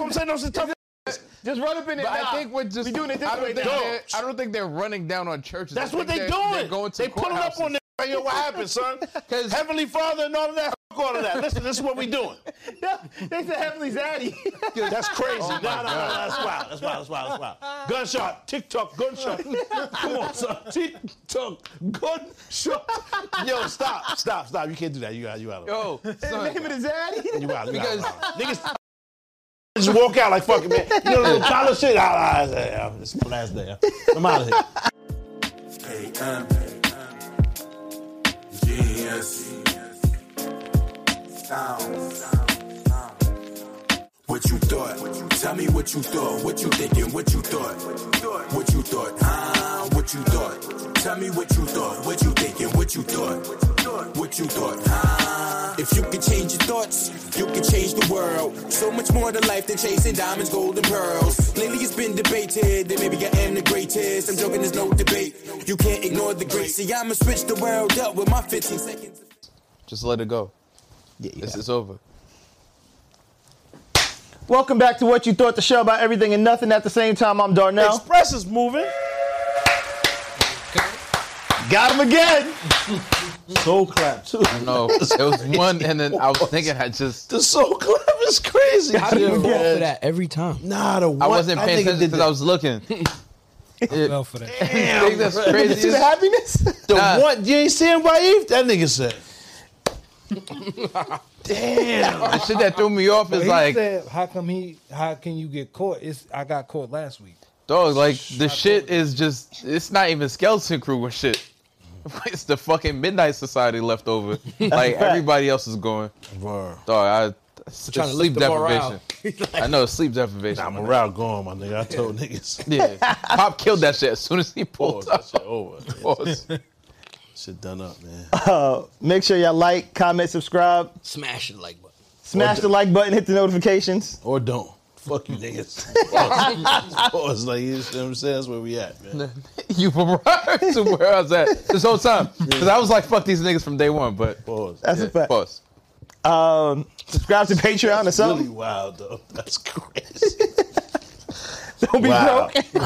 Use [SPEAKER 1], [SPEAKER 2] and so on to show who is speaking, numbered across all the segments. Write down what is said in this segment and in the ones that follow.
[SPEAKER 1] I'm saying those are tough. Just run up in there.
[SPEAKER 2] But
[SPEAKER 1] Nah.
[SPEAKER 2] I think we're just
[SPEAKER 1] we doing it this
[SPEAKER 2] I don't
[SPEAKER 1] way.
[SPEAKER 2] think
[SPEAKER 1] now.
[SPEAKER 2] they're- I don't think they're running down on churches.
[SPEAKER 1] That's
[SPEAKER 2] I
[SPEAKER 1] what
[SPEAKER 2] think
[SPEAKER 1] they're
[SPEAKER 2] they're-
[SPEAKER 1] doing.
[SPEAKER 2] They're going to
[SPEAKER 1] they pulling up
[SPEAKER 2] courthouses.
[SPEAKER 1] on them. Hey, yo, what happened, son?
[SPEAKER 2] 'Cause-
[SPEAKER 1] Heavenly Father and all of that. Fuck all of that. Listen, this is what we doing.
[SPEAKER 3] they said Heavenly's Daddy.
[SPEAKER 1] That's crazy.
[SPEAKER 2] my
[SPEAKER 1] no, no, no,
[SPEAKER 2] God.
[SPEAKER 1] that's wild. That's wild. That's wild. That's wild. Gunshot. Tick tock. Gunshot. Come on, son. Tick tock. Gunshot. Yo, stop. Stop. Stop. You can't do that. You got. You got.
[SPEAKER 2] Yo, son,
[SPEAKER 3] Name it is Daddy.
[SPEAKER 1] You got. You
[SPEAKER 2] because
[SPEAKER 1] got. Niggas. Just walk out like fucking man. You know, little child shit. Ah, ah, ah, ah, It's my last day. I'm out of here.
[SPEAKER 4] AM GNC Sound What you thought? Tell me what you thought. What you thinking? What you thought? What you thought? Huh? What you thought? Tell me what you thought. What you thinking? What you thought? What you thought? Huh? If you could change your thoughts, you could change the world. So much more to life than chasing diamonds, gold, and pearls. Lately it's been debated that maybe I am the greatest. I'm joking, there's no debate. You can't ignore the great. See, I'ma switch the world up with my 15 seconds.
[SPEAKER 2] just let it go. This is over.
[SPEAKER 3] Welcome back to What You Thought, the show about everything and nothing at the same time. I'm Darnell.
[SPEAKER 1] Express is moving.
[SPEAKER 3] Got him again.
[SPEAKER 1] Soul clap too.
[SPEAKER 2] No, it was one, and then I was thinking I just
[SPEAKER 1] The soul clap is crazy. How
[SPEAKER 5] I would fall for that every time.
[SPEAKER 1] Nah, the one,
[SPEAKER 2] I wasn't paying
[SPEAKER 1] think it
[SPEAKER 2] attention
[SPEAKER 1] did
[SPEAKER 2] because
[SPEAKER 1] that.
[SPEAKER 2] I was looking. It-
[SPEAKER 5] Fell for that.
[SPEAKER 2] you think that's crazy.
[SPEAKER 3] The happiness.
[SPEAKER 1] The
[SPEAKER 2] Nah.
[SPEAKER 1] one you ain't seeing Raif? That nigga said.
[SPEAKER 2] The shit that threw me off is
[SPEAKER 5] He
[SPEAKER 2] like,
[SPEAKER 5] said, how come he? How can you get caught? It's I got caught last week.
[SPEAKER 2] dog, like the shit is just, it's not even skeleton crew and shit. It's the fucking Midnight Society left over. like everybody else is going. Dog, I it's
[SPEAKER 5] trying to
[SPEAKER 2] sleep
[SPEAKER 5] lift the
[SPEAKER 2] deprivation.
[SPEAKER 5] morale.
[SPEAKER 2] I know it's sleep deprivation.
[SPEAKER 1] Nah, morale going, my nigga. I told niggas.
[SPEAKER 2] yeah, Pop killed that shit as soon as he
[SPEAKER 1] Pause,
[SPEAKER 2] pulled
[SPEAKER 1] that
[SPEAKER 2] up.
[SPEAKER 1] shit over.
[SPEAKER 2] Pause.
[SPEAKER 1] Shit done up, man.
[SPEAKER 3] Uh, Make sure y'all like, comment, subscribe,
[SPEAKER 5] Smash it like button.
[SPEAKER 3] smash the like button, hit the notifications.
[SPEAKER 1] Or don't. Fuck you niggas. Pause. Pause. Like, you know what I'm saying? That's where we at, man.
[SPEAKER 2] You've arrived to where I was at this whole time. Because I was like, fuck these niggas from day one, but
[SPEAKER 1] Pause.
[SPEAKER 3] That's
[SPEAKER 2] yeah,
[SPEAKER 3] a fact.
[SPEAKER 2] pause.
[SPEAKER 3] Um, subscribe to Patreon or
[SPEAKER 1] really
[SPEAKER 3] something.
[SPEAKER 1] wild, though. That's crazy.
[SPEAKER 3] Don't be
[SPEAKER 1] Wow.
[SPEAKER 3] broke.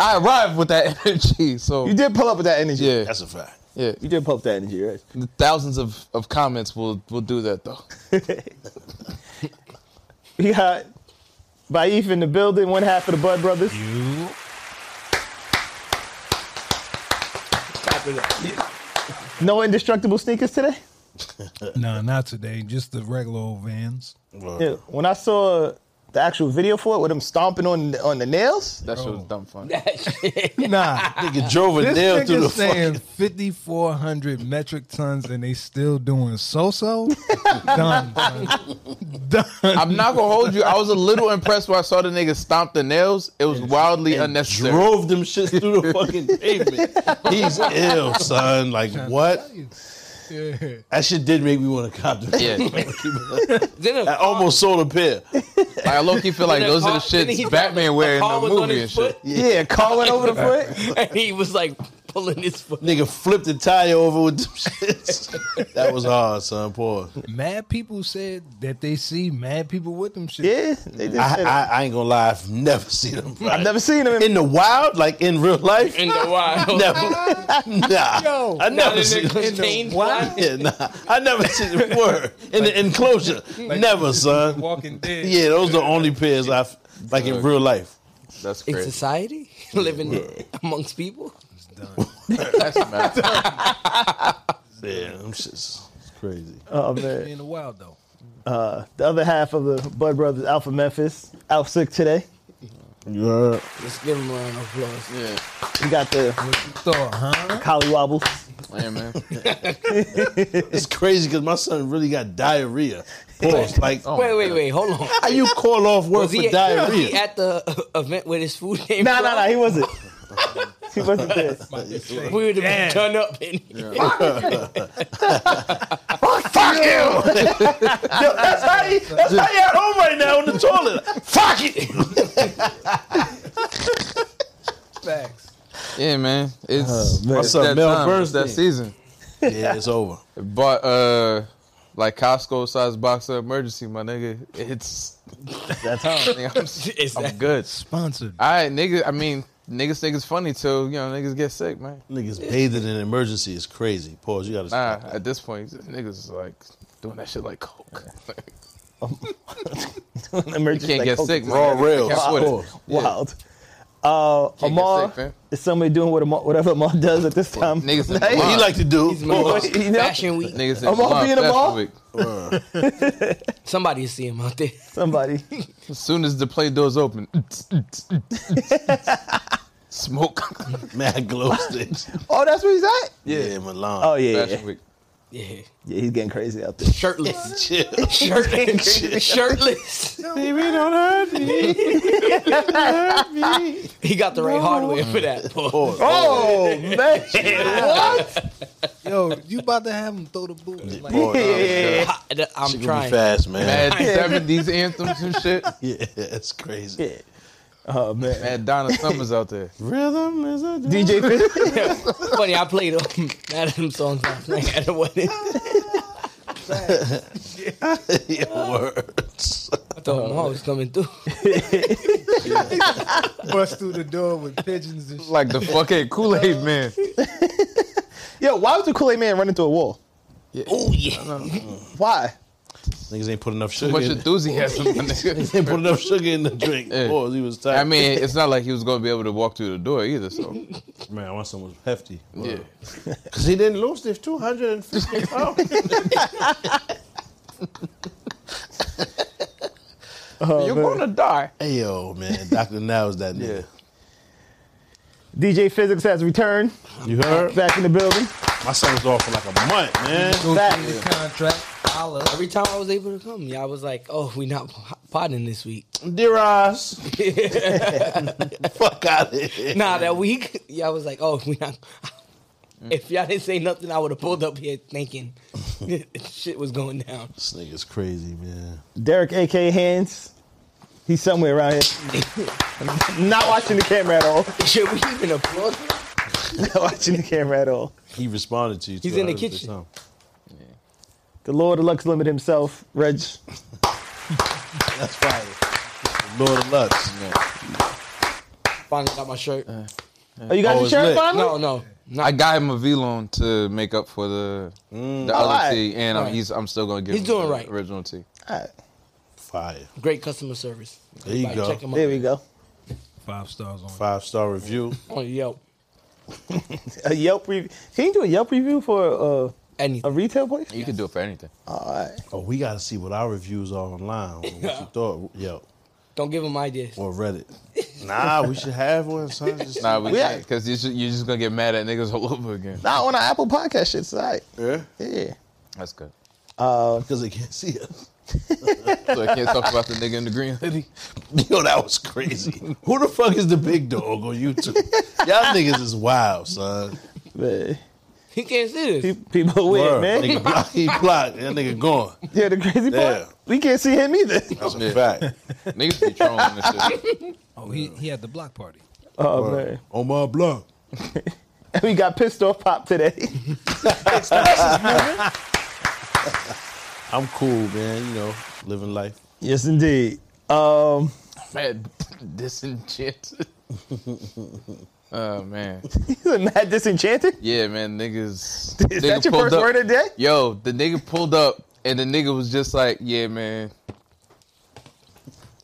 [SPEAKER 2] I arrived with that energy, so
[SPEAKER 3] You did pull up with that energy.
[SPEAKER 2] yeah,
[SPEAKER 1] That's a fact.
[SPEAKER 2] yeah.
[SPEAKER 3] You did pull up with that energy, right?
[SPEAKER 2] Thousands of, of comments will will do that though.
[SPEAKER 3] We got Baif in the building, one half of the Bud Brothers.
[SPEAKER 5] You
[SPEAKER 3] No indestructible sneakers today.
[SPEAKER 5] no, not today. Just the regular old Vans.
[SPEAKER 1] Word.
[SPEAKER 3] Yeah, when I saw the actual video for it with him stomping on on the nails,
[SPEAKER 2] That shit was dumb fun.
[SPEAKER 5] Nah,
[SPEAKER 1] Nigga drove a
[SPEAKER 5] this
[SPEAKER 1] nail through the
[SPEAKER 5] nigga
[SPEAKER 1] fucking.
[SPEAKER 5] saying 5,400 metric tons and they still doing so-so. Done, done, done.
[SPEAKER 2] I'm not gonna hold you. I was a little impressed when I saw the nigga stomp the nails. It was wildly unnecessary.
[SPEAKER 1] Drove them shits through the fucking pavement. He's ill, son. Like, what?
[SPEAKER 5] Yeah.
[SPEAKER 1] That shit did make me want to cop the
[SPEAKER 2] Yeah,
[SPEAKER 1] I almost sold a pair.
[SPEAKER 2] like, I low key feel like those are the shits Batman wear in the movie and shit.
[SPEAKER 3] yeah, calling over the foot.
[SPEAKER 6] and he was like pulling his foot.
[SPEAKER 1] Nigga flipped the tire over with them shits. that was hard, son. Pause.
[SPEAKER 5] Mad people said that they see mad people with them shit.
[SPEAKER 3] Yeah, they just
[SPEAKER 1] I,
[SPEAKER 3] said I,
[SPEAKER 1] I, I ain't gonna lie, I've never seen them.
[SPEAKER 3] have never seen him. In,
[SPEAKER 1] in the wild, like in real life.
[SPEAKER 6] In the wild.
[SPEAKER 1] Never, nah,
[SPEAKER 5] Yo.
[SPEAKER 1] I
[SPEAKER 6] Not
[SPEAKER 1] never
[SPEAKER 6] in
[SPEAKER 1] seen
[SPEAKER 6] the
[SPEAKER 1] them.
[SPEAKER 6] contained
[SPEAKER 5] Why?
[SPEAKER 6] fly.
[SPEAKER 1] Yeah, nah, I never seen them. Word in the enclosure, never, son.
[SPEAKER 5] Walking dead.
[SPEAKER 1] Yeah, those are the only pairs I've like in real life.
[SPEAKER 2] That's
[SPEAKER 6] In
[SPEAKER 2] crazy.
[SPEAKER 6] society, living amongst people.
[SPEAKER 2] That's mad.
[SPEAKER 1] Yeah, them shits it's crazy.
[SPEAKER 3] oh man,
[SPEAKER 5] In the wild though.
[SPEAKER 3] Uh, the other half of the Bud Brothers, Alpha Memphis, out sick today.
[SPEAKER 1] Yeah.
[SPEAKER 6] Let's give him a round of applause.
[SPEAKER 2] Yeah,
[SPEAKER 3] We got the
[SPEAKER 5] What you thought, huh?
[SPEAKER 3] collie wobbles.
[SPEAKER 2] yeah, man.
[SPEAKER 1] It's crazy because my son really got diarrhea. Pause. Like,
[SPEAKER 6] Wait, wait, wait. Hold on.
[SPEAKER 1] how you call off work
[SPEAKER 6] Was
[SPEAKER 1] for
[SPEAKER 6] he, at, was
[SPEAKER 1] diarrhea?
[SPEAKER 6] he at the event where his food came
[SPEAKER 3] Nah,
[SPEAKER 6] from?
[SPEAKER 3] nah, nah, he wasn't. he wasn't there.
[SPEAKER 6] We would have been done up in
[SPEAKER 1] Fuck you! Yo, that's how he. That's how he at home right now in the toilet. Fuck it.
[SPEAKER 5] Facts.
[SPEAKER 2] Yeah, man. It's,
[SPEAKER 1] Uh, man.
[SPEAKER 2] it's
[SPEAKER 1] What's up,
[SPEAKER 2] that
[SPEAKER 1] Mel
[SPEAKER 2] time. It's that
[SPEAKER 1] Bernstein?
[SPEAKER 2] season.
[SPEAKER 1] Yeah, it's over.
[SPEAKER 2] But uh, like Costco size box of emergency, my nigga. It's
[SPEAKER 3] That's how.
[SPEAKER 2] I'm, I'm good.
[SPEAKER 5] Sponsored.
[SPEAKER 2] All right, nigga. I mean, niggas think it's funny till you know niggas get sick, man.
[SPEAKER 1] Niggas bathing in emergency is crazy. Pause. You gotta
[SPEAKER 2] Nah,
[SPEAKER 1] stop.
[SPEAKER 2] at this point, niggas is like doing that shit like coke.
[SPEAKER 3] Emergency
[SPEAKER 2] can't
[SPEAKER 3] like
[SPEAKER 2] get
[SPEAKER 3] Coke
[SPEAKER 2] sick,
[SPEAKER 3] is
[SPEAKER 2] man.
[SPEAKER 1] Raw
[SPEAKER 2] Can't
[SPEAKER 1] rails.
[SPEAKER 2] afford it.
[SPEAKER 1] Pause.
[SPEAKER 2] Yeah.
[SPEAKER 3] Wild. Uh,
[SPEAKER 2] get
[SPEAKER 3] Amar
[SPEAKER 2] sick, man.
[SPEAKER 3] is somebody doing what Amar, whatever Amar does at this time.
[SPEAKER 2] Niggas in
[SPEAKER 3] Nice.
[SPEAKER 2] the
[SPEAKER 1] What he
[SPEAKER 2] line.
[SPEAKER 1] like to do?
[SPEAKER 6] He's my
[SPEAKER 1] Pause.
[SPEAKER 6] boss.
[SPEAKER 3] You know?
[SPEAKER 6] Fashion week.
[SPEAKER 2] Niggas in
[SPEAKER 3] I'm all
[SPEAKER 2] line
[SPEAKER 3] being a
[SPEAKER 2] last
[SPEAKER 3] ball?
[SPEAKER 2] week.
[SPEAKER 6] Somebody will see him out there.
[SPEAKER 3] Somebody.
[SPEAKER 2] As soon as the play doors open, smoke.
[SPEAKER 1] Mad glow sticks.
[SPEAKER 3] Oh, that's where he's at.
[SPEAKER 1] yeah, Milan.
[SPEAKER 3] Oh yeah, yeah,
[SPEAKER 2] Fashion week.
[SPEAKER 6] Yeah.
[SPEAKER 3] yeah. He's getting crazy out there.
[SPEAKER 6] Shirtless.
[SPEAKER 1] Chill.
[SPEAKER 6] Shirtless. Shirtless.
[SPEAKER 2] Baby, don't hurt me.
[SPEAKER 6] He got the right hardware for that.
[SPEAKER 1] Pause.
[SPEAKER 3] Oh man, what?
[SPEAKER 5] Yo, you about to have him throw the boot. Like,
[SPEAKER 1] Pause.
[SPEAKER 3] Yeah.
[SPEAKER 6] I, am
[SPEAKER 1] She gonna be
[SPEAKER 6] trying.
[SPEAKER 1] fast, man.
[SPEAKER 2] Mad 70s anthems and shit.
[SPEAKER 1] Yeah, it's crazy.
[SPEAKER 3] Yeah. Oh man,
[SPEAKER 2] Mad Donna Summers out there.
[SPEAKER 1] Rhythm is a
[SPEAKER 3] DJ Fizz.
[SPEAKER 6] Funny, I played um, Madam songs last night at a wedding.
[SPEAKER 1] yeah, words.
[SPEAKER 6] I thought Mom was coming through.
[SPEAKER 5] bust through the door with pigeons and shit.
[SPEAKER 2] Like the fucking Kool Aid man.
[SPEAKER 3] Yo, why was the Kool Aid Man running into a wall?
[SPEAKER 6] Oh yeah.
[SPEAKER 3] Why?
[SPEAKER 1] Niggas ain't put enough
[SPEAKER 2] Too
[SPEAKER 1] sugar.
[SPEAKER 2] much
[SPEAKER 1] In,
[SPEAKER 2] enthusiasm. my nigga.
[SPEAKER 1] ain't put enough sugar in the drink.
[SPEAKER 2] Yeah.
[SPEAKER 1] Pause. He was tired.
[SPEAKER 2] I mean, it's not like he was gonna be able to walk through the door either. So
[SPEAKER 1] man, I want someone hefty.
[SPEAKER 2] yeah,
[SPEAKER 1] Cause he didn't lose this 250 pounds.
[SPEAKER 3] Oh,
[SPEAKER 2] you're gonna die.
[SPEAKER 1] hey yo, man, Doctor Now is that nigga.
[SPEAKER 3] DJ Physics has returned
[SPEAKER 1] You heard?
[SPEAKER 3] back in the building.
[SPEAKER 1] My son was off for like a month, man.
[SPEAKER 5] Go
[SPEAKER 3] Fact.
[SPEAKER 5] through the contract. Holla.
[SPEAKER 6] Every time I was able to come, y'all was like, "Oh, we not potting this week."
[SPEAKER 1] Dear eyes. Fuck out of here.
[SPEAKER 6] Nah, that week, y'all was like, "Oh, we not." If y'all didn't say nothing, I would have pulled up here thinking shit was going down.
[SPEAKER 1] This nigga's crazy, man.
[SPEAKER 3] Derek, A.K. Hands. He's somewhere around here. Not watching the camera at all.
[SPEAKER 6] Shit, we even applaud.
[SPEAKER 3] Not watching the camera at all.
[SPEAKER 1] He responded to you.
[SPEAKER 6] He's
[SPEAKER 1] too.
[SPEAKER 6] in the
[SPEAKER 1] I heard it this
[SPEAKER 6] kitchen.
[SPEAKER 1] time.
[SPEAKER 3] The Lord of Lux Limit himself, Reg.
[SPEAKER 1] That's fire. Lord of Lux.
[SPEAKER 6] Finally got my shirt.
[SPEAKER 3] Oh, you got
[SPEAKER 1] Oh,
[SPEAKER 3] your
[SPEAKER 1] it's
[SPEAKER 3] shirt
[SPEAKER 1] lit.
[SPEAKER 3] finally?
[SPEAKER 6] No, no,
[SPEAKER 2] I
[SPEAKER 6] not.
[SPEAKER 2] got him a V loan to make up for the
[SPEAKER 1] Mm.
[SPEAKER 2] the other
[SPEAKER 3] Alright.
[SPEAKER 2] tea, and I'm,
[SPEAKER 6] Right.
[SPEAKER 2] he's I'm still gonna give.
[SPEAKER 6] He's
[SPEAKER 2] him
[SPEAKER 6] doing
[SPEAKER 2] the
[SPEAKER 6] right.
[SPEAKER 2] Original tea.
[SPEAKER 3] Alright,
[SPEAKER 1] Fire.
[SPEAKER 6] Great customer service.
[SPEAKER 1] There you
[SPEAKER 6] Everybody
[SPEAKER 1] go.
[SPEAKER 6] Check him out.
[SPEAKER 3] there we go.
[SPEAKER 5] Five stars on
[SPEAKER 1] Five star review.
[SPEAKER 6] Oh, yo,
[SPEAKER 3] A Yelp review. Can you do a Yelp review for uh, a
[SPEAKER 6] anything.
[SPEAKER 3] retail place?
[SPEAKER 2] You can do it for anything.
[SPEAKER 1] Oh, we gotta see what our reviews are online. What you thought, yo,
[SPEAKER 6] Don't give him ideas.
[SPEAKER 1] or Reddit. Nah, we should have one, son. Just,
[SPEAKER 2] Nah, we
[SPEAKER 3] We-
[SPEAKER 2] can't because you're, just- you're just gonna get mad at niggas all over again.
[SPEAKER 3] Not on our Apple Podcast shit, so all right.
[SPEAKER 1] yeah,
[SPEAKER 3] Yeah.
[SPEAKER 2] That's good.
[SPEAKER 1] because Uh, they can't see us.
[SPEAKER 2] So I can't talk about the nigga in the green hoodie.
[SPEAKER 1] Yo, that was crazy. Who the fuck is the big dog on YouTube? Y'all niggas is wild, son.
[SPEAKER 3] Man.
[SPEAKER 6] He can't see this.
[SPEAKER 3] Pe- People weird,
[SPEAKER 1] Word.
[SPEAKER 3] man.
[SPEAKER 1] Nigga block, he blocked. That nigga gone.
[SPEAKER 3] Yeah, the crazy part,
[SPEAKER 1] Yeah.
[SPEAKER 3] we can't see him either.
[SPEAKER 1] That's a
[SPEAKER 2] Yeah.
[SPEAKER 1] fact.
[SPEAKER 2] Niggas be trolling and shit.
[SPEAKER 5] Oh, he, he had the block party.
[SPEAKER 3] Oh
[SPEAKER 1] Word.
[SPEAKER 3] man,
[SPEAKER 1] On my block.
[SPEAKER 3] and we got pissed off pop today.
[SPEAKER 1] I'm cool, man. You know, living life.
[SPEAKER 3] yes, indeed. Um,
[SPEAKER 2] Mad disenchanted. Oh man,
[SPEAKER 3] he's a mad disenchanted.
[SPEAKER 2] yeah, man, niggas. nigga
[SPEAKER 3] Is that your
[SPEAKER 2] pulled
[SPEAKER 3] first
[SPEAKER 2] up-
[SPEAKER 3] word of the day?
[SPEAKER 2] Yo, the nigga pulled up and the nigga was just like, yeah, man.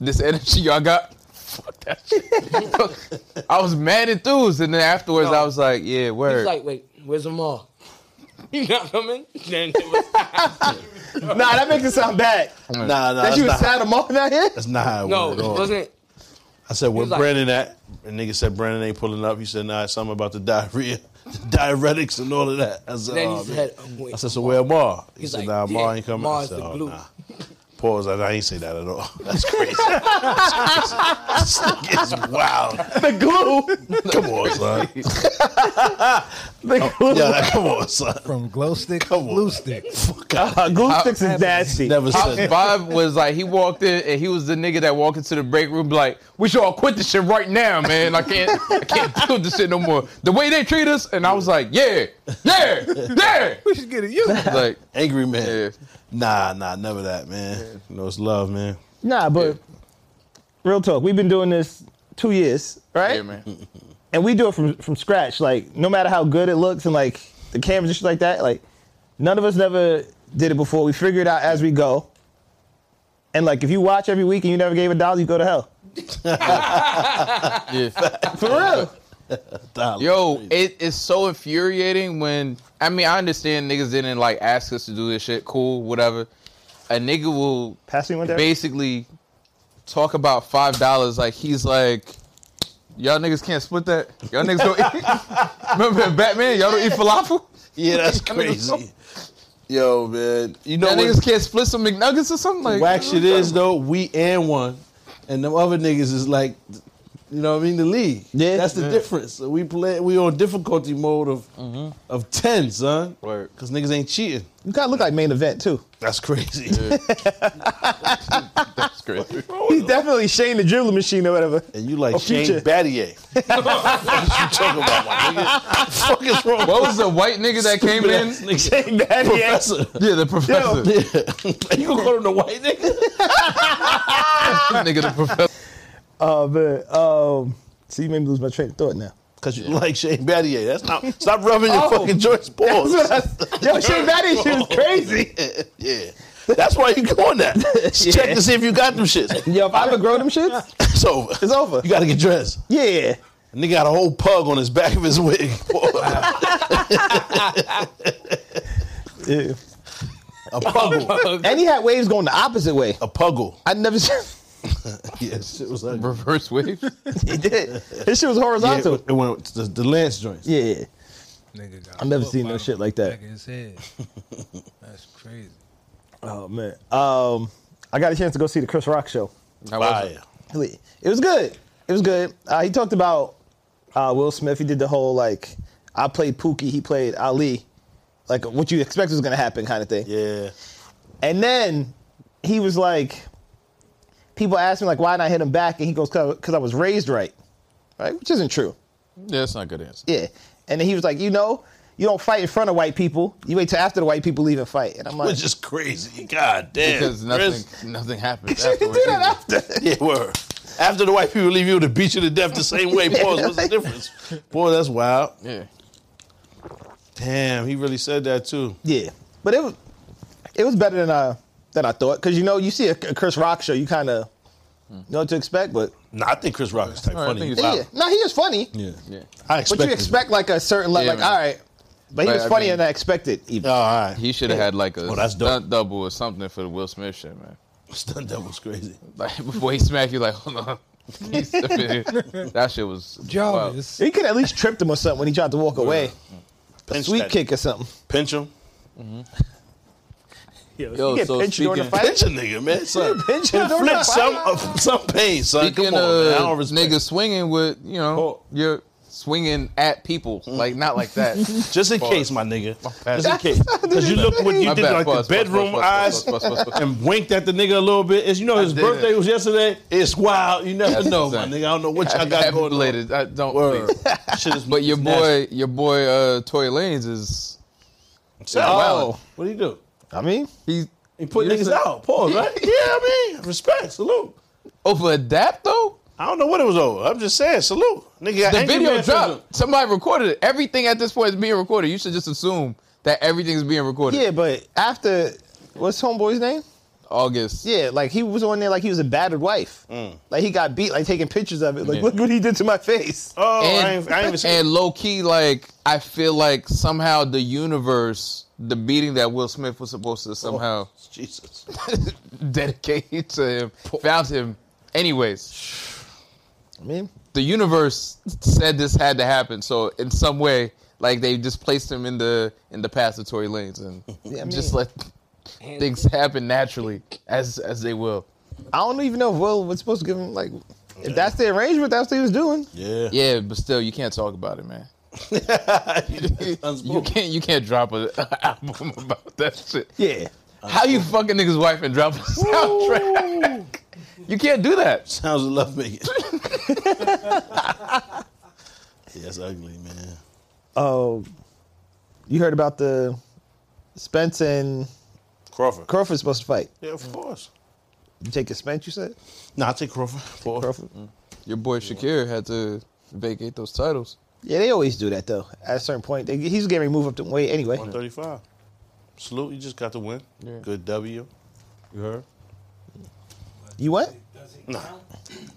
[SPEAKER 2] This energy y'all got, fuck that shit. I was mad enthused. And then afterwards,
[SPEAKER 6] No.
[SPEAKER 2] I was like, yeah,
[SPEAKER 6] He's
[SPEAKER 2] word.
[SPEAKER 6] like, wait, where's them all? You not coming? Then it was
[SPEAKER 3] Nah, that makes it sound bad.
[SPEAKER 1] Nah, nah.
[SPEAKER 3] that
[SPEAKER 1] That's,
[SPEAKER 3] you was
[SPEAKER 1] not,
[SPEAKER 3] sad tomorrow not here.
[SPEAKER 1] that's not how it
[SPEAKER 6] No,
[SPEAKER 1] went
[SPEAKER 6] it
[SPEAKER 1] at all.
[SPEAKER 6] wasn't.
[SPEAKER 1] I said, "Where
[SPEAKER 6] was like-
[SPEAKER 1] Brandon at?" And nigga said, "Brandon ain't pulling up." He said, "Nah, it's something about the diarrhea, the diuretics, and all of that." I said,
[SPEAKER 6] Then
[SPEAKER 1] "Oh,
[SPEAKER 6] he
[SPEAKER 1] man."
[SPEAKER 6] said, oh, wait,
[SPEAKER 1] I said, "So where Mar?" He
[SPEAKER 6] He's
[SPEAKER 1] said,
[SPEAKER 6] like,
[SPEAKER 1] "Nah, Mar
[SPEAKER 6] yeah,
[SPEAKER 1] ain't coming."
[SPEAKER 6] Mar's
[SPEAKER 1] I said,
[SPEAKER 6] the
[SPEAKER 1] oh,
[SPEAKER 6] glue.
[SPEAKER 1] nah. Pause. I, I ain't say that at all. That's crazy. this nigga is wild.
[SPEAKER 3] The glue.
[SPEAKER 1] Come on, son.
[SPEAKER 3] The glue.
[SPEAKER 1] Yeah, like, come on, son.
[SPEAKER 5] Oh, From glow stick to
[SPEAKER 1] Come on.
[SPEAKER 5] glue stick.
[SPEAKER 1] Fuck out.
[SPEAKER 3] Uh, glue sticks is nasty.
[SPEAKER 1] Never said that.
[SPEAKER 2] Bob was like, he walked in and he was the nigga that walked into the break room like, we should all quit this shit right now, man. I can't, I can't deal with this shit no more. The way they treat us, and I was like, yeah, yeah, yeah.
[SPEAKER 5] We should get a you.
[SPEAKER 2] Like,
[SPEAKER 1] Angry man.
[SPEAKER 2] Yeah.
[SPEAKER 1] Nah, nah, never that, man. You know, it's love, man.
[SPEAKER 3] Nah, but real talk, we've been doing this two years, right?
[SPEAKER 2] yeah, man.
[SPEAKER 3] And we do it from from scratch. Like no matter how good it looks and like the cameras and shit like that, like none of us never did it before. We figure it out as we go. And like if you watch every week and you never gave a dollar, you go to hell.
[SPEAKER 2] Yeah.
[SPEAKER 3] For real.
[SPEAKER 1] Nah,
[SPEAKER 2] Yo, it is so infuriating when I mean I understand niggas didn't like ask us to do this shit. Cool, whatever. A nigga will
[SPEAKER 3] Pass me one there.
[SPEAKER 2] basically talk about five dollars like he's like y'all niggas can't split that. Y'all niggas don't eat. Remember in Batman? Y'all don't eat falafel.
[SPEAKER 1] Yeah, that's
[SPEAKER 2] That nigga's
[SPEAKER 1] crazy. Yo, man. You know
[SPEAKER 2] Y'all
[SPEAKER 1] what?
[SPEAKER 2] niggas can't split some McNuggets or something like.
[SPEAKER 1] whack shit is though, we and one. And them other niggas is like you know what I mean, the league.
[SPEAKER 3] Yeah.
[SPEAKER 1] That's the
[SPEAKER 3] Yeah.
[SPEAKER 1] difference. So we play we on difficulty mode of of ten, son.
[SPEAKER 2] Word.
[SPEAKER 1] Cause niggas ain't cheating.
[SPEAKER 3] You kinda look like main event too.
[SPEAKER 1] That's crazy.
[SPEAKER 2] That's crazy.
[SPEAKER 3] He's definitely Shane the dribbler machine or whatever.
[SPEAKER 1] And you like
[SPEAKER 3] Oh,
[SPEAKER 1] Shane
[SPEAKER 3] Future.
[SPEAKER 1] Battier. what you talking about, my nigga? fuck is wrong
[SPEAKER 2] What was the white nigga that came in?
[SPEAKER 1] with that
[SPEAKER 3] Shane Battier.
[SPEAKER 1] Professor.
[SPEAKER 2] Yeah, the professor.
[SPEAKER 1] Yeah. you gonna call him the white nigga?
[SPEAKER 2] nigga, the professor.
[SPEAKER 3] Oh man. Um see you made me lose my train of thought now.
[SPEAKER 1] Cause you like Shane Battier. That's not stop rubbing
[SPEAKER 2] Oh.
[SPEAKER 1] your fucking joints pause.
[SPEAKER 3] Yo, Shane Battier shit was crazy.
[SPEAKER 1] yeah. That's why you going that. Check to see if you got them shits.
[SPEAKER 3] Yo, if I ever grow them shits,
[SPEAKER 1] It's over.
[SPEAKER 3] it's over.
[SPEAKER 1] You gotta get dressed.
[SPEAKER 3] Yeah.
[SPEAKER 1] Nigga got a whole pug on his back of his wig.
[SPEAKER 3] Yeah.
[SPEAKER 1] a puggle.
[SPEAKER 3] And he had waves going the opposite way.
[SPEAKER 1] A puggle.
[SPEAKER 3] I never seen
[SPEAKER 1] Yes, it was like
[SPEAKER 2] Reverse wave.
[SPEAKER 3] he did. His shit was
[SPEAKER 1] yeah, it,
[SPEAKER 3] horizontal.
[SPEAKER 1] went- it went to the, the Lance joints.
[SPEAKER 3] Yeah, yeah.
[SPEAKER 5] Nigga got
[SPEAKER 3] I've never
[SPEAKER 5] fucked
[SPEAKER 3] seen
[SPEAKER 5] by
[SPEAKER 3] no
[SPEAKER 5] the
[SPEAKER 3] shit like that.
[SPEAKER 5] Back of his head. That's crazy.
[SPEAKER 3] Oh man. Um, I got a chance to go see the Chris Rock show.
[SPEAKER 2] How was it?
[SPEAKER 1] Fire.
[SPEAKER 3] It was good. It was good. Uh, he talked about uh, Will Smith. He did the whole like, I played Pookie, he played Ali, like what you expect was gonna happen kind of thing.
[SPEAKER 1] Yeah.
[SPEAKER 3] And then he was like, people asked me like, why didn't I hit him back? And he goes, because I was raised right, right, which isn't true.
[SPEAKER 2] Yeah, that's not a good answer.
[SPEAKER 3] Yeah. And then he was like, you know, you don't fight in front of white people. You wait till after the white people leave and fight. And I'm like,
[SPEAKER 1] Which is crazy. God damn.
[SPEAKER 2] Because nothing,
[SPEAKER 1] Chris.
[SPEAKER 2] nothing happens
[SPEAKER 3] you
[SPEAKER 2] afterwards.
[SPEAKER 3] do that
[SPEAKER 2] either.
[SPEAKER 3] after.
[SPEAKER 1] Yeah, word. After the white people leave you to beat you to death the same way, pause. What's the difference? Boy, that's wild.
[SPEAKER 2] Yeah.
[SPEAKER 1] Damn, he really said that too.
[SPEAKER 3] Yeah. But it was, it was better than I than I thought because you know you see a, a Chris Rock show, you kind of know what to expect. But
[SPEAKER 1] Nah, I think Chris Rock is type
[SPEAKER 2] All right, I
[SPEAKER 1] funny.
[SPEAKER 2] think he's-
[SPEAKER 1] Wow.
[SPEAKER 3] yeah, no, he is funny.
[SPEAKER 1] Yeah.
[SPEAKER 2] Yeah.
[SPEAKER 1] I
[SPEAKER 3] But
[SPEAKER 1] expect
[SPEAKER 3] you expect like a certain level,
[SPEAKER 2] Yeah,
[SPEAKER 3] like
[SPEAKER 2] man.
[SPEAKER 3] all right. But he
[SPEAKER 2] Like,
[SPEAKER 3] was
[SPEAKER 2] I
[SPEAKER 3] funny
[SPEAKER 2] mean-
[SPEAKER 3] and I expected even.
[SPEAKER 1] Oh, all right.
[SPEAKER 2] He should have had like a
[SPEAKER 1] Oh, that's dope.
[SPEAKER 2] stunt double or something for the Will Smith shit, man.
[SPEAKER 1] Stunt Devil's crazy.
[SPEAKER 2] Like before he smack you, like hold on. He step in. that shit was wild.
[SPEAKER 5] Jarvis.
[SPEAKER 3] He could at least tripped him or something when he tried to walk away.
[SPEAKER 1] Pinch
[SPEAKER 3] Sweet
[SPEAKER 1] that.
[SPEAKER 3] kick or something.
[SPEAKER 1] Pinch him.
[SPEAKER 3] Mm-hmm.
[SPEAKER 2] Yo,
[SPEAKER 3] you get
[SPEAKER 2] so
[SPEAKER 3] pinched during the
[SPEAKER 2] speaking-
[SPEAKER 3] fight.
[SPEAKER 1] Pinch a nigga, man. Son.
[SPEAKER 3] Pinch him during the
[SPEAKER 1] Inflict some,
[SPEAKER 3] fight.
[SPEAKER 1] of some pain, son.
[SPEAKER 2] Speaking
[SPEAKER 1] Come on,
[SPEAKER 2] of
[SPEAKER 1] man. I don't respect
[SPEAKER 2] niggas swinging with you know
[SPEAKER 1] Oh. Mm.
[SPEAKER 2] you're swinging at people like not like that.
[SPEAKER 1] Just in
[SPEAKER 2] Pause.
[SPEAKER 1] case, my nigga.
[SPEAKER 2] bad.
[SPEAKER 1] Just in case. Because you looked what you
[SPEAKER 2] My
[SPEAKER 1] did,
[SPEAKER 2] bad.
[SPEAKER 1] like
[SPEAKER 2] Pause, pause,
[SPEAKER 1] the bedroom
[SPEAKER 2] pause,
[SPEAKER 1] eyes,
[SPEAKER 2] pause, pause, pause, pause.
[SPEAKER 1] and winked at the nigga a little bit. As you know, his
[SPEAKER 2] I did it.
[SPEAKER 1] birthday was yesterday. It's wild. You never
[SPEAKER 2] That's
[SPEAKER 1] know, my
[SPEAKER 2] insane.
[SPEAKER 1] nigga. I don't know what y'all
[SPEAKER 2] Happy
[SPEAKER 1] got going on.
[SPEAKER 2] belated. I don't.
[SPEAKER 1] Word.
[SPEAKER 2] please.
[SPEAKER 1] Shit is
[SPEAKER 2] But your
[SPEAKER 1] it's nasty.
[SPEAKER 2] boy, your boy, uh, Toy Lanez is
[SPEAKER 1] Shout out.
[SPEAKER 2] Wow.
[SPEAKER 1] What do you do?
[SPEAKER 3] I mean,
[SPEAKER 2] he
[SPEAKER 1] He put
[SPEAKER 2] Yes,
[SPEAKER 1] niggas
[SPEAKER 2] sir.
[SPEAKER 1] out. Pause, right? yeah, I mean, respect. Salute.
[SPEAKER 2] over adapt though.
[SPEAKER 1] I don't know what it was over. I'm just saying, salute. Nigga got
[SPEAKER 2] The
[SPEAKER 1] angry
[SPEAKER 2] video
[SPEAKER 1] man syndrome.
[SPEAKER 2] dropped. Somebody recorded it. Everything at this point is being recorded. You should just assume that everything is being recorded.
[SPEAKER 3] yeah, but after what's homeboy's name?
[SPEAKER 2] August.
[SPEAKER 3] Yeah, like he was on there like he was a battered wife.
[SPEAKER 1] Mm.
[SPEAKER 3] Like he got beat, like taking pictures of it. Like
[SPEAKER 2] Yeah.
[SPEAKER 3] look what he did to my face.
[SPEAKER 1] Oh,
[SPEAKER 2] and,
[SPEAKER 1] I ain't, I ain't even seen
[SPEAKER 2] and low key, like I feel like somehow the universe, the beating that Will Smith was supposed
[SPEAKER 3] Oh,
[SPEAKER 2] to somehow
[SPEAKER 1] Jesus.
[SPEAKER 2] dedicate to him, found him. Anyways,
[SPEAKER 3] I mean,
[SPEAKER 2] the universe said this had to happen, so in some way, like they just placed him in the in the path of Tory Lanez and
[SPEAKER 3] Yeah, I
[SPEAKER 2] just
[SPEAKER 3] mean-
[SPEAKER 2] let Things happen naturally as as they will.
[SPEAKER 3] I don't even know if Will was supposed to give him like. If that's the arrangement, that's what he was doing.
[SPEAKER 1] Yeah.
[SPEAKER 2] Yeah, but still, you can't talk about it, man. You
[SPEAKER 1] Unspoken.
[SPEAKER 2] can't you can't drop an album about that shit.
[SPEAKER 3] Yeah.
[SPEAKER 2] How you fucking niggas wife and drop a soundtrack? you can't do that.
[SPEAKER 1] Sounds of love making. yeah, that's ugly, man.
[SPEAKER 3] Oh, you heard about the Spence and
[SPEAKER 1] Crawford.
[SPEAKER 3] Crawford supposed to fight?
[SPEAKER 1] yeah, of course.
[SPEAKER 3] You taking Spence? You said
[SPEAKER 1] Nah, I take Crawford. Mm. Pause.
[SPEAKER 3] Crawford.
[SPEAKER 2] Your boy Shakir had to vacate those titles.
[SPEAKER 3] Yeah, they always do that though. At a certain point, they, he's getting removed up the weight anyway.
[SPEAKER 1] 135. Salute, you just got the win.
[SPEAKER 2] Yeah.
[SPEAKER 1] Good W. You heard?
[SPEAKER 3] You what?
[SPEAKER 7] Does it count?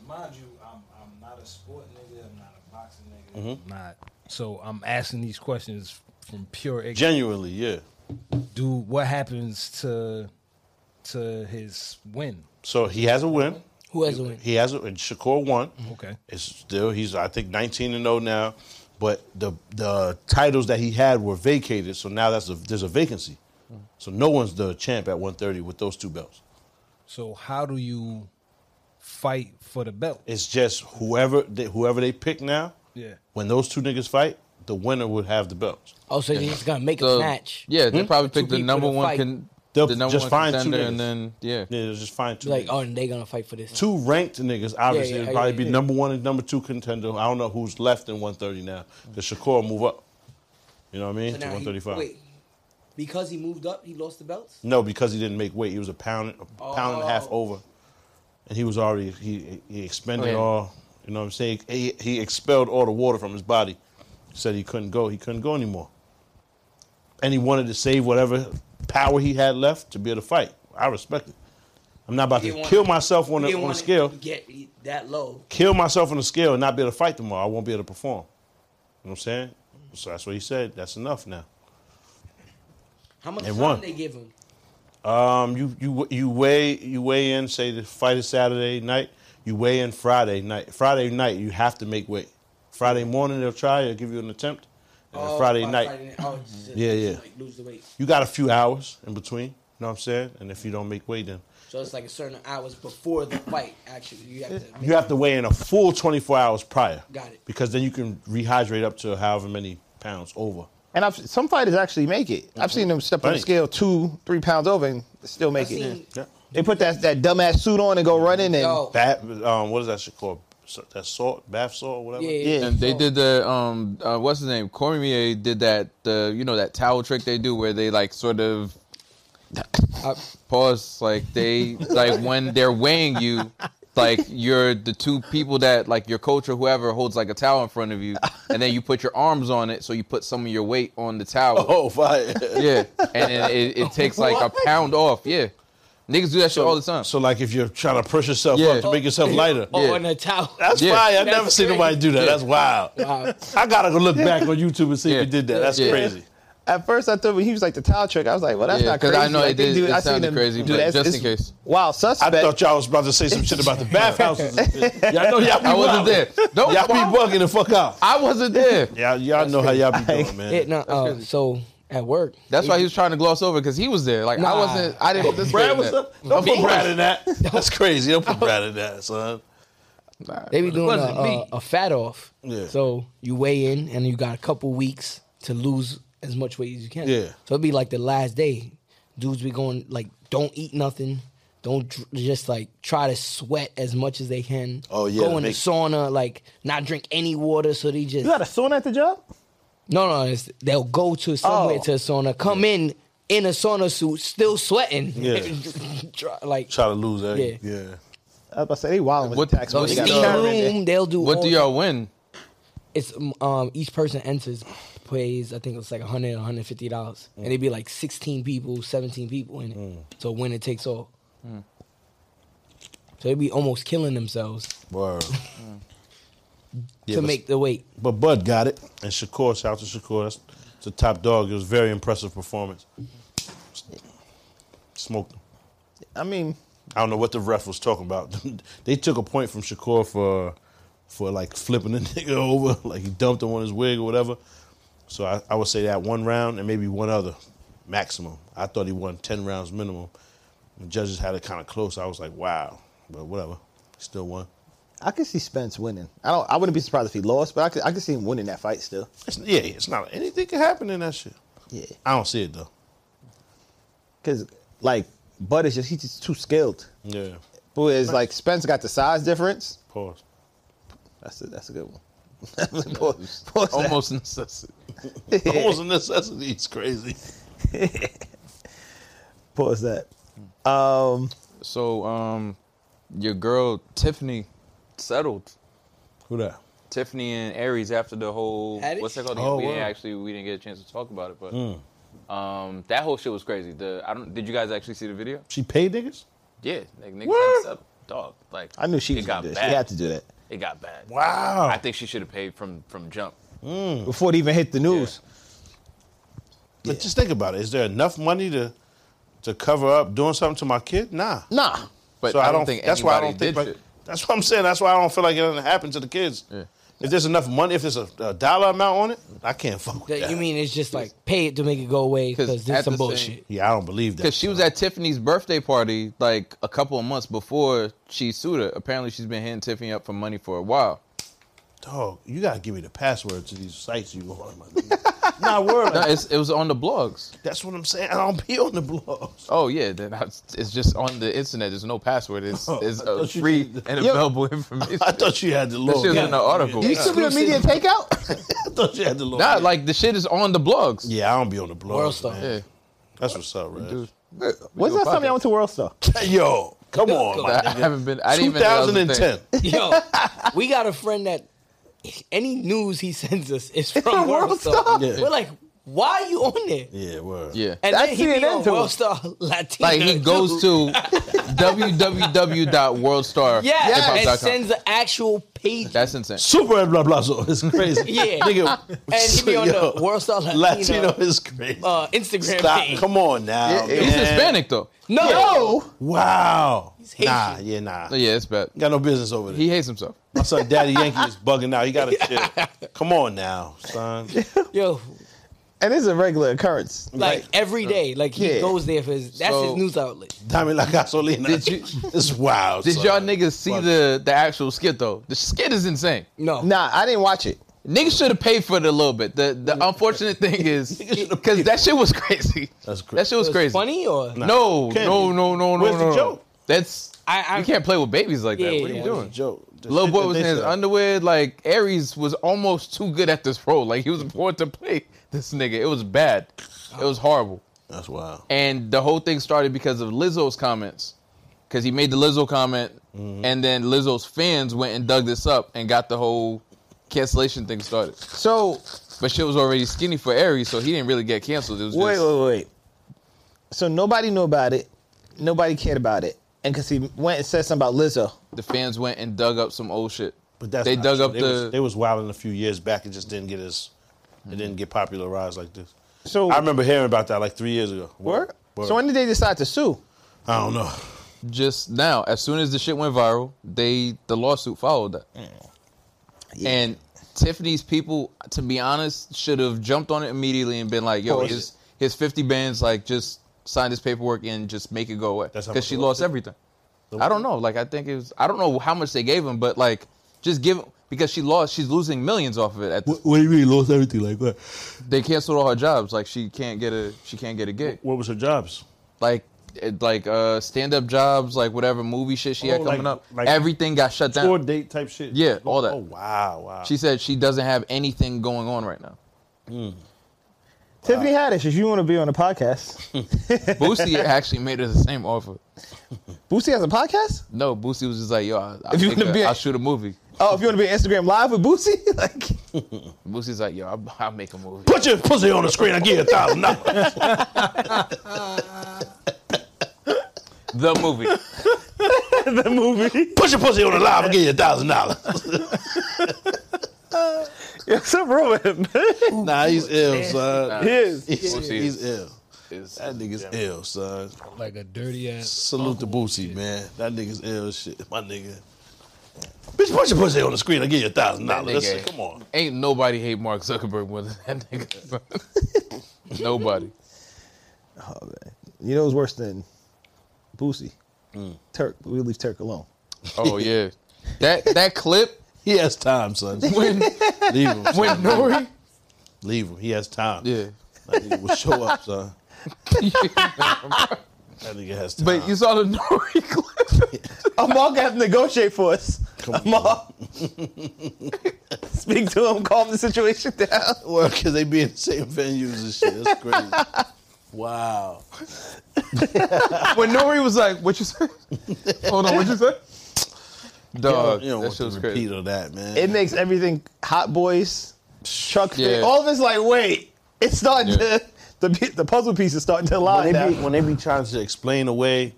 [SPEAKER 7] Mind you, I'm, I'm not a sport nigga. I'm not a boxing nigga. I'm not.
[SPEAKER 5] So I'm asking these questions from pure ignorance.
[SPEAKER 1] Genuinely, yeah.
[SPEAKER 5] Do what happens to to his win?
[SPEAKER 1] So he has a win.
[SPEAKER 6] Who has a win?
[SPEAKER 1] He has a and Shakur won.
[SPEAKER 5] Okay.
[SPEAKER 1] It's still he's I think 19 and 0 now, but the the titles that he had were vacated, so now that's a, there's a vacancy. So no one's the champ at 130 with those two belts.
[SPEAKER 5] So how do you fight for the belt?
[SPEAKER 1] It's just whoever they, whoever they pick now.
[SPEAKER 5] Yeah.
[SPEAKER 1] When those two niggas fight, the winner would have the belts. Hmm?
[SPEAKER 6] Oh, so he's gonna make a
[SPEAKER 2] So,
[SPEAKER 6] match.
[SPEAKER 2] Yeah, they probably
[SPEAKER 6] Two
[SPEAKER 2] picked the
[SPEAKER 6] people
[SPEAKER 2] number
[SPEAKER 6] to
[SPEAKER 2] one
[SPEAKER 6] fight.
[SPEAKER 2] con-
[SPEAKER 1] They'll
[SPEAKER 2] the number
[SPEAKER 1] just
[SPEAKER 2] one
[SPEAKER 1] find two
[SPEAKER 2] contender,
[SPEAKER 1] niggas.
[SPEAKER 2] and then yeah,
[SPEAKER 1] Yeah, just find two.
[SPEAKER 6] Like,
[SPEAKER 1] niggas.
[SPEAKER 6] oh, and they gonna fight for this.
[SPEAKER 1] two ranked niggas, obviously,
[SPEAKER 6] yeah,
[SPEAKER 1] it'd
[SPEAKER 6] yeah,
[SPEAKER 1] probably
[SPEAKER 6] yeah,
[SPEAKER 1] be
[SPEAKER 6] yeah.
[SPEAKER 1] number one and number two contender. I don't know who's left in 130 now. The Shakur move up. You know what I mean?
[SPEAKER 6] So
[SPEAKER 1] to
[SPEAKER 6] now he-
[SPEAKER 1] 135.
[SPEAKER 6] wait, because he moved up, he lost the belts.
[SPEAKER 1] No, because he didn't make weight. He was a pound, a pound and a half
[SPEAKER 6] Oh.
[SPEAKER 1] over, and he was already he he expended
[SPEAKER 2] Oh, yeah.
[SPEAKER 1] all. You know what I'm saying? He, he expelled all the water from his body. He said he couldn't go. He couldn't go anymore. And he wanted to save whatever power he had left to be able to fight. I respect it. I'm not about
[SPEAKER 6] He
[SPEAKER 1] to
[SPEAKER 6] didn't
[SPEAKER 1] kill
[SPEAKER 6] want-
[SPEAKER 1] myself on the,
[SPEAKER 6] He didn't
[SPEAKER 1] on the
[SPEAKER 6] want
[SPEAKER 1] scale.
[SPEAKER 6] to get that low.
[SPEAKER 1] Kill myself on the scale and not be able to fight tomorrow. I won't be able to perform. You know what I'm saying? So that's what he said. That's enough now.
[SPEAKER 6] How much
[SPEAKER 1] They
[SPEAKER 6] time
[SPEAKER 1] won.
[SPEAKER 6] they give him?
[SPEAKER 1] Um, you you you weigh you weigh in. Say the fight is Saturday night. You weigh in Friday night. Friday night you have to make weight. Friday morning they'll try. They'll give you an attempt. And then
[SPEAKER 6] Oh,
[SPEAKER 1] Friday
[SPEAKER 6] by
[SPEAKER 1] night
[SPEAKER 6] Friday Oh, just-
[SPEAKER 1] Yeah,
[SPEAKER 6] just,
[SPEAKER 1] yeah.
[SPEAKER 6] Like lose the weight.
[SPEAKER 1] you got a few hours in between. You know what I'm saying? And if you don't make weight, then
[SPEAKER 6] So it's like a certain hours before the fight. Actually, you have to.
[SPEAKER 1] you have to weigh in a full 24 hours prior.
[SPEAKER 6] Got it.
[SPEAKER 1] Because then you can rehydrate up to however many pounds over.
[SPEAKER 3] And I've some fighters actually make it. I've seen them step on the
[SPEAKER 1] Plenty.
[SPEAKER 3] scale two, three pounds over and still make
[SPEAKER 6] I've
[SPEAKER 3] it.
[SPEAKER 6] seen-
[SPEAKER 1] Yeah.
[SPEAKER 3] They put that that dumbass suit on and go running and
[SPEAKER 6] Yo.
[SPEAKER 1] That um, what is that shit called? So- That salt, bath salt, whatever.
[SPEAKER 6] yeah,
[SPEAKER 3] Yeah.
[SPEAKER 2] And they
[SPEAKER 6] So-
[SPEAKER 2] did the um uh, what's his name Cormier did that the you know that towel trick they do where they like sort of
[SPEAKER 6] Uh,
[SPEAKER 2] pause like they like when they're weighing you like you're the two people that like your coach or whoever holds like a towel in front of you and then you put your arms on it so you put some of your weight on the towel
[SPEAKER 1] Oh, fire.
[SPEAKER 2] yeah and it, it, it takes like a pound off yeah niggas do that shit all the time
[SPEAKER 1] So like if you're trying to push yourself
[SPEAKER 2] Yeah.
[SPEAKER 1] up to make yourself lighter.
[SPEAKER 6] Oh,
[SPEAKER 2] Yeah.
[SPEAKER 6] on a towel.
[SPEAKER 1] That's
[SPEAKER 2] Yeah.
[SPEAKER 1] fire. I
[SPEAKER 6] That's
[SPEAKER 1] never seen nobody do that.
[SPEAKER 2] Yeah.
[SPEAKER 1] That's wild. I gotta go look back on YouTube and see
[SPEAKER 2] Yeah.
[SPEAKER 1] if he did that. That's
[SPEAKER 2] Yeah.
[SPEAKER 1] crazy.
[SPEAKER 3] At first, I thought when he was like the towel trick, I was like, "Well, that's
[SPEAKER 2] Yeah,
[SPEAKER 3] not
[SPEAKER 2] 'cause
[SPEAKER 3] crazy."
[SPEAKER 2] I know
[SPEAKER 3] like,
[SPEAKER 2] it
[SPEAKER 3] they
[SPEAKER 2] did-
[SPEAKER 3] do-
[SPEAKER 2] it
[SPEAKER 3] I seen
[SPEAKER 2] sounded
[SPEAKER 3] them
[SPEAKER 2] crazy,
[SPEAKER 3] do
[SPEAKER 2] but
[SPEAKER 3] that.
[SPEAKER 2] just
[SPEAKER 3] It's
[SPEAKER 2] in case.
[SPEAKER 3] Wow,
[SPEAKER 1] I
[SPEAKER 3] suspect.
[SPEAKER 1] thought y'all was about to say some shit about the bathhouses. and shit. Y'all know y'all be
[SPEAKER 2] I wasn't
[SPEAKER 1] wildin'.
[SPEAKER 2] there. Don't-
[SPEAKER 1] Y'all be bugging the fuck out.
[SPEAKER 2] I wasn't there
[SPEAKER 1] Y'all, y'all know how y'all be doing, man.
[SPEAKER 6] Yeah, no, uh, so at work.
[SPEAKER 2] oh. That's why he was trying to gloss over because he was there. Like I
[SPEAKER 6] Nah.
[SPEAKER 2] wasn't. I didn't. This
[SPEAKER 1] Brad was
[SPEAKER 2] that.
[SPEAKER 1] up. Don't put Brad in that. That's crazy. Don't put Brad in that, son.
[SPEAKER 6] They be doing a,
[SPEAKER 2] wasn't me.
[SPEAKER 6] a, a fat off.
[SPEAKER 1] Yeah.
[SPEAKER 6] So you weigh in, and you got a couple weeks to lose as much weight as you can.
[SPEAKER 1] Yeah.
[SPEAKER 6] So it'd be like the last day. Dudes be going like, don't eat nothing. Don't dr- just like try to sweat as much as they can.
[SPEAKER 1] Oh, yeah,
[SPEAKER 6] Go
[SPEAKER 1] to
[SPEAKER 6] in
[SPEAKER 1] make-
[SPEAKER 6] the sauna, like not drink any water. So they just
[SPEAKER 3] you got a sauna at the job?
[SPEAKER 6] no, no. It's, they'll go to somewhere
[SPEAKER 3] Oh.
[SPEAKER 6] to a sauna, come in in a sauna suit, still sweating.
[SPEAKER 1] Yeah.
[SPEAKER 6] Try- like
[SPEAKER 1] Try to lose that. Yeah.
[SPEAKER 3] I was about to say they wild with
[SPEAKER 2] What-
[SPEAKER 3] the tax.
[SPEAKER 2] so
[SPEAKER 3] money.
[SPEAKER 2] he
[SPEAKER 3] They got
[SPEAKER 2] still-
[SPEAKER 6] steam
[SPEAKER 3] shower in there.
[SPEAKER 6] room. They'll do.
[SPEAKER 2] What
[SPEAKER 6] all
[SPEAKER 2] do y'all win?
[SPEAKER 6] it's um each person enters pays I think it's like 100 150 dollars and it'd be like 16 people 17 people in it
[SPEAKER 3] Mm.
[SPEAKER 6] so when it takes all so they'd be almost killing themselves
[SPEAKER 1] Word.
[SPEAKER 6] to
[SPEAKER 1] but-
[SPEAKER 6] make the weight
[SPEAKER 1] But Bud got it. And Shakur, shout out to Shakur. That's the top dog. It was a very impressive performance. Smoked him.
[SPEAKER 3] I mean,
[SPEAKER 1] I don't know what the ref was talking about. they took a point from Shakur for for like flipping the nigga over, like he dumped him on his wig or whatever. So I, I would say that one round and maybe one other maximum. I thought he won ten rounds minimum. The judges had it kind of close. I was like, wow, but whatever, still won.
[SPEAKER 3] I could see Spence winning. I don't. I wouldn't be surprised if he lost, but I could. I could see him winning that fight still.
[SPEAKER 1] It's, yeah, it's not anything can happen in that shit.
[SPEAKER 3] Yeah,
[SPEAKER 1] I don't see it though.
[SPEAKER 3] because like Bud is just he's just too skilled.
[SPEAKER 1] Yeah,
[SPEAKER 3] Who is like Spence got the size difference.
[SPEAKER 1] pause.
[SPEAKER 3] That's a, that's a good one. Pause- pause that.
[SPEAKER 2] Almost necessity.
[SPEAKER 1] Almost a necessity. It's crazy.
[SPEAKER 3] Pause that.
[SPEAKER 2] Mm. So, um, your girl Tiffany settled.
[SPEAKER 1] Who that?
[SPEAKER 2] Tiffany and Aries after the whole
[SPEAKER 6] Had it?
[SPEAKER 2] what's that called?
[SPEAKER 1] Oh, Mm.
[SPEAKER 2] we didn't
[SPEAKER 1] wow.
[SPEAKER 2] actually we didn't get a chance to talk about it, but um, that whole shit was crazy. The I don't did you guys actually see the video?
[SPEAKER 1] She paid niggas.
[SPEAKER 2] Yeah, like niggas got
[SPEAKER 1] What?
[SPEAKER 2] settled. dog. Like
[SPEAKER 3] I knew she
[SPEAKER 2] it
[SPEAKER 3] was
[SPEAKER 2] got
[SPEAKER 3] gonna do this.
[SPEAKER 2] bad.
[SPEAKER 3] She had to do that
[SPEAKER 2] It got bad.
[SPEAKER 1] Wow.
[SPEAKER 2] I think she should have paid from from jump.
[SPEAKER 3] before it even hit the news.
[SPEAKER 1] Mm. But just think about it. Is there enough money to to cover up doing something to my kid? Nah.
[SPEAKER 3] Nah,
[SPEAKER 2] But
[SPEAKER 1] so
[SPEAKER 2] I,
[SPEAKER 1] I
[SPEAKER 2] don't think
[SPEAKER 1] that's why I don't
[SPEAKER 2] anybody
[SPEAKER 1] think.
[SPEAKER 2] did
[SPEAKER 1] like- that's what I'm saying. That's why I don't feel like it doesn't happen to the kids. If there's enough money, if there's a, a dollar amount on it, I can't fuck with
[SPEAKER 6] That-
[SPEAKER 1] that.
[SPEAKER 6] You mean it's just like pay it to make it go away
[SPEAKER 2] 'Cause
[SPEAKER 6] because
[SPEAKER 2] at
[SPEAKER 6] this some
[SPEAKER 2] the same-
[SPEAKER 6] bullshit.
[SPEAKER 1] Yeah, I don't believe that.
[SPEAKER 2] Because she was at Tiffany's birthday party like a couple of months before she sued her. Apparently, she's been hitting Tiffany up for money for a while.
[SPEAKER 1] Dog, you gotta give me the password to these sites you go on. My nigga. Not worried.
[SPEAKER 2] No,
[SPEAKER 1] about it.
[SPEAKER 2] it's, it was on the blogs.
[SPEAKER 1] That's what I'm saying. I don't be on the blogs.
[SPEAKER 2] Oh yeah, then I, it's just on the internet. There's no passward. It's it's
[SPEAKER 1] I
[SPEAKER 2] uh,
[SPEAKER 1] thought you
[SPEAKER 2] free
[SPEAKER 1] did-
[SPEAKER 2] and available information.
[SPEAKER 1] I thought you had the
[SPEAKER 2] This
[SPEAKER 1] log.
[SPEAKER 2] shit was in the article.
[SPEAKER 3] you still be a media takeout?
[SPEAKER 1] I thought you had the log.
[SPEAKER 2] Nah, like the shit is on the blogs.
[SPEAKER 1] yeah, I don't be on the blogs.
[SPEAKER 6] World Star.
[SPEAKER 1] man.
[SPEAKER 2] Yeah.
[SPEAKER 1] That's what's up, man.
[SPEAKER 3] When's the last time y'all went to World Star?
[SPEAKER 1] Yo, come on, my
[SPEAKER 2] I
[SPEAKER 1] nigga.
[SPEAKER 2] haven't been. I didn't even know that was a thing.
[SPEAKER 1] 2010.
[SPEAKER 6] Yo, we got a friend that any news he sends us is from,
[SPEAKER 3] from
[SPEAKER 6] World,
[SPEAKER 3] World
[SPEAKER 6] Star.
[SPEAKER 3] Star.
[SPEAKER 1] Yeah.
[SPEAKER 6] We're like, why are you on there?
[SPEAKER 1] Yeah, word.
[SPEAKER 2] Yeah.
[SPEAKER 6] And
[SPEAKER 3] That's
[SPEAKER 6] then he be
[SPEAKER 3] CNN
[SPEAKER 6] on
[SPEAKER 3] to
[SPEAKER 6] World
[SPEAKER 3] us.
[SPEAKER 6] Star Latino.
[SPEAKER 2] Like he goes
[SPEAKER 6] too.
[SPEAKER 2] to www.worldstar.
[SPEAKER 6] yeah,
[SPEAKER 2] hiphop.com.
[SPEAKER 6] and sends the actual page.
[SPEAKER 2] That's insane.
[SPEAKER 1] Super blah blah so it's crazy.
[SPEAKER 6] Yeah.
[SPEAKER 1] nigga.
[SPEAKER 6] and he be on
[SPEAKER 1] yo,
[SPEAKER 6] the World Star Latino,
[SPEAKER 1] Latino is crazy.
[SPEAKER 6] uh, Instagram
[SPEAKER 1] Stop.
[SPEAKER 6] page.
[SPEAKER 1] Come on now.
[SPEAKER 2] He's
[SPEAKER 1] man.
[SPEAKER 2] Hispanic though.
[SPEAKER 6] No,
[SPEAKER 1] Wow.
[SPEAKER 6] Haitian.
[SPEAKER 1] Nah, yeah, nah.
[SPEAKER 2] Oh, Yeah, it's bad.
[SPEAKER 1] Got no business over there.
[SPEAKER 2] He hates himself.
[SPEAKER 1] My son, Daddy Yankee, is bugging out. You gotta chill. Come on now, son.
[SPEAKER 6] yo,
[SPEAKER 3] And it's a regular occurrence. uh,
[SPEAKER 6] like every day, like he
[SPEAKER 3] Yeah.
[SPEAKER 6] goes there for his. That's
[SPEAKER 2] So-
[SPEAKER 6] his news outlet.
[SPEAKER 1] Dame la gasolina.
[SPEAKER 2] Did you-
[SPEAKER 1] It's wild.
[SPEAKER 2] Did
[SPEAKER 1] son.
[SPEAKER 2] y'all niggas see
[SPEAKER 1] Fuck.
[SPEAKER 2] the the actual skit though? The skit is insane.
[SPEAKER 6] No,
[SPEAKER 3] Nah, I didn't watch it.
[SPEAKER 2] Niggas should have paid for it a little bit. The the unfortunate thing is because that shit was crazy.
[SPEAKER 1] That's cra-
[SPEAKER 2] That shit was
[SPEAKER 6] It was
[SPEAKER 2] crazy.
[SPEAKER 6] Funny or
[SPEAKER 2] No,
[SPEAKER 1] Can't
[SPEAKER 2] no,
[SPEAKER 1] be.
[SPEAKER 2] no, no, no,
[SPEAKER 1] Where's the
[SPEAKER 2] no. no.
[SPEAKER 1] joke?
[SPEAKER 2] That's
[SPEAKER 6] I- I-
[SPEAKER 2] you can't play with babies like that.
[SPEAKER 6] Yeah,
[SPEAKER 2] what are you
[SPEAKER 6] yeah.
[SPEAKER 2] doing?
[SPEAKER 1] Joke. The
[SPEAKER 2] Little
[SPEAKER 1] shit
[SPEAKER 2] boy
[SPEAKER 1] that
[SPEAKER 2] was
[SPEAKER 1] they
[SPEAKER 2] in his
[SPEAKER 1] said.
[SPEAKER 2] underwear. Like Aries was almost too good at this role. Like he was born to play this nigga. It was bad. It was horrible.
[SPEAKER 1] That's wild.
[SPEAKER 2] And the whole thing started because of Lizzo's comments. Because he made the Lizzo comment, and then Lizzo's fans went and dug this up and got the whole cancellation thing started.
[SPEAKER 3] So
[SPEAKER 2] But shit was already skinny for Aries, so he didn't really get canceled. It was
[SPEAKER 3] wait,
[SPEAKER 2] just,
[SPEAKER 3] wait, wait. So nobody knew about it. Nobody cared about it. And because he went and said something about Lizzo.
[SPEAKER 2] the fans went and dug up some old shit.
[SPEAKER 1] But that's
[SPEAKER 2] they
[SPEAKER 1] not
[SPEAKER 2] dug
[SPEAKER 1] true.
[SPEAKER 2] up
[SPEAKER 1] they
[SPEAKER 2] the.
[SPEAKER 1] Was, they was wilding a few years back. It just didn't get as. It didn't get popularized like this.
[SPEAKER 3] So
[SPEAKER 1] I remember hearing about that like three years ago.
[SPEAKER 3] Word?
[SPEAKER 1] Word.
[SPEAKER 3] So when did they decide to sue?
[SPEAKER 1] I don't know.
[SPEAKER 2] just now, as soon as the shit went viral, they the lawsuit followed that.
[SPEAKER 1] Mm.
[SPEAKER 2] And Tiffany's people, to be honest, should have jumped on it immediately and been like, "Yo,
[SPEAKER 1] Pause
[SPEAKER 2] his his fifty bands, like just sign this paperwork and just make it go away."
[SPEAKER 1] That's how
[SPEAKER 2] Because
[SPEAKER 1] much
[SPEAKER 2] she
[SPEAKER 1] the
[SPEAKER 2] lost
[SPEAKER 1] lawsuit-
[SPEAKER 2] everything. I don't know. Like I think it was. I don't know how much they gave him, but like just give because she lost. She's losing millions off of it. At this,
[SPEAKER 1] What do you mean lost everything like that?
[SPEAKER 2] they canceled all her jobs. Like she can't get a she can't get a gig.
[SPEAKER 1] What was her jobs?
[SPEAKER 2] like it- like uh stand up jobs, like whatever movie shit she had
[SPEAKER 1] Oh,
[SPEAKER 2] coming
[SPEAKER 1] like-
[SPEAKER 2] up.
[SPEAKER 1] like
[SPEAKER 2] Everything got shut down.
[SPEAKER 1] Tour date type shit.
[SPEAKER 2] Yeah, all that.
[SPEAKER 1] Oh wow, wow.
[SPEAKER 2] She said she doesn't have anything going on right now.
[SPEAKER 1] Hmm.
[SPEAKER 3] Tiffany Haddish, if you want to be on the podcast.
[SPEAKER 2] Boosie actually made her the same offer.
[SPEAKER 3] Boosie has a podcast?
[SPEAKER 2] No, Boosie was just like, yo, I, I'll,
[SPEAKER 3] If you
[SPEAKER 2] make
[SPEAKER 3] wanna
[SPEAKER 2] a-
[SPEAKER 3] be a-
[SPEAKER 2] I'll shoot a movie.
[SPEAKER 3] Oh, if you want to be on Instagram live with Boosie? like
[SPEAKER 2] Boosie's like, yo, I'll, I'll make a movie.
[SPEAKER 1] Put your pussy on the screen. I give you a thousand dollars.
[SPEAKER 2] The movie.
[SPEAKER 3] the movie.
[SPEAKER 1] Put your pussy on the live. I give you a thousand dollars.
[SPEAKER 3] Yeah, something wrong with him.
[SPEAKER 1] Nah, he's ill, son.
[SPEAKER 3] His.
[SPEAKER 1] He's,
[SPEAKER 2] yeah.
[SPEAKER 1] he's ill.
[SPEAKER 2] It's-
[SPEAKER 1] That nigga's ill, son.
[SPEAKER 5] Like a dirty ass.
[SPEAKER 1] Salute the Boosie, man. That nigga's ill as shit, my nigga. Bitch, put your pussy on the screen. I give you a thousand dollars.
[SPEAKER 2] nigga-
[SPEAKER 1] Listen, Come on.
[SPEAKER 2] Ain't nobody hate Mark Zuckerberg more than that nigga. nobody.
[SPEAKER 3] Oh man, you know it's worse than Boosie, Turk. But we leave Turk alone.
[SPEAKER 2] Oh yeah, that that clip
[SPEAKER 1] He has time, son.
[SPEAKER 2] when
[SPEAKER 1] Leave him. son.
[SPEAKER 2] when Nori.
[SPEAKER 1] Leave him. He has time.
[SPEAKER 2] Yeah,
[SPEAKER 1] That nigga will show up, son. That nigga has time.
[SPEAKER 2] but you saw the Nori clip.
[SPEAKER 3] Amal got to negotiate for us.
[SPEAKER 1] Come on.
[SPEAKER 3] Amal, speak to him, calm the situation down.
[SPEAKER 1] Well, because they be in the same venues and shit. That's crazy. wow.
[SPEAKER 2] When Nori was like, "What you say?" Hold on, what you say? Dog,
[SPEAKER 1] you don't
[SPEAKER 2] that
[SPEAKER 1] want
[SPEAKER 2] shit
[SPEAKER 1] to
[SPEAKER 2] was
[SPEAKER 1] repeat
[SPEAKER 2] crazy.
[SPEAKER 1] of that, man.
[SPEAKER 3] It makes everything hot boys, truck fit.
[SPEAKER 2] Yeah.
[SPEAKER 3] All of it's like, wait, it's starting
[SPEAKER 2] Yeah.
[SPEAKER 3] to the pi- the puzzle pieces starting to
[SPEAKER 1] when,
[SPEAKER 3] align
[SPEAKER 1] they
[SPEAKER 3] now.
[SPEAKER 1] be, when they be trying to explain away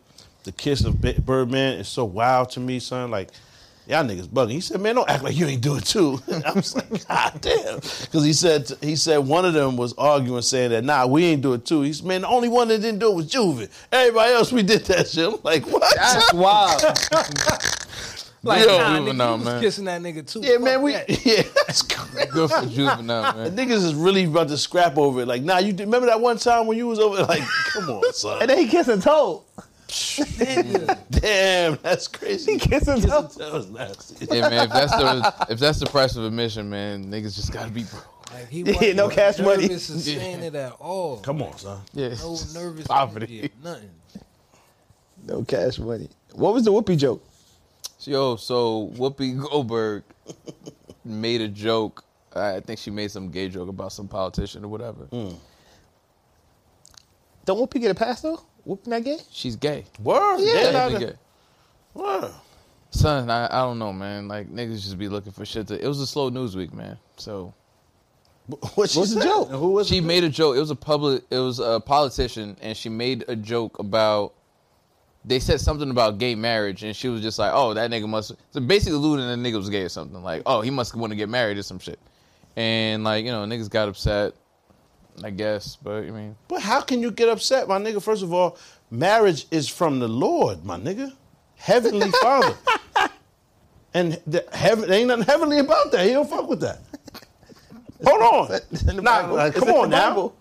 [SPEAKER 1] the kiss of Bi- Birdman, it's so wild to me, son. Like, y'all niggas bugging. He said, man, don't act like you ain't do it too. And I was like, God damn. Because he said he said one of them was arguing, saying that, nah, we ain't do it too. He said, man, the only one that didn't do it was Juven. Everybody else, we did that shit. I'm like, what?
[SPEAKER 3] That's wild.
[SPEAKER 2] Like,
[SPEAKER 1] Yo,
[SPEAKER 2] nah,
[SPEAKER 7] Nah,
[SPEAKER 2] juvenile,
[SPEAKER 7] was
[SPEAKER 2] man.
[SPEAKER 7] kissing that nigga too.
[SPEAKER 1] yeah, man,
[SPEAKER 7] Fuck
[SPEAKER 1] we,
[SPEAKER 7] that.
[SPEAKER 1] yeah, that's crazy.
[SPEAKER 2] Good for juvenile, man.
[SPEAKER 1] Niggas is really about to scrap over it. Like, nah, you did, remember that one time when you was over? Like, come on, son.
[SPEAKER 3] and then he kissed a toe.
[SPEAKER 1] Damn, that's crazy.
[SPEAKER 3] He kisses
[SPEAKER 1] Kissing
[SPEAKER 3] up.
[SPEAKER 1] toes, nasty.
[SPEAKER 2] Yeah, man. If that's the if that's the price of admission, man, niggas just gotta be broke.
[SPEAKER 7] Like, he
[SPEAKER 3] Yeah,
[SPEAKER 7] wasn't
[SPEAKER 3] no cash money.
[SPEAKER 7] nervous and saying it at all.
[SPEAKER 1] Come on, son.
[SPEAKER 2] Yeah,
[SPEAKER 7] No nervous
[SPEAKER 2] poverty.
[SPEAKER 7] energy or nothing.
[SPEAKER 3] No cash money. What was the whoopee joke?
[SPEAKER 2] Yo, so Whoopi Goldberg made a joke. I think she made some gay joke about some politician or whatever.
[SPEAKER 1] Hmm.
[SPEAKER 3] Don't whoopee get a pass though? Whoopee not gay?
[SPEAKER 2] She's gay.
[SPEAKER 1] Word.
[SPEAKER 3] Yeah.
[SPEAKER 1] Yeah.
[SPEAKER 2] Definitely
[SPEAKER 1] nigga.
[SPEAKER 2] gay.
[SPEAKER 1] Word.
[SPEAKER 2] Son, I, I don't know, man. Like niggas just be looking for shit. To, it was a slow news week, man. So
[SPEAKER 1] What she
[SPEAKER 3] What's the
[SPEAKER 1] said?
[SPEAKER 3] joke?
[SPEAKER 1] And Who was
[SPEAKER 2] she made a joke. It was a public. It was a politician, and she made a joke about. They said something about gay marriage, and she was just like, "Oh, that nigga must." So basically, alluding that nigga was gay or something. Like, "Oh, he must want to get married or some shit," and like you know, niggas got upset. I guess, but I mean,
[SPEAKER 1] But how can you get upset, my nigga? First of all, marriage is from the Lord, my nigga, heavenly Father. And the heaven, there ain't nothing heavenly about that. He don't fuck with that. Hold on. Nah, nah, come on now.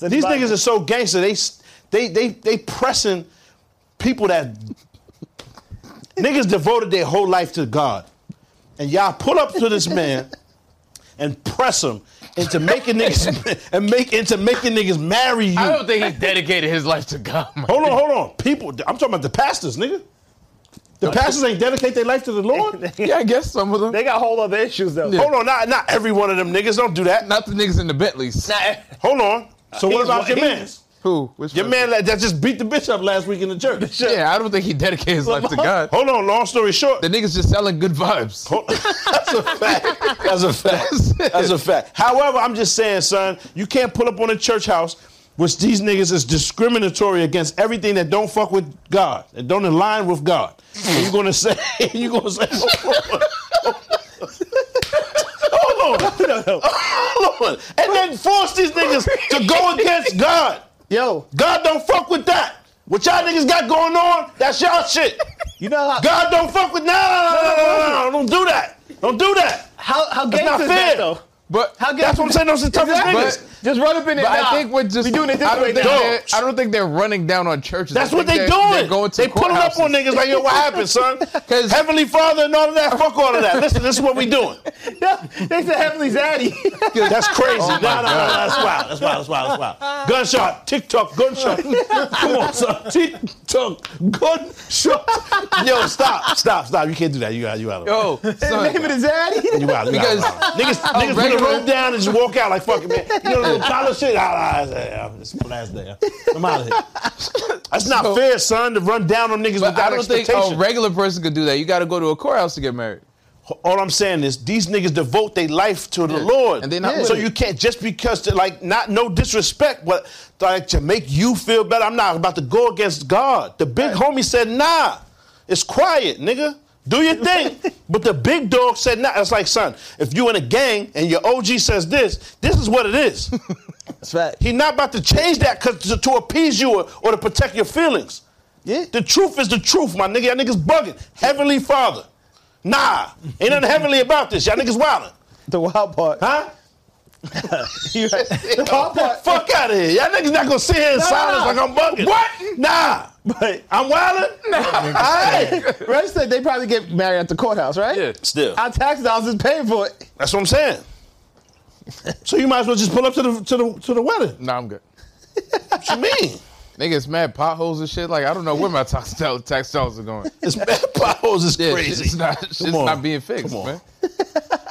[SPEAKER 1] These niggas are so gangster. They s- they they they pressing people that niggas devoted their whole life to God, and y'all pull up to this man and press him into making niggas and make into making niggas marry you.
[SPEAKER 2] I don't think he's dedicated his life to God. man.
[SPEAKER 1] Hold on, hold on. People, I'm talking about the pastors, nigga. The pastors ain't dedicate their life to the Lord.
[SPEAKER 2] Yeah, I guess some of them.
[SPEAKER 3] They got whole other issues though.
[SPEAKER 1] Hold on, not not every one of them niggas don't do that.
[SPEAKER 2] Not the niggas in the Bentleys.
[SPEAKER 1] Hold on. So what
[SPEAKER 3] He's
[SPEAKER 1] about
[SPEAKER 3] one-
[SPEAKER 1] your
[SPEAKER 3] he's-
[SPEAKER 1] man?
[SPEAKER 2] Who? Which
[SPEAKER 1] Your
[SPEAKER 2] one?
[SPEAKER 1] man that that just beat the bitch up last week in the church.
[SPEAKER 2] Yeah, I don't think he dedicated his life to God.
[SPEAKER 1] Hold on. Long story short,
[SPEAKER 2] The niggas just selling good vibes.
[SPEAKER 1] Hold- That's a fact. That's a fact. That's a fact. However, I'm just saying, son, you can't pull up on a church house, which these niggas is discriminatory against everything that don't fuck with God and don't align with God. And you gonna say, you gonna say, hold on. Hold on. Hold on. And then force these niggas to go against God.
[SPEAKER 3] Yo,
[SPEAKER 1] God don't fuck with that. What y'all niggas got going on, that's y'all shit.
[SPEAKER 3] you know how
[SPEAKER 1] God don't fuck with no, no, no, no, no, no, don't do that. Don't do that.
[SPEAKER 3] how how gay
[SPEAKER 1] not
[SPEAKER 3] is that
[SPEAKER 1] fair.
[SPEAKER 3] though?
[SPEAKER 2] But
[SPEAKER 3] How gay?
[SPEAKER 1] That's what I'm saying. Those are the toughest
[SPEAKER 2] But-
[SPEAKER 1] niggas.
[SPEAKER 3] Just run up in it.
[SPEAKER 2] But
[SPEAKER 3] nah.
[SPEAKER 2] I think we're just
[SPEAKER 3] we doing it this
[SPEAKER 2] I don't
[SPEAKER 3] way
[SPEAKER 2] think
[SPEAKER 3] now.
[SPEAKER 2] they're- I don't think they're running down on churches.
[SPEAKER 1] That's
[SPEAKER 2] I
[SPEAKER 1] what
[SPEAKER 2] think
[SPEAKER 1] they
[SPEAKER 2] they're-
[SPEAKER 1] doing.
[SPEAKER 2] They're going to
[SPEAKER 1] they pulling up on
[SPEAKER 2] courthouses.
[SPEAKER 1] niggas like, yo, what happened, son?
[SPEAKER 2] 'Cause-
[SPEAKER 1] Heavenly Father and all of that. Fuck all of that. Listen, this is what we doing.
[SPEAKER 3] they said Heavenly Zaddy.
[SPEAKER 1] That's crazy.
[SPEAKER 2] Oh my
[SPEAKER 1] Oh, no, no, no, no,
[SPEAKER 2] God.
[SPEAKER 1] that's wild. That's wild. That's wild. That's wild. Gunshot. TikTok. Gunshot. Come on, son. TikTok. Gunshot. Yo, stop. Stop. Stop. You can't do that. You out. You out.
[SPEAKER 2] Yo, son,
[SPEAKER 3] Name it is Zaddy.
[SPEAKER 1] You out. You
[SPEAKER 2] Because-
[SPEAKER 1] out. Niggas, niggas put
[SPEAKER 2] regular-
[SPEAKER 1] a rope down and just walk out like, fuck it, man. You know, little dollar shit. Ah, ah, ah, ah, It's the last day. I'm out of here. That's not
[SPEAKER 2] So-
[SPEAKER 1] fair, son, to run down on niggas
[SPEAKER 2] but I
[SPEAKER 1] without
[SPEAKER 2] don't think
[SPEAKER 1] expectation.
[SPEAKER 2] a regular person could do that. You got to go to a courthouse to get married.
[SPEAKER 1] All I'm saying is these niggas devote their life to the Lord.
[SPEAKER 2] And they not with
[SPEAKER 1] so
[SPEAKER 2] it.
[SPEAKER 1] you can't just because they like not no disrespect, but like to make you feel better. I'm not about to go against God. The big homie said, nah, it's quiet, nigga. Do your thing. but the big dog said, nah. It's like, son, if you in a gang and your OG says this, this is what it is.
[SPEAKER 3] That's fact.
[SPEAKER 1] He not about to change that 'cause to, to appease you or, or to protect your feelings.
[SPEAKER 3] Yeah.
[SPEAKER 1] The truth is the truth, my nigga. Y'all niggas bugging. Heavenly Father. Nah. Ain't nothing heavenly about this. Y'all niggas wildin'.
[SPEAKER 3] The wild part.
[SPEAKER 1] Huh?
[SPEAKER 3] You right. Paul Part-
[SPEAKER 1] Fuck out of here. Y'all niggas not gonna sit here in silence like I'm bugging.
[SPEAKER 2] What?
[SPEAKER 1] Nah.
[SPEAKER 3] but
[SPEAKER 1] I'm wildin'? Nah.
[SPEAKER 3] Rush said they probably get married at the courthouse, right?
[SPEAKER 2] Yeah.
[SPEAKER 1] Still.
[SPEAKER 3] Our tax dollars is paying for it.
[SPEAKER 1] That's what I'm saying. so you might as well just pull up to the to the to the wedding.
[SPEAKER 2] Nah, I'm good.
[SPEAKER 1] What you mean?
[SPEAKER 2] Niggas mad potholes and shit. Like I don't know where my tax doll- tax dollars are going.
[SPEAKER 1] It's bad potholes is
[SPEAKER 2] Yeah,
[SPEAKER 1] crazy.
[SPEAKER 2] It's not. It's
[SPEAKER 1] on.
[SPEAKER 2] not being fixed,
[SPEAKER 1] Come on.
[SPEAKER 2] man.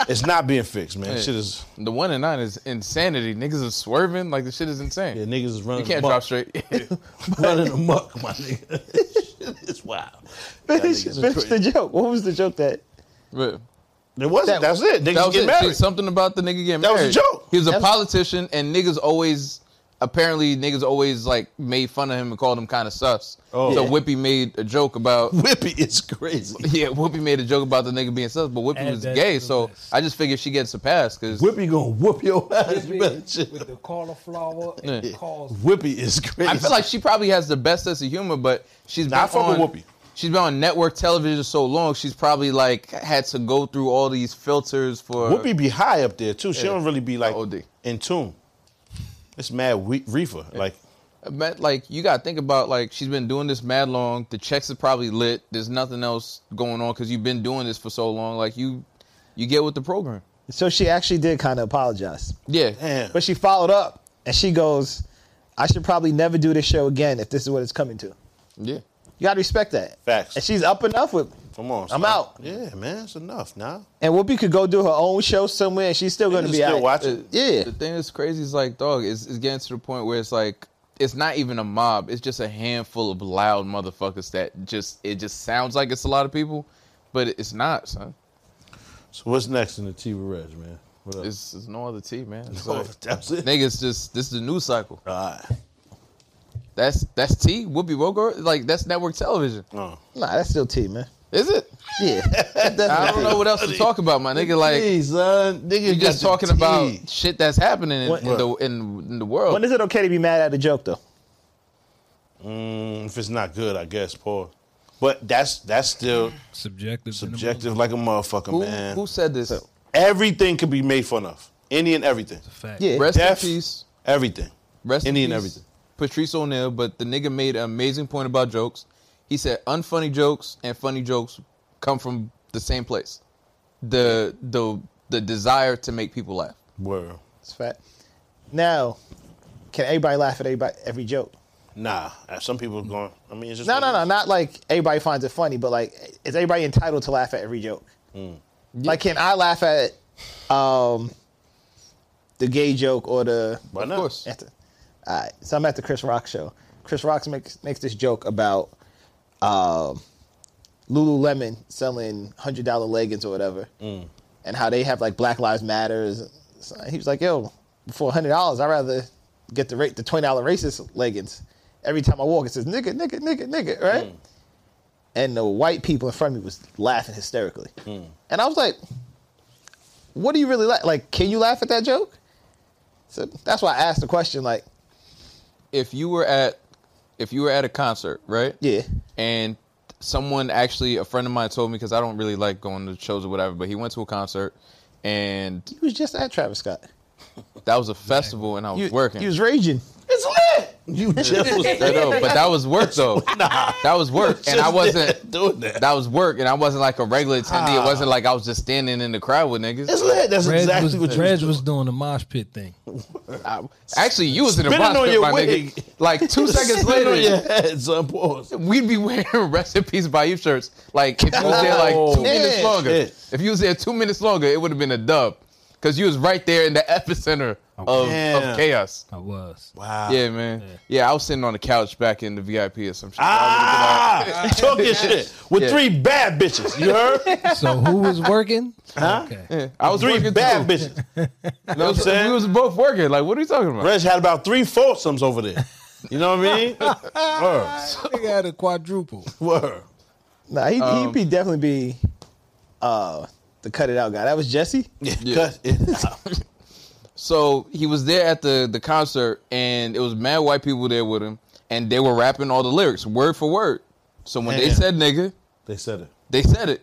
[SPEAKER 1] It's not being fixed, man.
[SPEAKER 2] Yeah.
[SPEAKER 1] Shit is
[SPEAKER 2] The one and nine is insanity. Niggas are swerving. Like the shit is insane.
[SPEAKER 1] yeah, niggas is running.
[SPEAKER 2] you can't
[SPEAKER 1] amok.
[SPEAKER 2] drop straight.
[SPEAKER 1] running amok, my nigga. Shit is wild. Y'all
[SPEAKER 3] Finish,
[SPEAKER 1] niggas is
[SPEAKER 3] finish
[SPEAKER 1] crazy.
[SPEAKER 3] the joke. What was the joke that?
[SPEAKER 2] But-
[SPEAKER 1] It wasn't.
[SPEAKER 3] That-
[SPEAKER 1] that's it. Niggas
[SPEAKER 2] That was
[SPEAKER 1] get
[SPEAKER 2] it.
[SPEAKER 1] married.
[SPEAKER 2] She- something about the nigga getting
[SPEAKER 1] That was a
[SPEAKER 2] married.
[SPEAKER 1] joke.
[SPEAKER 2] He was a
[SPEAKER 3] That's-
[SPEAKER 2] politician, and niggas always apparently niggas always like made fun of him and called him kind of sus.
[SPEAKER 1] Oh.
[SPEAKER 2] So
[SPEAKER 1] Yeah.
[SPEAKER 2] Whippy made a joke about
[SPEAKER 1] Whippy is crazy.
[SPEAKER 2] yeah, Whippy made a joke about the nigga being sus, but Whippy
[SPEAKER 5] Add
[SPEAKER 2] was
[SPEAKER 5] that
[SPEAKER 2] gay,
[SPEAKER 5] to the
[SPEAKER 2] so
[SPEAKER 5] list.
[SPEAKER 2] I just figured she gets a pass because
[SPEAKER 1] Whippy gonna whoop your ass. You better chill.
[SPEAKER 7] With the cauliflower and
[SPEAKER 2] Yeah.
[SPEAKER 7] calls.
[SPEAKER 1] Whippy is crazy.
[SPEAKER 2] I feel like she probably has the best sense of humor, but she's been
[SPEAKER 1] Nah, I fuck
[SPEAKER 2] on
[SPEAKER 1] with Whoopi.
[SPEAKER 2] she's been on network television so long, she's probably like had to go through all these filters for
[SPEAKER 1] Whoopi be high up there too. She don't really be like
[SPEAKER 2] OD.
[SPEAKER 1] in tune. It's mad we- reefer. Like
[SPEAKER 2] But Uh, like you gotta think about like she's been doing this mad long. The checks are probably lit. There's nothing else going on because you've been doing this for so long. Like you, you get with the program.
[SPEAKER 3] So she actually did kind of apologize.
[SPEAKER 2] Yeah,
[SPEAKER 1] damn.
[SPEAKER 3] But she followed up and she goes, I should probably never do this show again if this is what it's coming to. You
[SPEAKER 2] yeah.
[SPEAKER 3] gotta respect that.
[SPEAKER 1] Facts.
[SPEAKER 3] And she's up enough with
[SPEAKER 1] Come on.
[SPEAKER 3] I'm
[SPEAKER 1] son.
[SPEAKER 3] out.
[SPEAKER 1] Yeah, man. It's enough now.
[SPEAKER 3] and Whoopi could go do her own show somewhere and she's still gonna
[SPEAKER 1] Niggas
[SPEAKER 3] be
[SPEAKER 1] still
[SPEAKER 3] out.
[SPEAKER 1] watching.
[SPEAKER 3] Yeah.
[SPEAKER 2] The thing that's crazy is like dog. It's, it's getting to the point where it's like it's not even a mob. It's just a handful of loud motherfuckers that just it just sounds like it's a lot of people, but it's not, son.
[SPEAKER 1] So what's next in the T Reg, man? What up?
[SPEAKER 2] It's, it's no other tea, man. It's
[SPEAKER 1] Oh,
[SPEAKER 2] like,
[SPEAKER 1] that's it.
[SPEAKER 2] niggas just this is the news cycle.
[SPEAKER 1] All right.
[SPEAKER 2] That's that's T. Whoopi Goldberg. Like that's network television.
[SPEAKER 1] Oh.
[SPEAKER 3] Uh, Nah, that's still T, man.
[SPEAKER 2] Is it?
[SPEAKER 3] Yeah. That
[SPEAKER 2] I
[SPEAKER 3] definitely-
[SPEAKER 2] don't know what else to talk about, my nigga. Like
[SPEAKER 1] Jeez, son. Nigga
[SPEAKER 2] you're just
[SPEAKER 1] got the
[SPEAKER 2] talking about
[SPEAKER 1] tea.
[SPEAKER 2] shit that's happening in,
[SPEAKER 3] What-
[SPEAKER 2] in the in, in the world.
[SPEAKER 3] when is it okay to be mad at a joke though?
[SPEAKER 1] Mm, if it's not good, I guess, Paul. But that's that's still
[SPEAKER 5] Subjective. than the
[SPEAKER 1] subjective like a motherfucker,
[SPEAKER 2] who,
[SPEAKER 1] man.
[SPEAKER 2] who said this?
[SPEAKER 1] everything could be made fun of. Any and everything.
[SPEAKER 5] fact.
[SPEAKER 3] Yeah.
[SPEAKER 2] Rest
[SPEAKER 1] Death.
[SPEAKER 2] in peace.
[SPEAKER 1] Everything.
[SPEAKER 2] Rest
[SPEAKER 1] Any
[SPEAKER 2] in
[SPEAKER 1] and
[SPEAKER 2] peace.
[SPEAKER 1] everything.
[SPEAKER 2] Patrice O'Neill, but the nigga made an amazing point about jokes. He said unfunny jokes and funny jokes come from the same place. The the the desire to make people laugh.
[SPEAKER 1] Word.
[SPEAKER 3] That's fat. Now, can everybody laugh at everybody every joke?
[SPEAKER 1] Nah. Some people are going. I mean, it's just
[SPEAKER 3] No, no, no. Not like everybody finds it funny, but like, is everybody entitled to laugh at every joke?
[SPEAKER 2] Mm,
[SPEAKER 3] Like, can I laugh at um, the gay joke or the?
[SPEAKER 1] Why
[SPEAKER 2] Of
[SPEAKER 1] not?
[SPEAKER 2] course.
[SPEAKER 3] At the- all right, so I'm at the Chris Rock show. Chris Rock makes makes this joke about um, Lululemon selling hundred dollar leggings or whatever,
[SPEAKER 1] Mm.
[SPEAKER 3] and how they have like Black Lives Matters. So he was like, "Yo, for hundred dollars, I'd rather get the rate the twenty dollar racist leggings." Every time I walk, it says "nigga, nigga, nigga, nigga," right?
[SPEAKER 1] Mm.
[SPEAKER 3] And the white people in front of me was laughing hysterically,
[SPEAKER 2] mm.
[SPEAKER 3] and I was like, "What do you really like? Like, can you laugh at that joke?" So that's why I asked the question. Like,
[SPEAKER 2] If you were at if you were at a concert, right?
[SPEAKER 3] yeah,
[SPEAKER 2] and someone actually a friend of mine told me because i don't really like going to shows or whatever but he went to a concert and
[SPEAKER 3] he was just at Travis Scott.
[SPEAKER 2] that was a festival and i was
[SPEAKER 3] You,
[SPEAKER 2] working
[SPEAKER 3] He was raging.
[SPEAKER 1] It's lit. You just was
[SPEAKER 2] I know, but that was work though that was work and i wasn't
[SPEAKER 1] doing that. Ah.
[SPEAKER 2] that was work and i wasn't like a regular attendee it wasn't like i was just standing in the crowd with
[SPEAKER 1] It's
[SPEAKER 2] niggas
[SPEAKER 1] lit. That's
[SPEAKER 5] Reg
[SPEAKER 1] exactly
[SPEAKER 5] was,
[SPEAKER 1] what you
[SPEAKER 5] Reg
[SPEAKER 1] was
[SPEAKER 5] was doing the mosh pit thing.
[SPEAKER 2] actually you was in the
[SPEAKER 1] Spinning
[SPEAKER 2] box
[SPEAKER 1] on
[SPEAKER 2] pit,
[SPEAKER 1] your
[SPEAKER 2] my
[SPEAKER 1] wig.
[SPEAKER 2] nigga like two seconds
[SPEAKER 1] Spit on your
[SPEAKER 2] later
[SPEAKER 1] head, son. Pause.
[SPEAKER 2] We'd be wearing recipes by you shirts. Like if you was there like
[SPEAKER 1] Oh,
[SPEAKER 2] two minutes
[SPEAKER 1] shit.
[SPEAKER 2] longer, if you was there two minutes longer, it would have been a dub, cause you was right there in the epicenter of,
[SPEAKER 1] Damn.
[SPEAKER 2] of chaos.
[SPEAKER 5] Oh, I was.
[SPEAKER 1] Wow.
[SPEAKER 2] Yeah, man. Yeah, I was sitting on the couch back in the VIP or some shit. I would've been
[SPEAKER 1] Ah, talking shit with
[SPEAKER 2] Yeah.
[SPEAKER 1] three bad bitches. You heard?
[SPEAKER 5] So who was working? Okay.
[SPEAKER 2] like- Yeah, I was
[SPEAKER 1] three
[SPEAKER 2] working
[SPEAKER 1] bad
[SPEAKER 2] too.
[SPEAKER 1] bitches.
[SPEAKER 2] You know what I'm
[SPEAKER 1] saying?
[SPEAKER 2] saying? We was both working. Like, what are you talking about?
[SPEAKER 1] Reg had about three foursomes over there. You know what I
[SPEAKER 5] They got a quadruple.
[SPEAKER 1] mean? Word. Word.
[SPEAKER 3] Nah, he he'd be definitely be uh, the cut it out guy. That was Jesse.
[SPEAKER 1] Cut it out.
[SPEAKER 2] So he was there at the the concert, and it was mad white people there with him, and they were rapping all the lyrics word for word. So when they
[SPEAKER 1] Damn.
[SPEAKER 2] said nigga,
[SPEAKER 1] They said it.
[SPEAKER 2] They said it.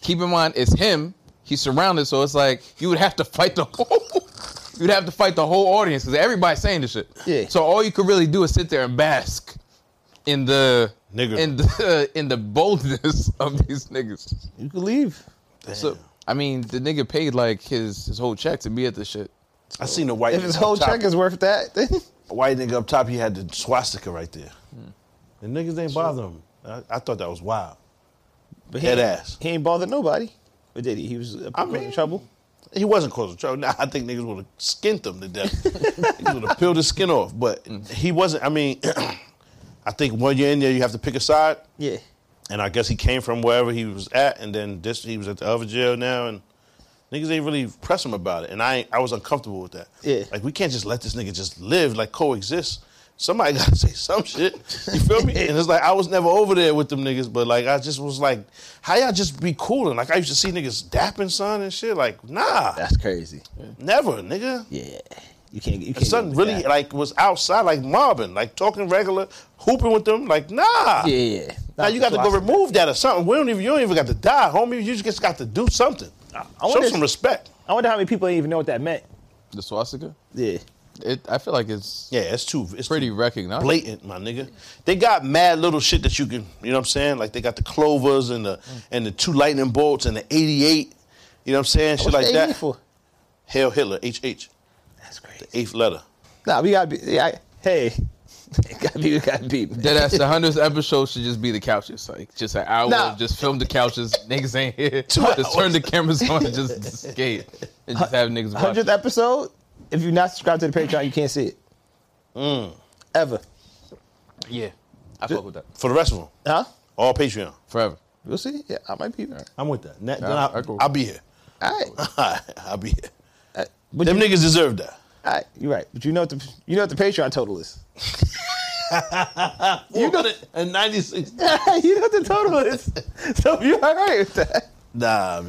[SPEAKER 2] Keep in mind, it's him. He's surrounded, so it's like you would have to fight the whole. you'd have to fight the whole audience because everybody's saying this shit.
[SPEAKER 3] Yeah.
[SPEAKER 2] So all you could really do is sit there and bask in the
[SPEAKER 1] Nigger.
[SPEAKER 2] in the in the boldness of these niggas.
[SPEAKER 3] You can leave.
[SPEAKER 2] So I mean, the nigga paid like his his whole check to be at this shit.
[SPEAKER 1] I seen a white.
[SPEAKER 3] If his
[SPEAKER 1] nigga
[SPEAKER 3] whole
[SPEAKER 1] up top.
[SPEAKER 3] check is worth that, then
[SPEAKER 1] a white nigga up top. He had the swastika right there. The niggas ain't bother him. I, I thought that was wild.
[SPEAKER 3] but
[SPEAKER 1] Head ass.
[SPEAKER 3] He ain't bothered nobody. But did he? He was uh,
[SPEAKER 1] I
[SPEAKER 3] in
[SPEAKER 1] mean-
[SPEAKER 3] trouble.
[SPEAKER 1] He wasn't causing trouble. Now I think niggas would have skinned him to death. niggas would have peeled his skin off. But he wasn't. I mean, I think when you're in there, you have to pick a side.
[SPEAKER 3] Yeah.
[SPEAKER 1] And I guess he came from wherever he was at, and then this he was at the other jail now, and niggas ain't really press him about it. And I ain't- I was uncomfortable with that.
[SPEAKER 3] Yeah.
[SPEAKER 1] Like we can't just let this nigga just live like coexist. Somebody gotta say some shit. You feel me? And it's like I was never over there with them niggas, but like I just was like, how y'all just be cooling? Like I used to see niggas dapping son and shit. Like nah,
[SPEAKER 3] That's crazy.
[SPEAKER 1] never, nigga.
[SPEAKER 3] Yeah. You can't. You can't.
[SPEAKER 1] And son
[SPEAKER 3] get
[SPEAKER 1] really
[SPEAKER 3] with that.
[SPEAKER 1] like was outside like mobbing, like talking regular, hooping with them. Like nah.
[SPEAKER 3] Yeah, yeah.
[SPEAKER 1] Now you got to go remove that or something. We don't even you don't even got to die, homie. You just got to do something. Show
[SPEAKER 3] wonder-
[SPEAKER 1] some respect.
[SPEAKER 3] I wonder how many people didn't even know what that meant.
[SPEAKER 2] The swastika.
[SPEAKER 3] Yeah.
[SPEAKER 2] It. I feel like it's
[SPEAKER 1] Yeah, it's too it's
[SPEAKER 2] pretty
[SPEAKER 1] too
[SPEAKER 2] recognizable.
[SPEAKER 1] blatant, my nigga. They got mad little shit that you can, you know what I'm saying? Like they got the clovers and the and the two lightning bolts and the 88, you know what I'm saying? Shit
[SPEAKER 3] What's
[SPEAKER 1] like
[SPEAKER 3] the
[SPEAKER 1] that.
[SPEAKER 3] 84?
[SPEAKER 1] Hail Hitler, HH,
[SPEAKER 3] That's crazy.
[SPEAKER 1] eighth letter.
[SPEAKER 3] Nah, we gotta be. Yeah, I, hey, gotta be. We gotta be. man.
[SPEAKER 2] Dead ass. The hundredth episode should just be the couches. Like just an hour.
[SPEAKER 3] Nah.
[SPEAKER 2] of Just film the couches. niggas ain't here. Just turn the cameras on and just escape. And just have niggas watch.
[SPEAKER 3] Hundredth
[SPEAKER 2] it.
[SPEAKER 3] episode. If you're not subscribed to the Patreon, you can't see it.
[SPEAKER 1] Mm.
[SPEAKER 3] Ever.
[SPEAKER 2] Yeah. I fuck with that
[SPEAKER 1] For the rest of them,
[SPEAKER 3] Huh?
[SPEAKER 1] all Patreon.
[SPEAKER 2] forever.
[SPEAKER 3] You'll see. Yeah, I might be. All right.
[SPEAKER 1] I'm with that. Ne- then
[SPEAKER 2] All right,
[SPEAKER 1] I,
[SPEAKER 2] cool.
[SPEAKER 1] I'll be here.
[SPEAKER 3] All right.
[SPEAKER 1] I'll be here.
[SPEAKER 3] But
[SPEAKER 1] Them
[SPEAKER 3] you,
[SPEAKER 1] niggas deserve that.
[SPEAKER 3] all right. You're right. But you know what the you know what the Patreon total is.
[SPEAKER 1] You got it. And 96.
[SPEAKER 3] you know what the total is. So you all right with that? Um,
[SPEAKER 1] Nah,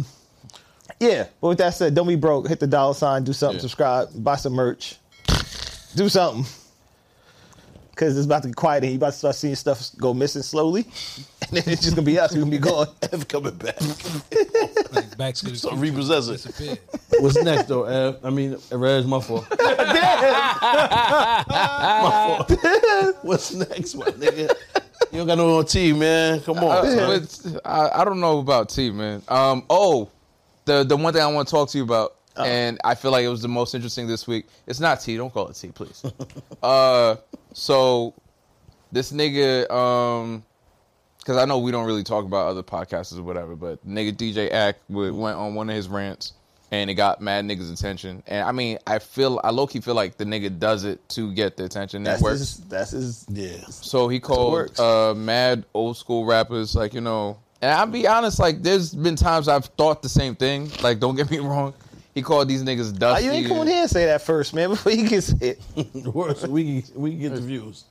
[SPEAKER 1] man.
[SPEAKER 3] Yeah. But with that said, don't be broke. Hit the dollar sign. Do something.
[SPEAKER 2] Yeah.
[SPEAKER 3] Subscribe. Buy some merch. Do something. Cause it's about to get quiet. and You about to start seeing stuff go missing slowly, and then it's just gonna be us. We're gonna be gone.
[SPEAKER 1] Ever coming back.
[SPEAKER 5] Like back to the
[SPEAKER 1] So
[SPEAKER 5] future,
[SPEAKER 1] repossess it.
[SPEAKER 5] disappeared.
[SPEAKER 1] What's next though, Ev? I mean, Ev, my fault. my fault. What's next, my nigga? You don't got no OT, man. Come on.
[SPEAKER 2] Uh,
[SPEAKER 1] son.
[SPEAKER 2] it's, I, I don't know about T, man. Um, oh, the the one thing I want to talk to you about,
[SPEAKER 3] Uh-huh.
[SPEAKER 2] and I feel like it was the most interesting this week. It's not T. Don't call it T, please. uh, so this nigga, um, because I know we don't really talk about other podcasts or whatever, but nigga DJ Ack would, went on one of his rants. And it got mad niggas' attention, and I mean, I feel I low key feel like the nigga does it to get the attention. That
[SPEAKER 3] That's
[SPEAKER 2] works.
[SPEAKER 3] his, that's his
[SPEAKER 1] yeah.
[SPEAKER 2] So he called
[SPEAKER 3] works.
[SPEAKER 2] uh, mad old school rappers like you know, and I'll be honest, like there's been times I've thought the same thing. Like don't get me wrong, he called these niggas
[SPEAKER 3] Why
[SPEAKER 2] dusty.
[SPEAKER 3] you ain't come on here and say that first, man, before you get hit.
[SPEAKER 1] Worse. We can, we can get the views.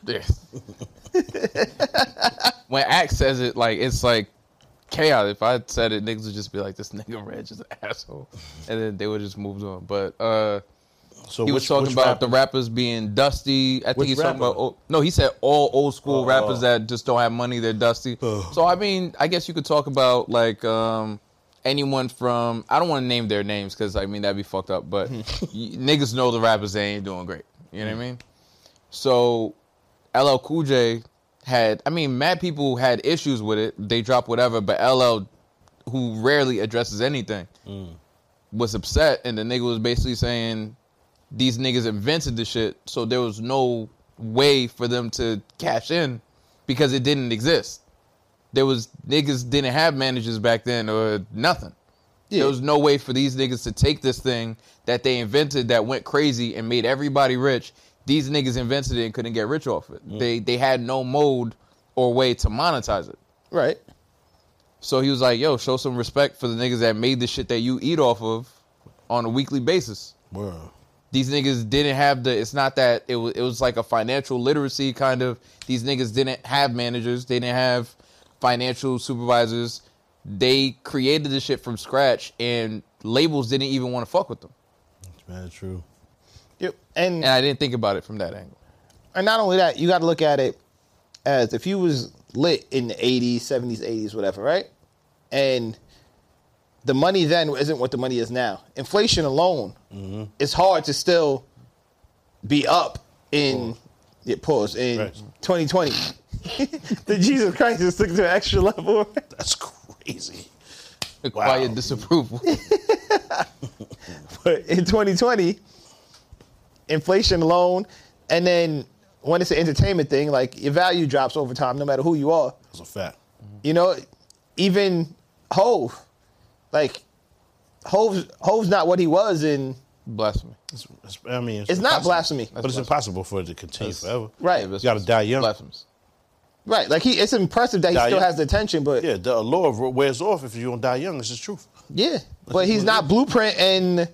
[SPEAKER 2] Yeah. when Axe says it, like it's like chaos. If I said it, niggas would just be like, "This nigga Reg is an asshole," and then they would just moved on. But uh,
[SPEAKER 1] So
[SPEAKER 2] he was
[SPEAKER 1] which-
[SPEAKER 2] talking
[SPEAKER 1] which
[SPEAKER 2] about
[SPEAKER 1] rapper?
[SPEAKER 2] the rappers being dusty. I
[SPEAKER 1] Which
[SPEAKER 2] think he's talking
[SPEAKER 1] rapper?
[SPEAKER 2] about oh, no. He said all old school
[SPEAKER 1] Oh.
[SPEAKER 2] rappers that just don't have money, they're dusty.
[SPEAKER 1] Oh.
[SPEAKER 2] So I mean, I guess you could talk about like um, anyone from. I don't want to name their names because I mean that'd be fucked up. But y- niggas know the rappers they ain't doing great. You know what I mean? So LL Cool J had. I mean, mad people had issues with it. They dropped whatever, but LL, who rarely addresses anything, was upset, and the nigga was basically saying these niggas invented the shit, so there was no way for them to cash in because it didn't exist. There was niggas didn't have managers back then or nothing. There was no way for these niggas to take this thing that they invented that went crazy and made everybody rich. These niggas invented it and couldn't get rich off it. They they had no mode or way to monetize it.
[SPEAKER 3] Right.
[SPEAKER 2] So he was like, "Yo, show some respect for the niggas that made the shit that you eat off of on a weekly basis."
[SPEAKER 1] Word.
[SPEAKER 2] these niggas didn't have the it's not that it was it was like a financial literacy kind of these niggas didn't have managers they didn't have financial supervisors they created this shit from scratch and labels didn't even want to fuck with them
[SPEAKER 1] Man, true.
[SPEAKER 3] Yep. And
[SPEAKER 2] and i didn't think about it from that angle
[SPEAKER 3] and not only that, you got to look at it as if you was lit in the 80s, 70s, 80s, whatever, right? And the money then isn't what the money is now. Inflation alone,
[SPEAKER 1] Mm-hmm.
[SPEAKER 3] it's hard to still be up in yeah, pause in
[SPEAKER 1] Right.
[SPEAKER 3] 2020. the Jesus Christ just took it to an extra level.
[SPEAKER 1] That's crazy.
[SPEAKER 2] The quiet disapproval.
[SPEAKER 3] but in 2020, inflation alone, and then when it's an entertainment thing, like your value drops over time, no matter who you are.
[SPEAKER 1] That's a fact.
[SPEAKER 3] You know, even Hove, like Hove's Hove's not what he was, and
[SPEAKER 2] Blasphemy.
[SPEAKER 1] It's, it's- I mean,
[SPEAKER 3] it's not blasphemy,
[SPEAKER 1] but it's impossible for it to continue forever.
[SPEAKER 3] right?
[SPEAKER 1] You gotta die young.
[SPEAKER 2] Blasphemies.
[SPEAKER 3] Right. Like he, it's impressive that he
[SPEAKER 1] Nah,
[SPEAKER 3] still
[SPEAKER 1] yeah.
[SPEAKER 3] has the attention, but yeah,
[SPEAKER 1] Yeah, the allure of it wears off if you don't die young. It's the truth.
[SPEAKER 3] but he's not blueprint and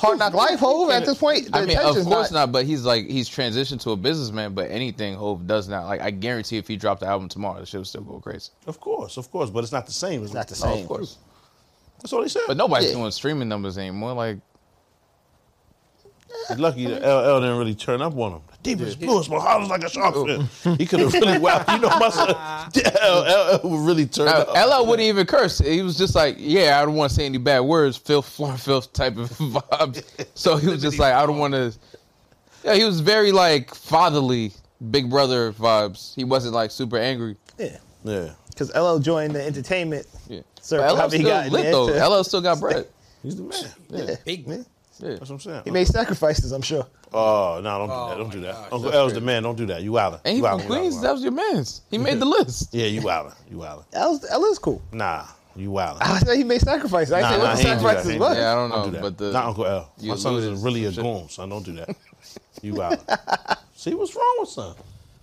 [SPEAKER 3] hard knock life. Hove at this point, the
[SPEAKER 2] I mean, of
[SPEAKER 3] attention's
[SPEAKER 2] course not. but he's like he's transitioned to a businessman. But anything Hove does not like, I guarantee if he dropped the album tomorrow, the shit would still go crazy.
[SPEAKER 1] Of course, of course, but it's not the same. It's
[SPEAKER 3] not the
[SPEAKER 2] Oh,
[SPEAKER 3] same.
[SPEAKER 2] of course.
[SPEAKER 1] That's all he said.
[SPEAKER 2] But nobody's
[SPEAKER 3] Yeah.
[SPEAKER 2] doing streaming numbers anymore. Like,
[SPEAKER 1] He's lucky that LL didn't really turn up on him. The deepest, bluest, my heart is like a shark. He could have really whacked. You know, my son, LL would really turn
[SPEAKER 2] uh,
[SPEAKER 1] up.
[SPEAKER 2] LL wouldn't even curse. He was just like, yeah, I don't want to say any bad words. Filth, floor, filth type of vibe. So he was just like, I don't want to. Yeah, he was very like fatherly, big brother vibes. He wasn't like super angry.
[SPEAKER 3] Yeah,
[SPEAKER 1] Yeah,
[SPEAKER 3] because LL joined the entertainment.
[SPEAKER 2] Yeah.
[SPEAKER 3] Sir,
[SPEAKER 2] But
[SPEAKER 3] how
[SPEAKER 2] LL
[SPEAKER 3] he
[SPEAKER 2] still
[SPEAKER 3] got in
[SPEAKER 2] lit
[SPEAKER 3] there
[SPEAKER 2] though.
[SPEAKER 3] to-
[SPEAKER 2] LL still got bread.
[SPEAKER 1] he's the man.
[SPEAKER 3] Yeah,
[SPEAKER 6] Big
[SPEAKER 3] yeah.
[SPEAKER 2] Yeah.
[SPEAKER 1] That's what I'm saying.
[SPEAKER 3] he made sacrifices. I'm sure.
[SPEAKER 1] Oh no, don't do
[SPEAKER 6] Oh,
[SPEAKER 1] that. Don't do
[SPEAKER 6] my
[SPEAKER 1] that.
[SPEAKER 6] gosh,
[SPEAKER 1] Uncle
[SPEAKER 2] that's
[SPEAKER 1] L's the
[SPEAKER 2] crazy.
[SPEAKER 1] man. Don't do that. You out
[SPEAKER 2] And he
[SPEAKER 1] You
[SPEAKER 2] from
[SPEAKER 1] out
[SPEAKER 2] Queens. That was your man's. He made the list.
[SPEAKER 1] Yeah, you out You out
[SPEAKER 3] LL's, LL's cool.
[SPEAKER 1] Nah, you wild.
[SPEAKER 3] I said he made sacrifices. I
[SPEAKER 1] Nah,
[SPEAKER 3] said
[SPEAKER 1] nah,
[SPEAKER 3] what the
[SPEAKER 1] he ain't do that. He
[SPEAKER 3] sacrifices
[SPEAKER 1] ain't
[SPEAKER 3] was.
[SPEAKER 2] Yeah, I don't know,
[SPEAKER 1] Don't do that.
[SPEAKER 2] but the
[SPEAKER 1] Not Uncle L.
[SPEAKER 2] you
[SPEAKER 1] My son
[SPEAKER 2] lose
[SPEAKER 1] is really a
[SPEAKER 2] some shit.
[SPEAKER 1] goon, son. Don't do that. You out. See what's wrong with son?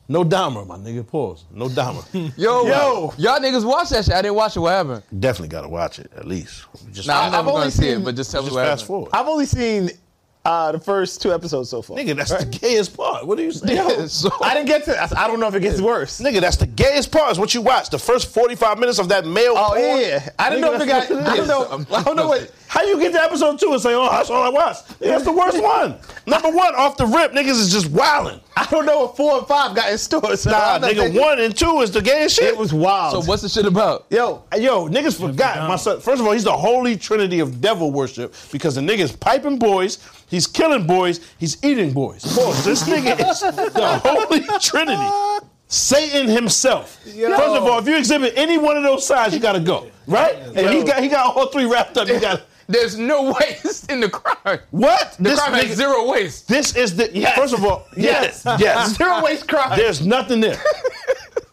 [SPEAKER 1] No Dahmer, my nigga. Pause. No Dahmer.
[SPEAKER 2] Yo,
[SPEAKER 3] Yo.
[SPEAKER 2] y'all niggas watch that shit. I didn't watch it. What happened?
[SPEAKER 1] Definitely gotta watch it at least. Just,
[SPEAKER 2] Nah, I'm
[SPEAKER 3] I've
[SPEAKER 2] never
[SPEAKER 3] only
[SPEAKER 2] gonna see
[SPEAKER 3] seen-
[SPEAKER 2] it, but just tell me
[SPEAKER 1] just
[SPEAKER 2] what
[SPEAKER 1] fast
[SPEAKER 2] happened.
[SPEAKER 1] forward.
[SPEAKER 3] I've only seen uh, the first two episodes so far.
[SPEAKER 1] nigga, that's the gayest part. What are you saying?
[SPEAKER 2] Yeah, so-
[SPEAKER 3] I didn't get to. I, said, I don't know if it gets worse.
[SPEAKER 1] Nigga, that's the gayest part. Is what you watch. The first forty-five minutes of that male.
[SPEAKER 3] Oh
[SPEAKER 1] porn.
[SPEAKER 3] yeah, yeah, I didn't
[SPEAKER 1] Nigga,
[SPEAKER 3] know if it
[SPEAKER 1] that's
[SPEAKER 3] got.
[SPEAKER 1] what it
[SPEAKER 3] I
[SPEAKER 1] is.
[SPEAKER 3] don't know. I don't know what.
[SPEAKER 1] How you get to episode two and say, "Oh, that's all I watched"? Nigga, that's the worst one. Number one, off the rip, niggas is just wilding.
[SPEAKER 3] I don't know what four and five got in store. So
[SPEAKER 1] Nah,
[SPEAKER 3] I'm not
[SPEAKER 1] nigga,
[SPEAKER 3] thinking-
[SPEAKER 1] one and two is the gayest shit.
[SPEAKER 3] It was wild.
[SPEAKER 2] So what's the shit about?
[SPEAKER 3] yo,
[SPEAKER 1] Yo, niggas forgot. My son, first of all, he's the holy trinity of devil worship because the nigga's piping boys, he's killing boys, he's eating boys. Pause. this nigga is the holy trinity. Satan himself. First of all, if you exhibit any one of those sides, you gotta go. Right? And he got he got all three wrapped up. You got
[SPEAKER 2] There's no waste in the crime.
[SPEAKER 1] what?
[SPEAKER 2] The
[SPEAKER 1] this
[SPEAKER 2] crime has
[SPEAKER 1] nigga-
[SPEAKER 2] zero waste.
[SPEAKER 1] This is the first of all, yes, yes.
[SPEAKER 3] zero waste crime.
[SPEAKER 1] There's nothing there.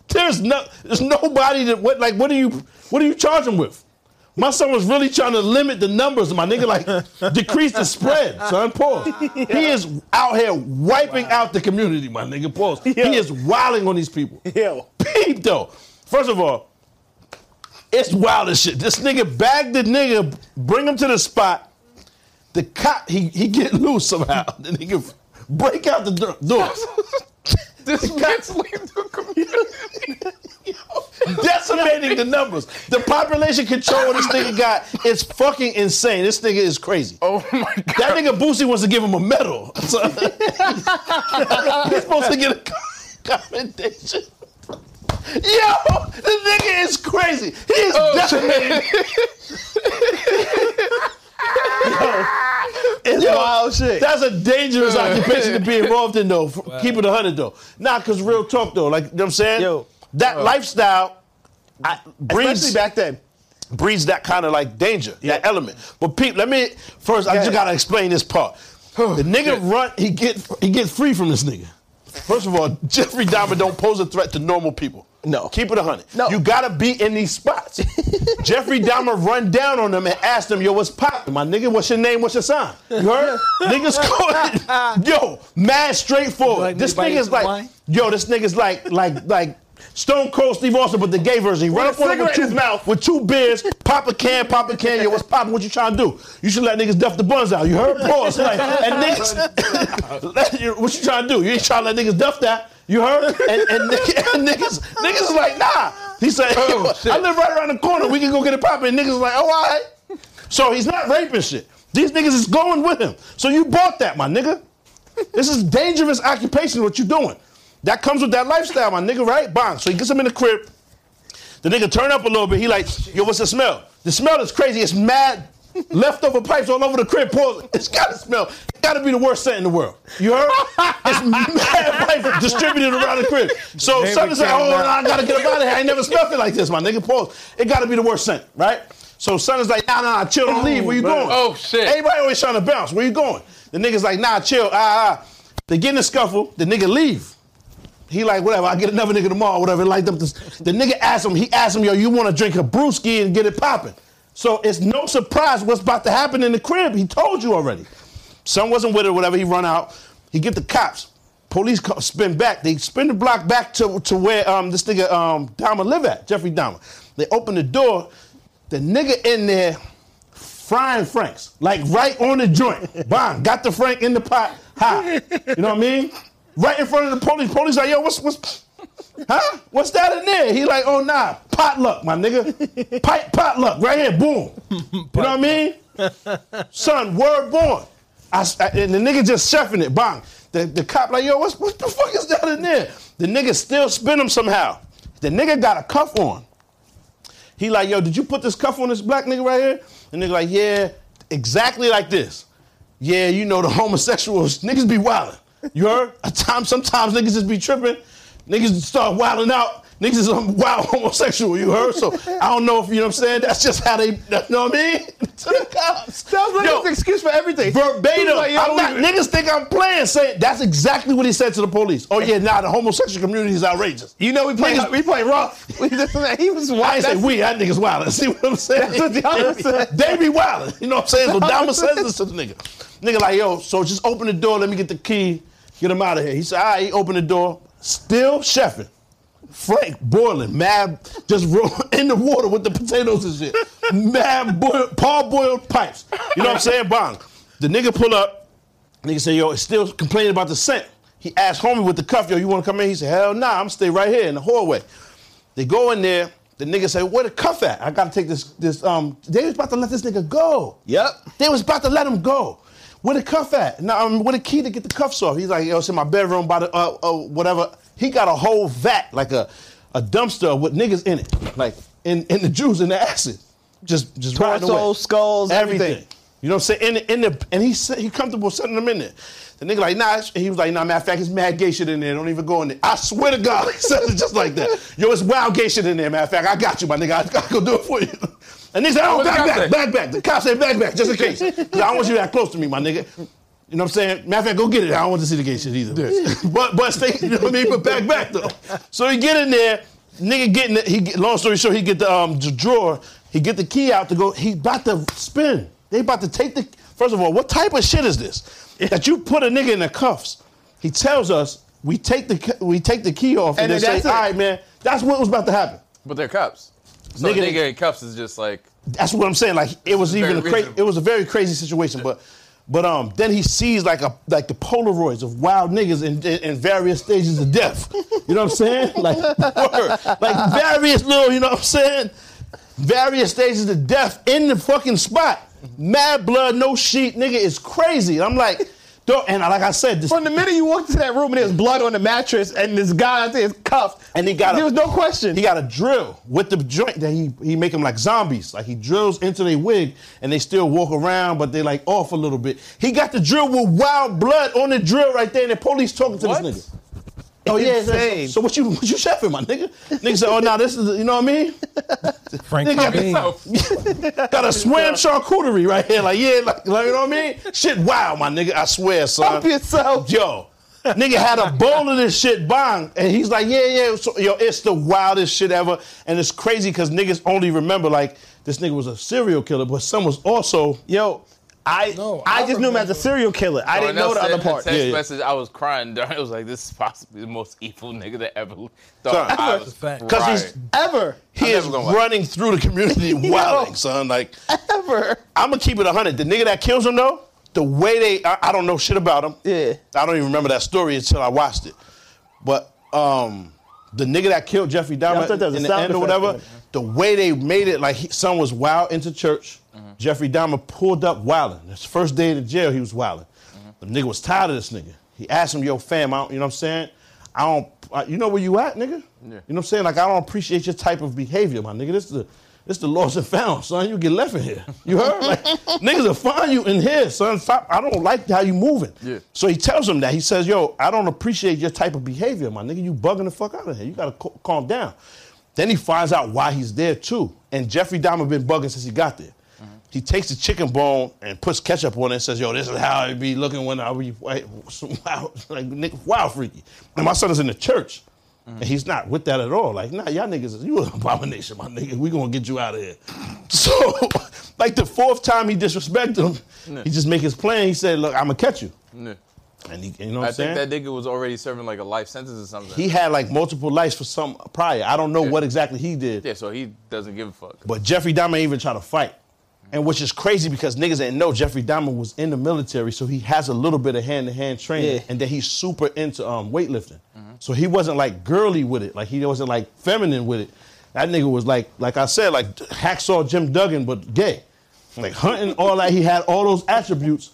[SPEAKER 1] there's no. There's nobody that. What like? What are you? What are you charging with? My son was really trying to limit the numbers. My nigga like decrease the spread. Son, pause. He is out here wiping out the community. My nigga, pause. He is wilding on these people.
[SPEAKER 3] Yo.
[SPEAKER 1] Peep though. First of all, it's wild as shit. This nigga bag the nigga, bring him to the spot. The cop, he he get loose somehow. The nigga break out the do- doors.
[SPEAKER 2] This man's leaving the community.
[SPEAKER 1] decimating the numbers. The population control this nigga got is fucking insane. This nigga is crazy.
[SPEAKER 2] Oh my god.
[SPEAKER 1] That nigga Boosie wants to give him a medal. So- he's supposed to get a commendation. Yo, the nigga is crazy. He is
[SPEAKER 3] Oh,
[SPEAKER 1] decimating.
[SPEAKER 3] It's
[SPEAKER 1] Yo,
[SPEAKER 3] wild shit.
[SPEAKER 1] That's a dangerous occupation to be involved in, though. F- Keep it 100, though. Nah, because real talk, though. Like, you know what I'm saying?
[SPEAKER 3] Yo.
[SPEAKER 1] that lifestyle
[SPEAKER 3] I,
[SPEAKER 1] breeds
[SPEAKER 3] especially back then.
[SPEAKER 1] breeds that kind of like danger, that element. But Pete, let me first. I just
[SPEAKER 3] ahead.
[SPEAKER 1] gotta explain this part. The nigga run. He get he get free from this nigga. First of all, Jeffrey Dahmer don't pose a threat to normal people.
[SPEAKER 3] No.
[SPEAKER 1] keep it a hundred.
[SPEAKER 3] No.
[SPEAKER 1] you gotta be in these spots. Jeffrey Dahmer run down on them and asked them, "Yo, what's poppin', my nigga? What's your name? What's your sign?" You heard? Niggas caught it. Yo, mad straightforward.
[SPEAKER 6] Like me
[SPEAKER 1] this
[SPEAKER 6] biting
[SPEAKER 1] nigga's
[SPEAKER 6] the
[SPEAKER 1] like,
[SPEAKER 6] wine?
[SPEAKER 1] yo, this nigga's like, like, like. Stone Cold Steve Austin, but the gay version. He run
[SPEAKER 3] a
[SPEAKER 1] up on him with
[SPEAKER 3] cigarette in
[SPEAKER 1] two,
[SPEAKER 3] his mouth.
[SPEAKER 1] with two beers, pop a can, pop a can. Yo, what's poppin'? What you trying to do? You should let niggas duff the buns out. You heard? Pause. Like, and niggas, let you- what you trying to do? You ain't trying to let niggas duff that. You heard? And, and, niggas, and niggas, niggas is like, nah. He said,
[SPEAKER 2] Oh,
[SPEAKER 1] yo,
[SPEAKER 2] shit.
[SPEAKER 1] I live right around the corner. We can go get it poppin'. And niggas is like, oh, all right. So he's not raping shit. These niggas is going with him. So you bought that, my nigga. This is dangerous occupation, what you doing. That comes with that lifestyle, my nigga, right? Bond. So he gets him in the crib. The nigga turn up a little bit. He like, yo, what's the smell? The smell is crazy. It's mad leftover pipes all over the crib. Pause. It's gotta smell. It's gotta be the worst scent in the world. You heard? It's mad pipes distributed around the crib. So
[SPEAKER 5] Neighbor
[SPEAKER 1] something's like,
[SPEAKER 5] came
[SPEAKER 1] oh,
[SPEAKER 5] out.
[SPEAKER 1] I gotta get up out of here. I ain't never smelled it like this, my nigga. Pause. It gotta be the worst scent, right? So son is like, nah, nah, chill, don't leave. Where you
[SPEAKER 2] man.
[SPEAKER 1] going?
[SPEAKER 2] Oh, shit.
[SPEAKER 1] Everybody always trying to bounce. Where you going? The nigga's like, nah, chill, ah, ah. They get in a scuffle. The nigga leave. He like, whatever, I'll get another nigga tomorrow, whatever. Like them, the nigga asked him, he asked him, yo, you want to drink a brewski and get it popping? So it's no surprise what's about to happen in the crib. He told you already. Son wasn't with it, whatever. He run out. He get the cops. Police co- spin back. They spin the block back to, to where um, this nigga um, Dahmer live at, Jeffrey Dahmer. They open the door. The nigga in there frying franks, like right on the joint. Bang, got the frank in the pot, hot. You know what I mean? Right in front of the police. Police like, yo, what's what's, huh? What's that in there? He like, oh nah, potluck, my nigga, pipe potluck, right here, boom. You know what I mean? Son, word born. I, I- and the nigga just chefing it, bang. The, the cop like, yo, what's, what the fuck is that in there? The nigga still spin him somehow. The nigga got a cuff on. He like, yo, did you put this cuff on this black nigga right here? And nigga like, yeah, exactly like this. Yeah, you know the homosexuals, niggas be wildin'. You heard? A time, sometimes niggas just be tripping. Niggas start wilding out. Niggas is um, wild homosexual, you heard? So I don't know if you know what I'm saying. That's just how they, you know what I mean? to the cops.
[SPEAKER 3] Sounds like
[SPEAKER 1] Yo,
[SPEAKER 3] it's an excuse for everything.
[SPEAKER 1] Verbatim.
[SPEAKER 3] He's like, yo,
[SPEAKER 1] I'm not, niggas think I'm playing. Say that's exactly what he said to the police. Oh yeah, nah, the homosexual community is outrageous.
[SPEAKER 3] You know we play
[SPEAKER 1] Niggas-
[SPEAKER 3] we play rough. he was
[SPEAKER 1] I
[SPEAKER 3] wild.
[SPEAKER 1] ain't say
[SPEAKER 3] That's-
[SPEAKER 1] we, that nigga's wild. See what I'm saying?
[SPEAKER 3] That's what Dahmer said.
[SPEAKER 1] They be wildin'. You know what I'm saying? So Dama says this to the nigga. Nigga like, yo, so just open the door, let me get the key, get him out of here. He said, all right, he opened the door, still chefing. Frank boiling, mad, just ro- in the water with the potatoes and shit. Mad boil, parboiled pipes. You know what I'm saying? Bong. The nigga pull up, Nigga said, yo, it's still complaining about the scent. He asked homie with the cuff, yo, you wanna come in? He said, hell nah, I'm stay right here in the hallway. They go in there, the nigga said, where the cuff at? I gotta take this, this, um, they was about to let this nigga go.
[SPEAKER 3] Yep.
[SPEAKER 1] They was about to let him go. Where the cuff at? No, um, where the key to get the cuffs off? He's like, yo, it's in my bedroom by the, uh, uh, whatever. He got a whole vat, like a, a dumpster with niggas in it. Like, in, in the juice and the acid. Just, just riding away.
[SPEAKER 3] Torso, skulls,
[SPEAKER 1] everything.
[SPEAKER 3] everything.
[SPEAKER 1] You know what I'm saying? In, the- in the and he said he comfortable sending them in there. The nigga like nah. it's- He was like nah. Matter of fact, it's mad gay shit in there. Don't even go in there. I swear to God, he said it just like that. Yo, it's wild gay shit in there. Matter of fact, I got you, my nigga. I got go do it for you. And they said, oh,
[SPEAKER 2] What the
[SPEAKER 1] back
[SPEAKER 2] cop
[SPEAKER 1] back,
[SPEAKER 2] say?
[SPEAKER 1] back back. The cop said back back, just in case. He's like, I don't want you that close to me, my nigga. You know what I'm saying? Matter of fact, go get it. I don't want to see the gay shit either. but but stay. You know what I mean? But back back though. So he get in there. Nigga getting the, he get, long story short, he get the um the drawer, he get the key out to go, he about to spin. They about to take the first of all, what type of shit is this? That you put a nigga in the cuffs. He tells us, we take the cu- we take the key off and,
[SPEAKER 3] And
[SPEAKER 1] they
[SPEAKER 3] then
[SPEAKER 1] say,
[SPEAKER 3] that's
[SPEAKER 1] all
[SPEAKER 3] it.
[SPEAKER 1] right, man, that's what was about to happen.
[SPEAKER 2] But they're cups. So
[SPEAKER 1] Nigga-
[SPEAKER 2] nigga, nigga in cups is just like
[SPEAKER 1] That's what I'm saying. Like it was
[SPEAKER 2] Very
[SPEAKER 1] even a cra-
[SPEAKER 2] reasonable.
[SPEAKER 1] it was a very crazy situation, but but um then he sees like a like the Polaroids of wild niggas in, in, in various stages of death. You know what I'm saying? Like word. like various little. You know what I'm saying? Various stages of death in the fucking spot. Mad blood, no sheet, nigga is crazy. And I'm like, don't, and like I said, this,
[SPEAKER 3] From the minute you walked into that room and there's blood on the mattress and this guy out there is cuffed.
[SPEAKER 1] And he got a-
[SPEAKER 3] There was no question.
[SPEAKER 1] He got a drill with the joint that he he make them like zombies. Like he drills into their wig and they still walk around, but they like off a little bit. He got the drill with wild blood on the drill right there, and the police talking to
[SPEAKER 2] What?
[SPEAKER 1] this nigga. Oh yeah,
[SPEAKER 3] Insane.
[SPEAKER 1] so, so what you what you chefing, my nigga? Nigga said, oh now this is you know what I mean?
[SPEAKER 5] Frank
[SPEAKER 1] Nigga,
[SPEAKER 5] Cobain.
[SPEAKER 1] Got a swam charcuterie right here, like yeah, like, like you know what I mean? Shit, wow, my nigga, I swear, son.
[SPEAKER 3] Help yourself.
[SPEAKER 1] Yo, nigga had a bowl of this shit bong, and he's like, yeah, yeah, so, yo, it's the wildest shit ever, and it's crazy because niggas only remember like this nigga was a serial killer, but some was also
[SPEAKER 3] Yo, I
[SPEAKER 5] No,
[SPEAKER 3] I,
[SPEAKER 5] I
[SPEAKER 3] just knew him as
[SPEAKER 5] remember.
[SPEAKER 3] a serial killer. I didn't know the other part.
[SPEAKER 2] Text
[SPEAKER 1] Yeah, yeah.
[SPEAKER 2] message. I was crying. I was like, this is possibly the most evil nigga that ever
[SPEAKER 1] Son,
[SPEAKER 2] thought I
[SPEAKER 1] that's
[SPEAKER 2] was.
[SPEAKER 5] a fact.
[SPEAKER 1] because he's
[SPEAKER 2] crying.
[SPEAKER 3] Ever.
[SPEAKER 1] he
[SPEAKER 2] never
[SPEAKER 1] is
[SPEAKER 2] gonna watch it.
[SPEAKER 1] running through the community wilding, son. Like
[SPEAKER 3] Ever.
[SPEAKER 1] I'm gonna keep it hundred. The nigga that kills him though, the way they, I, I don't know shit about him.
[SPEAKER 3] Yeah.
[SPEAKER 1] I don't even remember that story until I watched it. But um, the nigga that killed Jeffrey
[SPEAKER 3] I
[SPEAKER 1] Dahmer
[SPEAKER 3] thought that was a
[SPEAKER 1] in the
[SPEAKER 3] sound
[SPEAKER 1] end or
[SPEAKER 3] effect,
[SPEAKER 1] whatever,
[SPEAKER 3] yeah.
[SPEAKER 1] the way they made it, like he, son was wild into church. Jeffrey Dahmer pulled up wilding. His first day in jail, he was wilding. The nigga was tired of this nigga. He asked him, "Yo, fam, I don't, you know what I'm saying? I don't, uh, you know where you at, nigga? You know what I'm saying? Like I don't appreciate your type of behavior, my nigga. This is the, this It's the lost and found, son. You get left in here. You heard? Like, niggas will find you in here, son. Stop. I don't like how you moving.
[SPEAKER 2] Yeah.
[SPEAKER 1] So he tells him that. He says, yo, I don't appreciate your type of behavior, my nigga. You bugging the fuck out of here. You got to c- calm down. Then he finds out why he's there, too. And Jeffrey Dahmer been bugging since he got there. He takes the chicken bone and puts ketchup on it and says, yo, this is how it be looking when I be white. Wow, like, nigga, wild freaky. And my son is in the church. And he's not with that at all. Like, nah, y'all niggas, is- you an abomination, my nigga. We gonna get you out of here. So, like the fourth time he disrespected him,
[SPEAKER 2] Yeah.
[SPEAKER 1] he just make his plan. He said, look, I'm gonna catch you.
[SPEAKER 2] Yeah.
[SPEAKER 1] And he, you know what
[SPEAKER 2] I
[SPEAKER 1] I'm saying?
[SPEAKER 2] think that nigga was already serving like a life sentence or something.
[SPEAKER 1] he had like multiple lights for some prior. I don't know
[SPEAKER 2] Yeah.
[SPEAKER 1] what exactly he did.
[SPEAKER 2] yeah, so he doesn't give a fuck.
[SPEAKER 1] But Jeffrey Dahmer ain't even try to fight. And which is crazy because niggas didn't know Jeffrey Dahmer was in the military, so he has a little bit of hand-to-hand training,
[SPEAKER 3] Yeah.
[SPEAKER 1] and then he's super into um, weightlifting. So he wasn't like girly with it, like he wasn't like feminine with it. That nigga was like, like I said, like hacksaw Jim Duggan, but gay, like hunting all that. He had all those attributes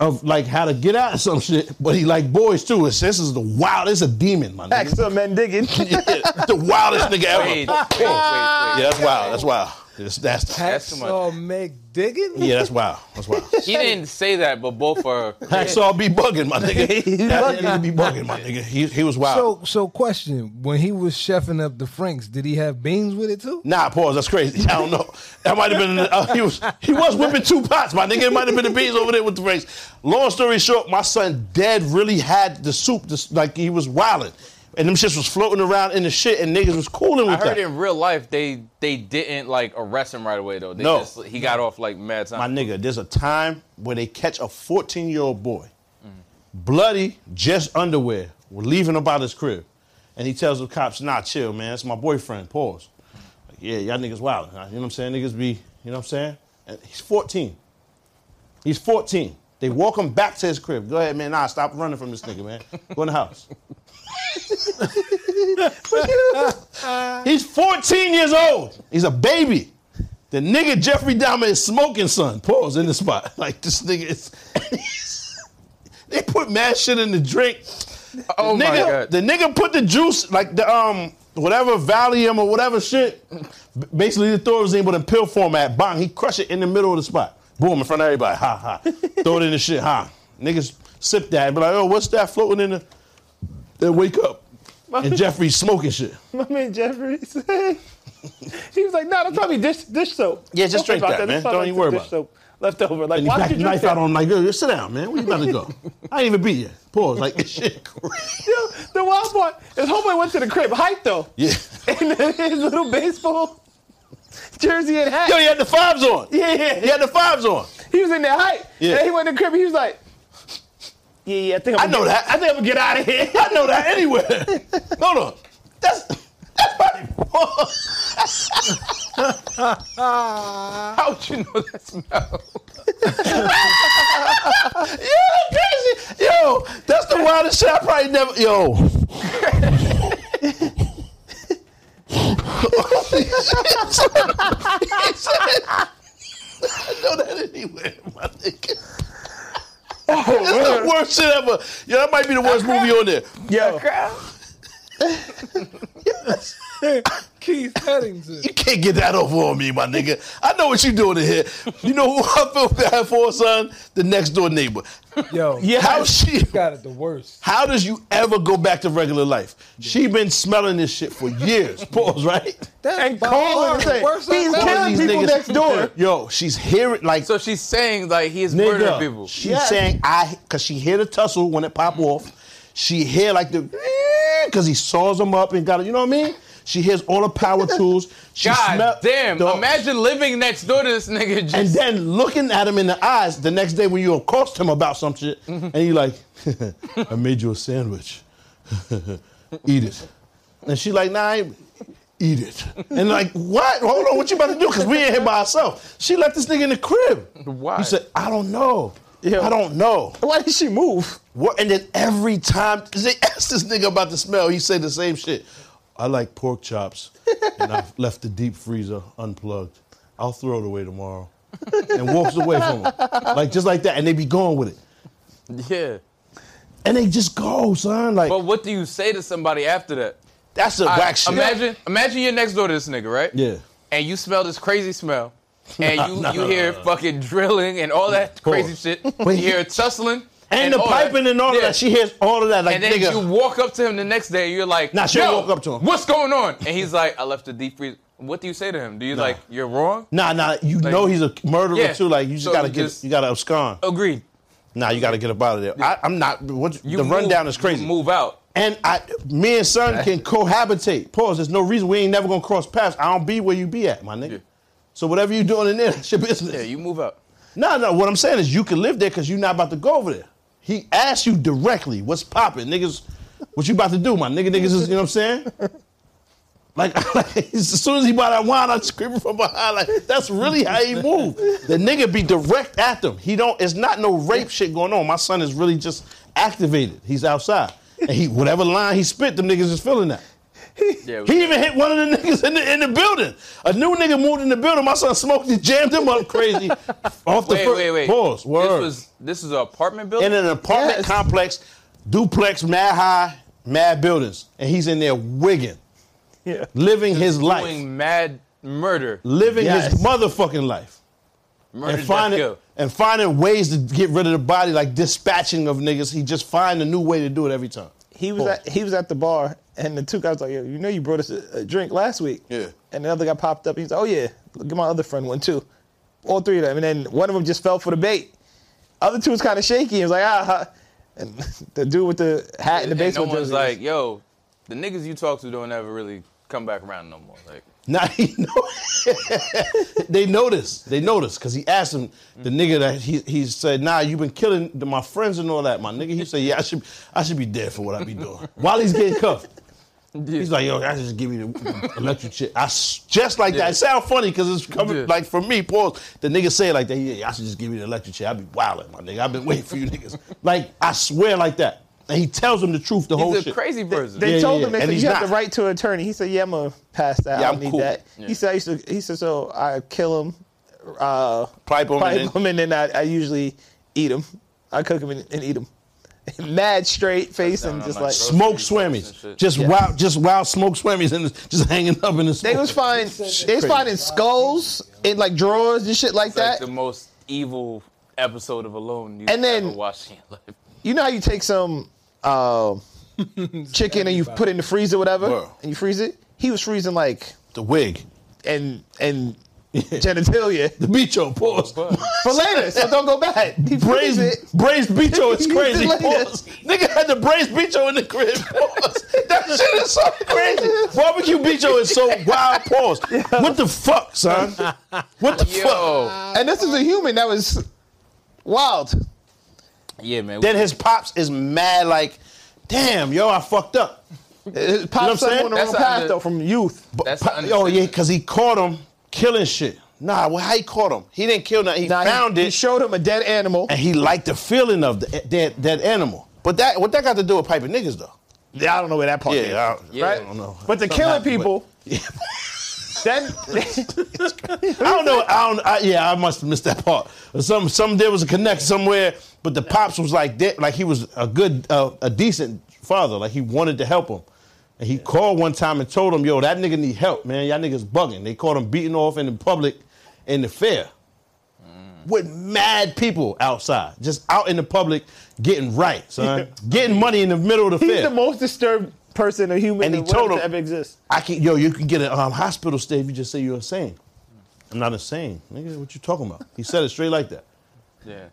[SPEAKER 1] of like how to get out of some shit, but he like boys too. It's, this is the wildest, a demon, my nigga.
[SPEAKER 3] Axel Mendigan.
[SPEAKER 1] Yeah, the wildest nigga ever.
[SPEAKER 2] Wait, wait, wait.
[SPEAKER 1] Yeah, that's wild. That's wild. That's, that's,
[SPEAKER 2] That's too much.
[SPEAKER 5] So McDiggin?
[SPEAKER 1] yeah, that's wild. That's wild.
[SPEAKER 2] He didn't say that, but both are.
[SPEAKER 1] Hacksaw be bugging, my nigga. That
[SPEAKER 3] bugging.
[SPEAKER 1] nigga be bugging, my nigga. He, he was wild.
[SPEAKER 5] So, so question: When he was chefing up the Franks, did he have beans with it too?
[SPEAKER 1] nah, pause. That's crazy. I don't know. That might have been. Uh, he was he was whipping two pots, my nigga. It might have been the beans over there with the race. Long story short, my son dead really had the soup. This, like he was wilding, and them shits was floating around in the shit, and niggas was cooling
[SPEAKER 2] I
[SPEAKER 1] with
[SPEAKER 2] heard
[SPEAKER 1] that.
[SPEAKER 2] in real life they they didn't like arrest him right away though. They
[SPEAKER 1] No.
[SPEAKER 2] just, he got off like mad
[SPEAKER 1] My
[SPEAKER 2] time.
[SPEAKER 1] nigga, there's a time where they catch a 14 year old boy, bloody, just underwear, we're leaving about his crib. And he tells the cops, nah, chill, man, it's my boyfriend, pause. Like, yeah, y'all niggas wild. You know what I'm saying? Niggas be, you know what I'm saying? And he's 14. He's 14. They walk him back to his crib. Go ahead, man. Nah, stop running from this nigga, man. Go in the house. He's 14 years old. He's a baby. The nigga Jeffrey Dahmer is smoking, son. Pause in the spot. Like this nigga is. they put mad shit in the drink.
[SPEAKER 2] oh
[SPEAKER 1] nigga,
[SPEAKER 2] my god.
[SPEAKER 1] The nigga put the juice, like the um, whatever Valium or whatever shit, b- basically the Thorazine, but in pill format. Bang, he crush it in the middle of the spot. Boom, in front of everybody. Ha ha. Throw it in the shit. Ha. Niggas sip that and be like, oh, what's that floating in the? They wake up and Jeffrey smoking shit.
[SPEAKER 3] My man Jeffrey said he was like, "No, that's probably dish dish soap."
[SPEAKER 1] Yeah, just
[SPEAKER 3] Don't
[SPEAKER 1] drink
[SPEAKER 3] worry
[SPEAKER 1] that, man.
[SPEAKER 3] That's probably
[SPEAKER 1] Don't even worry
[SPEAKER 3] dish
[SPEAKER 1] about it.
[SPEAKER 3] soap left over. Like,
[SPEAKER 1] And he
[SPEAKER 3] why
[SPEAKER 1] back
[SPEAKER 3] did
[SPEAKER 1] the
[SPEAKER 3] you drink
[SPEAKER 1] knife out
[SPEAKER 3] that?
[SPEAKER 1] on him like, yo, sit down, man. Where you about to go? I ain't even beat you. Pause. Like, this shit crazy.
[SPEAKER 3] Yo, the wild part, his homeboy went to the crib, hype though,
[SPEAKER 1] Yeah.
[SPEAKER 3] and then his little baseball jersey and hat.
[SPEAKER 1] Yo, he had the fives on.
[SPEAKER 3] yeah, yeah.
[SPEAKER 1] He had the fives on.
[SPEAKER 3] He was in there hype.
[SPEAKER 1] Yeah.
[SPEAKER 3] And then he went to the crib. He was like, "Yeah, yeah, I think
[SPEAKER 1] I
[SPEAKER 3] I'm
[SPEAKER 1] know that. I think I'm gonna get out of here. I know that anywhere. Hold on. That's that's my
[SPEAKER 2] How would you know that smell?
[SPEAKER 1] crazy. Yo, that's the wildest shit I probably never yo. Holy shit, son. He said, I know that anywhere, my nigga. That's the worst shit ever. Yo, that might be the worst movie on there.
[SPEAKER 3] Yo,
[SPEAKER 5] Keith Headington.
[SPEAKER 1] You can't get that over on me, my nigga. I know what you doing in here. You know who I feel bad for, son? The next door neighbor.
[SPEAKER 5] Yo,
[SPEAKER 1] Yeah, how she?
[SPEAKER 5] got it the worst.
[SPEAKER 1] How does you ever go back to regular life? She been smelling this shit for years. Pause, right?
[SPEAKER 5] That's
[SPEAKER 3] and
[SPEAKER 5] by
[SPEAKER 3] Cole
[SPEAKER 5] far
[SPEAKER 3] was
[SPEAKER 5] the
[SPEAKER 3] saying,
[SPEAKER 5] worst I've
[SPEAKER 3] he's
[SPEAKER 5] ever-
[SPEAKER 3] killing
[SPEAKER 1] These
[SPEAKER 3] people
[SPEAKER 1] niggas-
[SPEAKER 3] next door."
[SPEAKER 1] Yo, she's hearing like
[SPEAKER 2] So she's saying like he's murdering people. Mm.
[SPEAKER 1] nigga. She's saying I because she hear the tussle when it pop off. She hear like the because he saws them up and got it. You know what I mean? She hears all the power tools. She
[SPEAKER 2] God
[SPEAKER 1] smell-
[SPEAKER 2] damn!
[SPEAKER 1] the-
[SPEAKER 2] Imagine living next door to this nigga. Just,
[SPEAKER 1] And then looking at him in the eyes the next day when you accost him about some shit,
[SPEAKER 2] Mm-hmm.
[SPEAKER 1] and you like, I made you a sandwich. Eat it. And she like, nah, I ain't- eat it. And like, what? Hold on, what you about to do? Because we ain't here by ourselves. She left this nigga in the crib.
[SPEAKER 2] Why?
[SPEAKER 1] He said, I don't know.
[SPEAKER 3] Yeah.
[SPEAKER 1] I don't know.
[SPEAKER 3] Why did she move?
[SPEAKER 1] What? And then every time they asked this nigga about the smell, he said the same shit. I like pork chops, and I've left the deep freezer unplugged. I'll throw it away tomorrow, and walks away from him, like just like that, and they be going with it,
[SPEAKER 2] yeah.
[SPEAKER 1] and they just go, son. Like
[SPEAKER 2] But what do you say to somebody after that?
[SPEAKER 1] that's a
[SPEAKER 2] I-
[SPEAKER 1] whack shit.
[SPEAKER 2] Imagine, imagine you're next door to this nigga, right?
[SPEAKER 1] yeah.
[SPEAKER 2] and you smell this crazy smell, and you, you hear fucking drilling and all that crazy shit. You hear tussling.
[SPEAKER 1] And, the
[SPEAKER 2] all
[SPEAKER 1] piping and all of
[SPEAKER 2] Yeah.
[SPEAKER 1] that. She hears all of that. Like,
[SPEAKER 2] And then
[SPEAKER 1] nigga,
[SPEAKER 2] you walk up to him the next day, and you're like,
[SPEAKER 1] Nah, she
[SPEAKER 2] "Yo,
[SPEAKER 1] walk up to him.
[SPEAKER 2] What's going on?" And he's like, "I left the deep freeze." What do you say to him? Do you like, "You're wrong"?
[SPEAKER 1] nah, nah, you know he's a murderer
[SPEAKER 2] Yeah.
[SPEAKER 1] too. Like, you just
[SPEAKER 2] So
[SPEAKER 1] gotta
[SPEAKER 2] you
[SPEAKER 1] get,
[SPEAKER 2] just-
[SPEAKER 1] you gotta abscond.
[SPEAKER 2] Agreed.
[SPEAKER 1] Nah, you gotta get up out of there. I, I'm not. What,
[SPEAKER 2] You
[SPEAKER 1] the
[SPEAKER 2] move-
[SPEAKER 1] rundown is
[SPEAKER 2] you
[SPEAKER 1] crazy.
[SPEAKER 2] Move out.
[SPEAKER 1] And I, me and son can cohabitate. Pause. There's no reason we ain't never gonna cross paths. I don't be where you be at, my nigga.
[SPEAKER 2] Yeah.
[SPEAKER 1] So whatever you doing in there, that's your business.
[SPEAKER 2] Yeah, you move out.
[SPEAKER 1] No, no. What I'm saying is, you can live there because you're not about to go over there. He asked you directly, "What's poppin', niggas? What you about to do, my nigga? Niggas is, you know what I'm saying? Like, as soon as he bought that wine, I'm screaming from behind. Like, that's really how he moved. The nigga be direct at him. He don't. It's not no rape shit going on. My son is really just activated. He's outside, and he whatever line he spit, them niggas is feeling that.
[SPEAKER 2] Yeah,
[SPEAKER 1] He even hit one of the niggas in the, in the building. A new nigga moved in the building. My son smoked it, jammed him up crazy. off the
[SPEAKER 2] wait,
[SPEAKER 1] fir-
[SPEAKER 2] wait, wait.
[SPEAKER 1] Pause. Word.
[SPEAKER 2] This was this is an apartment building.
[SPEAKER 1] in an apartment
[SPEAKER 2] Yes.
[SPEAKER 1] complex, duplex, mad high, mad buildings. And he's in there wigging,
[SPEAKER 3] Yeah.
[SPEAKER 1] living his life,
[SPEAKER 2] doing mad murder,
[SPEAKER 1] living
[SPEAKER 3] Yes.
[SPEAKER 1] his motherfucking life.
[SPEAKER 2] murder
[SPEAKER 1] and
[SPEAKER 2] death,
[SPEAKER 1] finding
[SPEAKER 2] kill.
[SPEAKER 1] and finding ways to get rid of the body, like dispatching of niggas. He just find a new way to do it every time.
[SPEAKER 3] He was at he was at the bar, and the two guys was like, "Yo, you know you brought us a, a drink last week."
[SPEAKER 1] Yeah.
[SPEAKER 3] And another guy popped up. He's like, "Oh yeah, look at my other friend one too." All three of them, and then one of them just fell for the bait. Other two was kind of shaky. He was like, "Ah," huh." and the dude with the hat and the
[SPEAKER 2] And
[SPEAKER 3] baseball
[SPEAKER 2] no one's
[SPEAKER 3] jersey.
[SPEAKER 2] like, yo, the niggas you talk to don't ever really come back around no more. Like,
[SPEAKER 1] Now he know. they notice. They notice because he asked him the nigga that he he said, "Nah, you been killing the- my friends and all that, my nigga." He said, "Yeah, I should I should be dead for what I be doing." While he's getting cuffed, he's like, "Yo, I just give you the electric shit." I s- just like that.
[SPEAKER 2] Yeah.
[SPEAKER 1] It sound funny because it's coming
[SPEAKER 2] Yeah.
[SPEAKER 1] like from me. Pause. The nigga say it like that. Yeah, I should just give you the electric shit. I be wilding, my nigga. I've been waiting for you niggas. Like I swear like that. And he tells him the truth. The whole
[SPEAKER 2] he's a
[SPEAKER 1] shit.
[SPEAKER 2] crazy person.
[SPEAKER 3] They
[SPEAKER 1] Yeah,
[SPEAKER 3] told
[SPEAKER 1] yeah,
[SPEAKER 3] him
[SPEAKER 1] yeah.
[SPEAKER 3] they
[SPEAKER 1] And
[SPEAKER 3] said
[SPEAKER 1] he's
[SPEAKER 3] you
[SPEAKER 1] not.
[SPEAKER 3] have the right to an attorney. He said, "Yeah, I'm gonna pass that.
[SPEAKER 1] Yeah,
[SPEAKER 3] I
[SPEAKER 1] I'm
[SPEAKER 3] don't need
[SPEAKER 1] cool.
[SPEAKER 3] that."
[SPEAKER 2] Yeah.
[SPEAKER 3] He said, "I used to." He said, "So I kill him, uh,
[SPEAKER 1] Pipe him and
[SPEAKER 3] pipe
[SPEAKER 1] then-
[SPEAKER 3] him, and then I, I usually eat him. I cook him and, and eat him." Mad straight face
[SPEAKER 2] down
[SPEAKER 3] and
[SPEAKER 2] on
[SPEAKER 3] just
[SPEAKER 2] my
[SPEAKER 3] like
[SPEAKER 2] throat.
[SPEAKER 1] Smoke
[SPEAKER 2] Groceries, groceries and
[SPEAKER 1] swammies,
[SPEAKER 2] shit.
[SPEAKER 1] just
[SPEAKER 3] Yeah.
[SPEAKER 1] wild, just wild smoke swammies, and just hanging up in the.
[SPEAKER 3] they
[SPEAKER 1] smoke.
[SPEAKER 3] was finding they was finding skulls in like drawers and shit like
[SPEAKER 2] It's like
[SPEAKER 3] that.
[SPEAKER 2] the most evil episode of Alone you've
[SPEAKER 3] And then-
[SPEAKER 2] ever watched in your life.
[SPEAKER 3] you know how you take some uh, chicken and you put it in the freezer, or whatever,
[SPEAKER 1] Bro.
[SPEAKER 3] and you freeze it. He was freezing like
[SPEAKER 1] the wig,
[SPEAKER 3] and and genitalia.
[SPEAKER 1] the bicho. Pause.
[SPEAKER 2] But
[SPEAKER 3] for later, so don't go back. He
[SPEAKER 1] Braised,
[SPEAKER 3] freeze it.
[SPEAKER 1] braised bicho is
[SPEAKER 3] He
[SPEAKER 1] crazy.
[SPEAKER 3] did like
[SPEAKER 1] Pause. Nigga had the braised bicho in the crib. Pause. That shit is so crazy. Barbecue bicho is so wild. Pause. What the fuck, son? What the fuck?
[SPEAKER 2] yo,
[SPEAKER 3] And this is a human that was wild.
[SPEAKER 2] yeah, man.
[SPEAKER 1] Then his pops is mad. Like, damn, yo, I fucked up.
[SPEAKER 3] It
[SPEAKER 1] You know
[SPEAKER 3] pops
[SPEAKER 1] what I'm
[SPEAKER 3] up
[SPEAKER 1] saying?
[SPEAKER 3] on the
[SPEAKER 2] That's
[SPEAKER 3] wrong
[SPEAKER 2] how
[SPEAKER 3] path
[SPEAKER 2] the-
[SPEAKER 3] though from youth.
[SPEAKER 1] But
[SPEAKER 2] That's
[SPEAKER 1] pa-
[SPEAKER 2] an
[SPEAKER 1] oh
[SPEAKER 2] understatement.
[SPEAKER 1] yeah, because he caught him killing shit. Nah, well, how he caught him? He didn't kill nothing. He
[SPEAKER 3] Now, he-
[SPEAKER 1] found
[SPEAKER 3] He
[SPEAKER 1] it.
[SPEAKER 3] showed him a dead animal.
[SPEAKER 1] and he liked the feeling of the dead, dead animal. But that what that got to do with piping niggas though?
[SPEAKER 3] I don't know where that part is.
[SPEAKER 1] Yeah, I,
[SPEAKER 2] Yeah.
[SPEAKER 1] I don't know.
[SPEAKER 3] But the
[SPEAKER 1] Something
[SPEAKER 3] killing
[SPEAKER 1] happened,
[SPEAKER 3] people. Then
[SPEAKER 1] but- I don't know. I don't. I, yeah, I must have missed that part. Some some there was a connect somewhere, but the pops was like that, like he was a good, uh, a decent father. Like he wanted to help him. And he called one time and told him, "Yo, that nigga need help, man. Y'all niggas bugging." They caught him beating off in the public, in the fair,
[SPEAKER 3] Mm.
[SPEAKER 1] with mad people outside, just out in the public, getting right, son, getting money in the middle of the
[SPEAKER 3] he's
[SPEAKER 1] fair.
[SPEAKER 3] the most disturbed person a human
[SPEAKER 1] And he
[SPEAKER 3] in the world
[SPEAKER 1] told him-
[SPEAKER 3] to ever exist.
[SPEAKER 1] I can yo, you can get a um, hospital stay if you just say you're insane. I'm not insane, nigga. What you talking about? He said it straight like that.
[SPEAKER 2] yeah.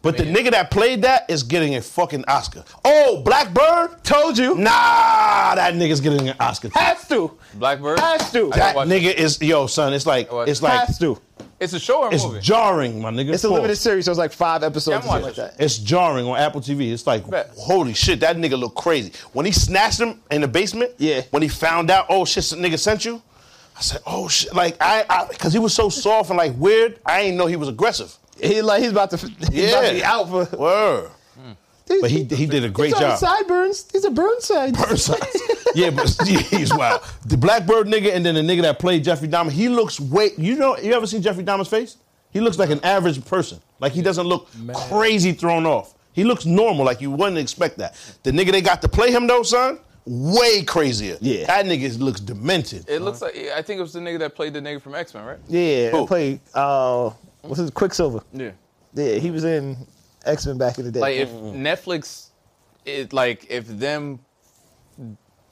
[SPEAKER 1] But the nigga that played that is getting a fucking Oscar. Oh, Blackbird?
[SPEAKER 3] Told you.
[SPEAKER 1] Nah, that nigga's getting an Oscar. too.
[SPEAKER 3] Has to.
[SPEAKER 2] Blackbird?
[SPEAKER 3] Has to.
[SPEAKER 2] I
[SPEAKER 1] That
[SPEAKER 2] gotta watch
[SPEAKER 1] nigga is yo, son. It's like
[SPEAKER 2] watch
[SPEAKER 1] it's
[SPEAKER 2] it.
[SPEAKER 1] like
[SPEAKER 3] Has to.
[SPEAKER 2] It's a show or a
[SPEAKER 1] it's
[SPEAKER 2] movie?
[SPEAKER 1] jarring, my nigga.
[SPEAKER 3] It's a
[SPEAKER 1] Pause.
[SPEAKER 3] limited series, so it's like five episodes
[SPEAKER 2] Yeah, I'm
[SPEAKER 3] or something like
[SPEAKER 2] watching
[SPEAKER 3] that.
[SPEAKER 1] It's jarring on Apple TV. It's like,
[SPEAKER 2] Bet.
[SPEAKER 1] holy shit, that nigga look crazy. When he snatched him in the basement,
[SPEAKER 3] Yeah.
[SPEAKER 1] When he found out, oh shit, some nigga sent you. I said, oh shit, like I, I, cause he was so soft and like weird. I ain't know he was aggressive.
[SPEAKER 3] He like he's about to he's about to be out for
[SPEAKER 1] Word. But he he did a great
[SPEAKER 3] these
[SPEAKER 1] job.
[SPEAKER 3] These are sideburns. These are burn sides.
[SPEAKER 1] Bird size. yeah, but yeah, he's wild. The Blackbird nigga and then the nigga that played Jeffrey Dahmer, he looks way. You know, you ever seen Jeffrey Dahmer's face? He looks like an average person. Like he doesn't look crazy thrown off. He looks normal. Like you wouldn't expect that. The nigga they got to play him though, son, way crazier.
[SPEAKER 3] Yeah.
[SPEAKER 1] that nigga looks demented.
[SPEAKER 2] It looks like yeah, I think it was the nigga that played the nigga from X Men, right?
[SPEAKER 3] Yeah,
[SPEAKER 1] Who?
[SPEAKER 3] I play. Uh, what's his Quicksilver?
[SPEAKER 2] Yeah.
[SPEAKER 3] Yeah, he was in X Men back in the day.
[SPEAKER 2] Like if
[SPEAKER 1] Mm-hmm.
[SPEAKER 2] Netflix, it like if them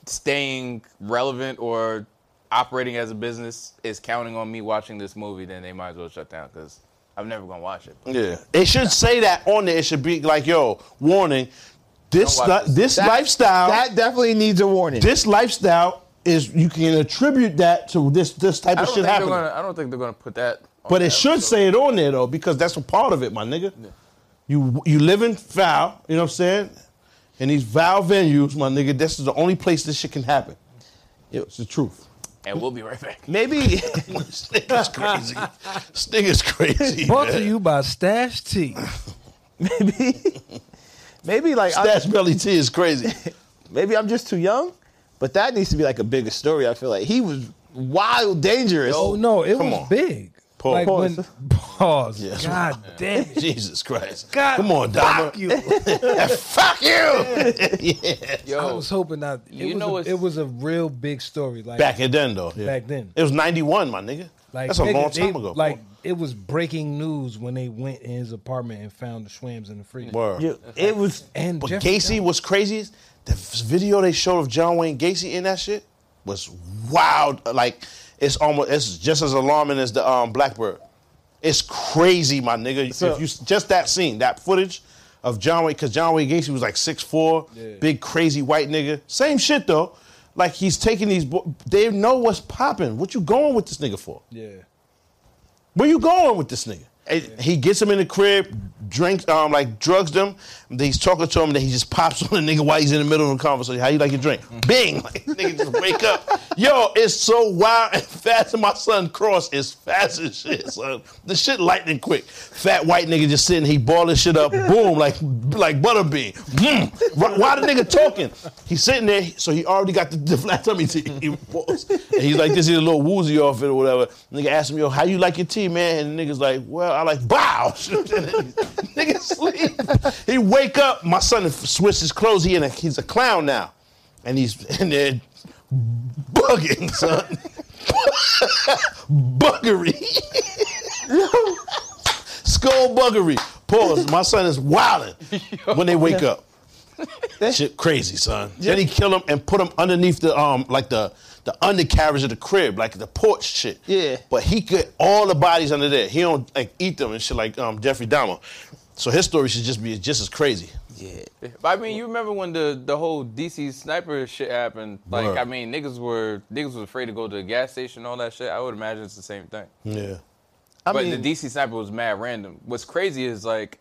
[SPEAKER 2] staying relevant or operating as a business is counting on me watching this movie, then they might as well shut down because I'm never gonna watch it.
[SPEAKER 1] Yeah, it should say that on there. It should be like, yo, warning. This
[SPEAKER 2] Don't watch
[SPEAKER 1] li- this
[SPEAKER 3] That-
[SPEAKER 1] lifestyle,
[SPEAKER 3] that definitely needs a warning.
[SPEAKER 1] this lifestyle is you can attribute that to this this type
[SPEAKER 2] I don't,
[SPEAKER 1] of shit
[SPEAKER 2] think they're
[SPEAKER 1] happening.
[SPEAKER 2] gonna, I don't think they're gonna put that. on
[SPEAKER 1] But
[SPEAKER 2] the
[SPEAKER 1] it should
[SPEAKER 2] episode.
[SPEAKER 1] say it on there though, because that's a part of it, my nigga. You you live in foul, you know what I'm saying? In these foul venues, my nigga, this is the only place this shit can happen. It's the truth.
[SPEAKER 2] And we'll be right back.
[SPEAKER 3] Maybe
[SPEAKER 1] this nigga's crazy. This nigga's crazy.
[SPEAKER 5] Brought to
[SPEAKER 1] man.
[SPEAKER 5] you by Stash T.
[SPEAKER 3] maybe maybe like I,
[SPEAKER 1] Stash Belly T is crazy.
[SPEAKER 3] maybe I'm just too young, but that needs to be like a bigger story. I feel like he was wild, dangerous.
[SPEAKER 5] Oh no, it
[SPEAKER 1] come
[SPEAKER 5] was
[SPEAKER 1] on.
[SPEAKER 5] big.
[SPEAKER 1] Pause.
[SPEAKER 5] Like when,
[SPEAKER 3] Pause.
[SPEAKER 5] pause.
[SPEAKER 1] Yes.
[SPEAKER 5] God damn it.
[SPEAKER 1] Jesus Christ.
[SPEAKER 5] God,
[SPEAKER 1] Come on,
[SPEAKER 5] fuck
[SPEAKER 1] Dama.
[SPEAKER 5] you.
[SPEAKER 1] Fuck you. yeah.
[SPEAKER 5] I
[SPEAKER 2] Yo,
[SPEAKER 5] was hoping that it,
[SPEAKER 2] You
[SPEAKER 5] was
[SPEAKER 2] know
[SPEAKER 5] a,
[SPEAKER 2] it's-
[SPEAKER 5] it was a real big story. Like
[SPEAKER 1] Back in then though.
[SPEAKER 5] Back then.
[SPEAKER 1] It was 91, my nigga.
[SPEAKER 5] Like,
[SPEAKER 1] that's a
[SPEAKER 5] nigga,
[SPEAKER 1] long
[SPEAKER 5] they-
[SPEAKER 1] time ago.
[SPEAKER 5] Like it was breaking news when they went in his apartment and found the Schwams in the freezer.
[SPEAKER 1] Word.
[SPEAKER 3] You- it was
[SPEAKER 5] And
[SPEAKER 1] But
[SPEAKER 5] Jeffrey
[SPEAKER 1] Gacy was crazy. is The video they showed of John Wayne Gacy in that shit was wild. Like it's almost it's just as alarming as the um, Blackbird. It's crazy, my nigga.
[SPEAKER 3] So-
[SPEAKER 1] if you just that scene, that footage of John Wayne, because John Wayne Gacy was like 6'4", big crazy white nigga. Same shit though. Like he's taking these. bo- They know what's popping. What you going with this nigga for?
[SPEAKER 5] Dunn.
[SPEAKER 1] Where you going with this nigga? And He gets him in the crib, drinks, um, like drugs them. Then he's talking to him, then he just pops on the nigga while he's in the middle of a conversation. How you like your drink? Bing! Like nigga just wake up. Yo, it's so wild and fast. And my son Cross is fast as shit. Son, the shit lightning quick. Fat white nigga just sitting, he ball this shit up. Boom! Like like butterbean. Boom! Why- Why the nigga talking? He's sitting there, so he already got the, the flat tummy tea. He paused. And he's like, this is a little woozy off it or whatever. Nigga asked him, yo, how you like your tea, man? And the nigga's like, well, I like bow. nigga sleep. He wake up, my son switched his clothes. He in a, he's a clown now. And he's in there bugging, son. Buggery. Skullbuggery. Pause. My son is wilding when they wake up. That shit crazy, son. Then he kill him and put him underneath the um like the the undercarriage of the crib, like the porch shit.
[SPEAKER 3] Yeah.
[SPEAKER 1] But he could all the bodies under there. He don't like eat them and shit like um Jeffrey Dahmer. So his story should just be just as crazy.
[SPEAKER 2] I mean, you remember when the, the whole DC sniper shit happened? Like,
[SPEAKER 1] Word.
[SPEAKER 2] I mean, niggas were niggas was afraid to go to the gas station, all that shit. I would imagine it's the same thing.
[SPEAKER 1] Yeah.
[SPEAKER 3] I
[SPEAKER 2] but
[SPEAKER 3] mean
[SPEAKER 2] the DC sniper was mad random. What's crazy is like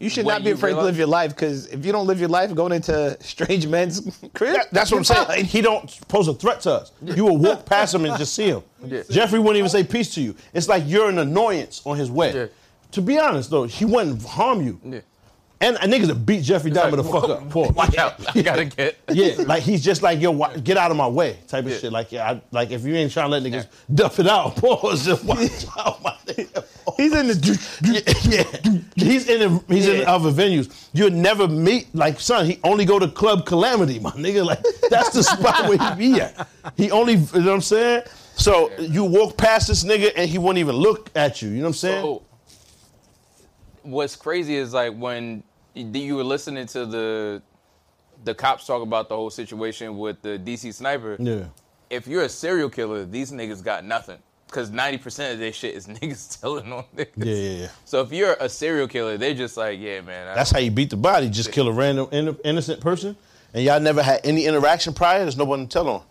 [SPEAKER 3] you should
[SPEAKER 2] when
[SPEAKER 3] not be
[SPEAKER 2] you
[SPEAKER 3] afraid to
[SPEAKER 2] realize-
[SPEAKER 3] live your life because if you don't live your life going into strange men's crib,
[SPEAKER 1] that's what I'm
[SPEAKER 3] you're
[SPEAKER 1] saying.
[SPEAKER 3] fine.
[SPEAKER 1] He don't pose a threat to us. You will walk past him and just see him. Jeffrey wouldn't even say peace to you. It's like you're an annoyance on his way.
[SPEAKER 2] Yeah.
[SPEAKER 1] To be honest though, he wouldn't harm you.
[SPEAKER 2] Yeah.
[SPEAKER 1] And a niggas that beat Jeffrey Dahmer the fuck up. Pause.
[SPEAKER 2] watch out, you gotta get.
[SPEAKER 1] Yeah, like he's just like yo, why, get out of my way type of
[SPEAKER 2] Yeah.
[SPEAKER 1] shit. Like yeah, I, like if you ain't trying to let niggas duff it out, pause. Just watch out, my nigga.
[SPEAKER 3] He's in the
[SPEAKER 1] Yeah, yeah. he's in the, he's in
[SPEAKER 3] Yeah.
[SPEAKER 1] other venues. You'll never meet like son. He only go to Club Calamity, my nigga. Like that's the spot where he be at. He only you know what I'm saying. So you walk past this nigga and he won't even look at you. You know what I'm saying?
[SPEAKER 2] So, what's crazy is like when you were listening to the the cops talk about the whole situation with the DC sniper.
[SPEAKER 1] Yeah.
[SPEAKER 2] If you're a serial killer, these niggas got nothing. Cause ninety percent of their shit is niggas telling on niggas.
[SPEAKER 1] Yeah, yeah, yeah.
[SPEAKER 2] So if you're a serial killer, they're just like, yeah, man. I
[SPEAKER 1] That's how you beat the body. Just kill a random in- innocent person, and y'all never had any interaction prior. There's no one to tell on.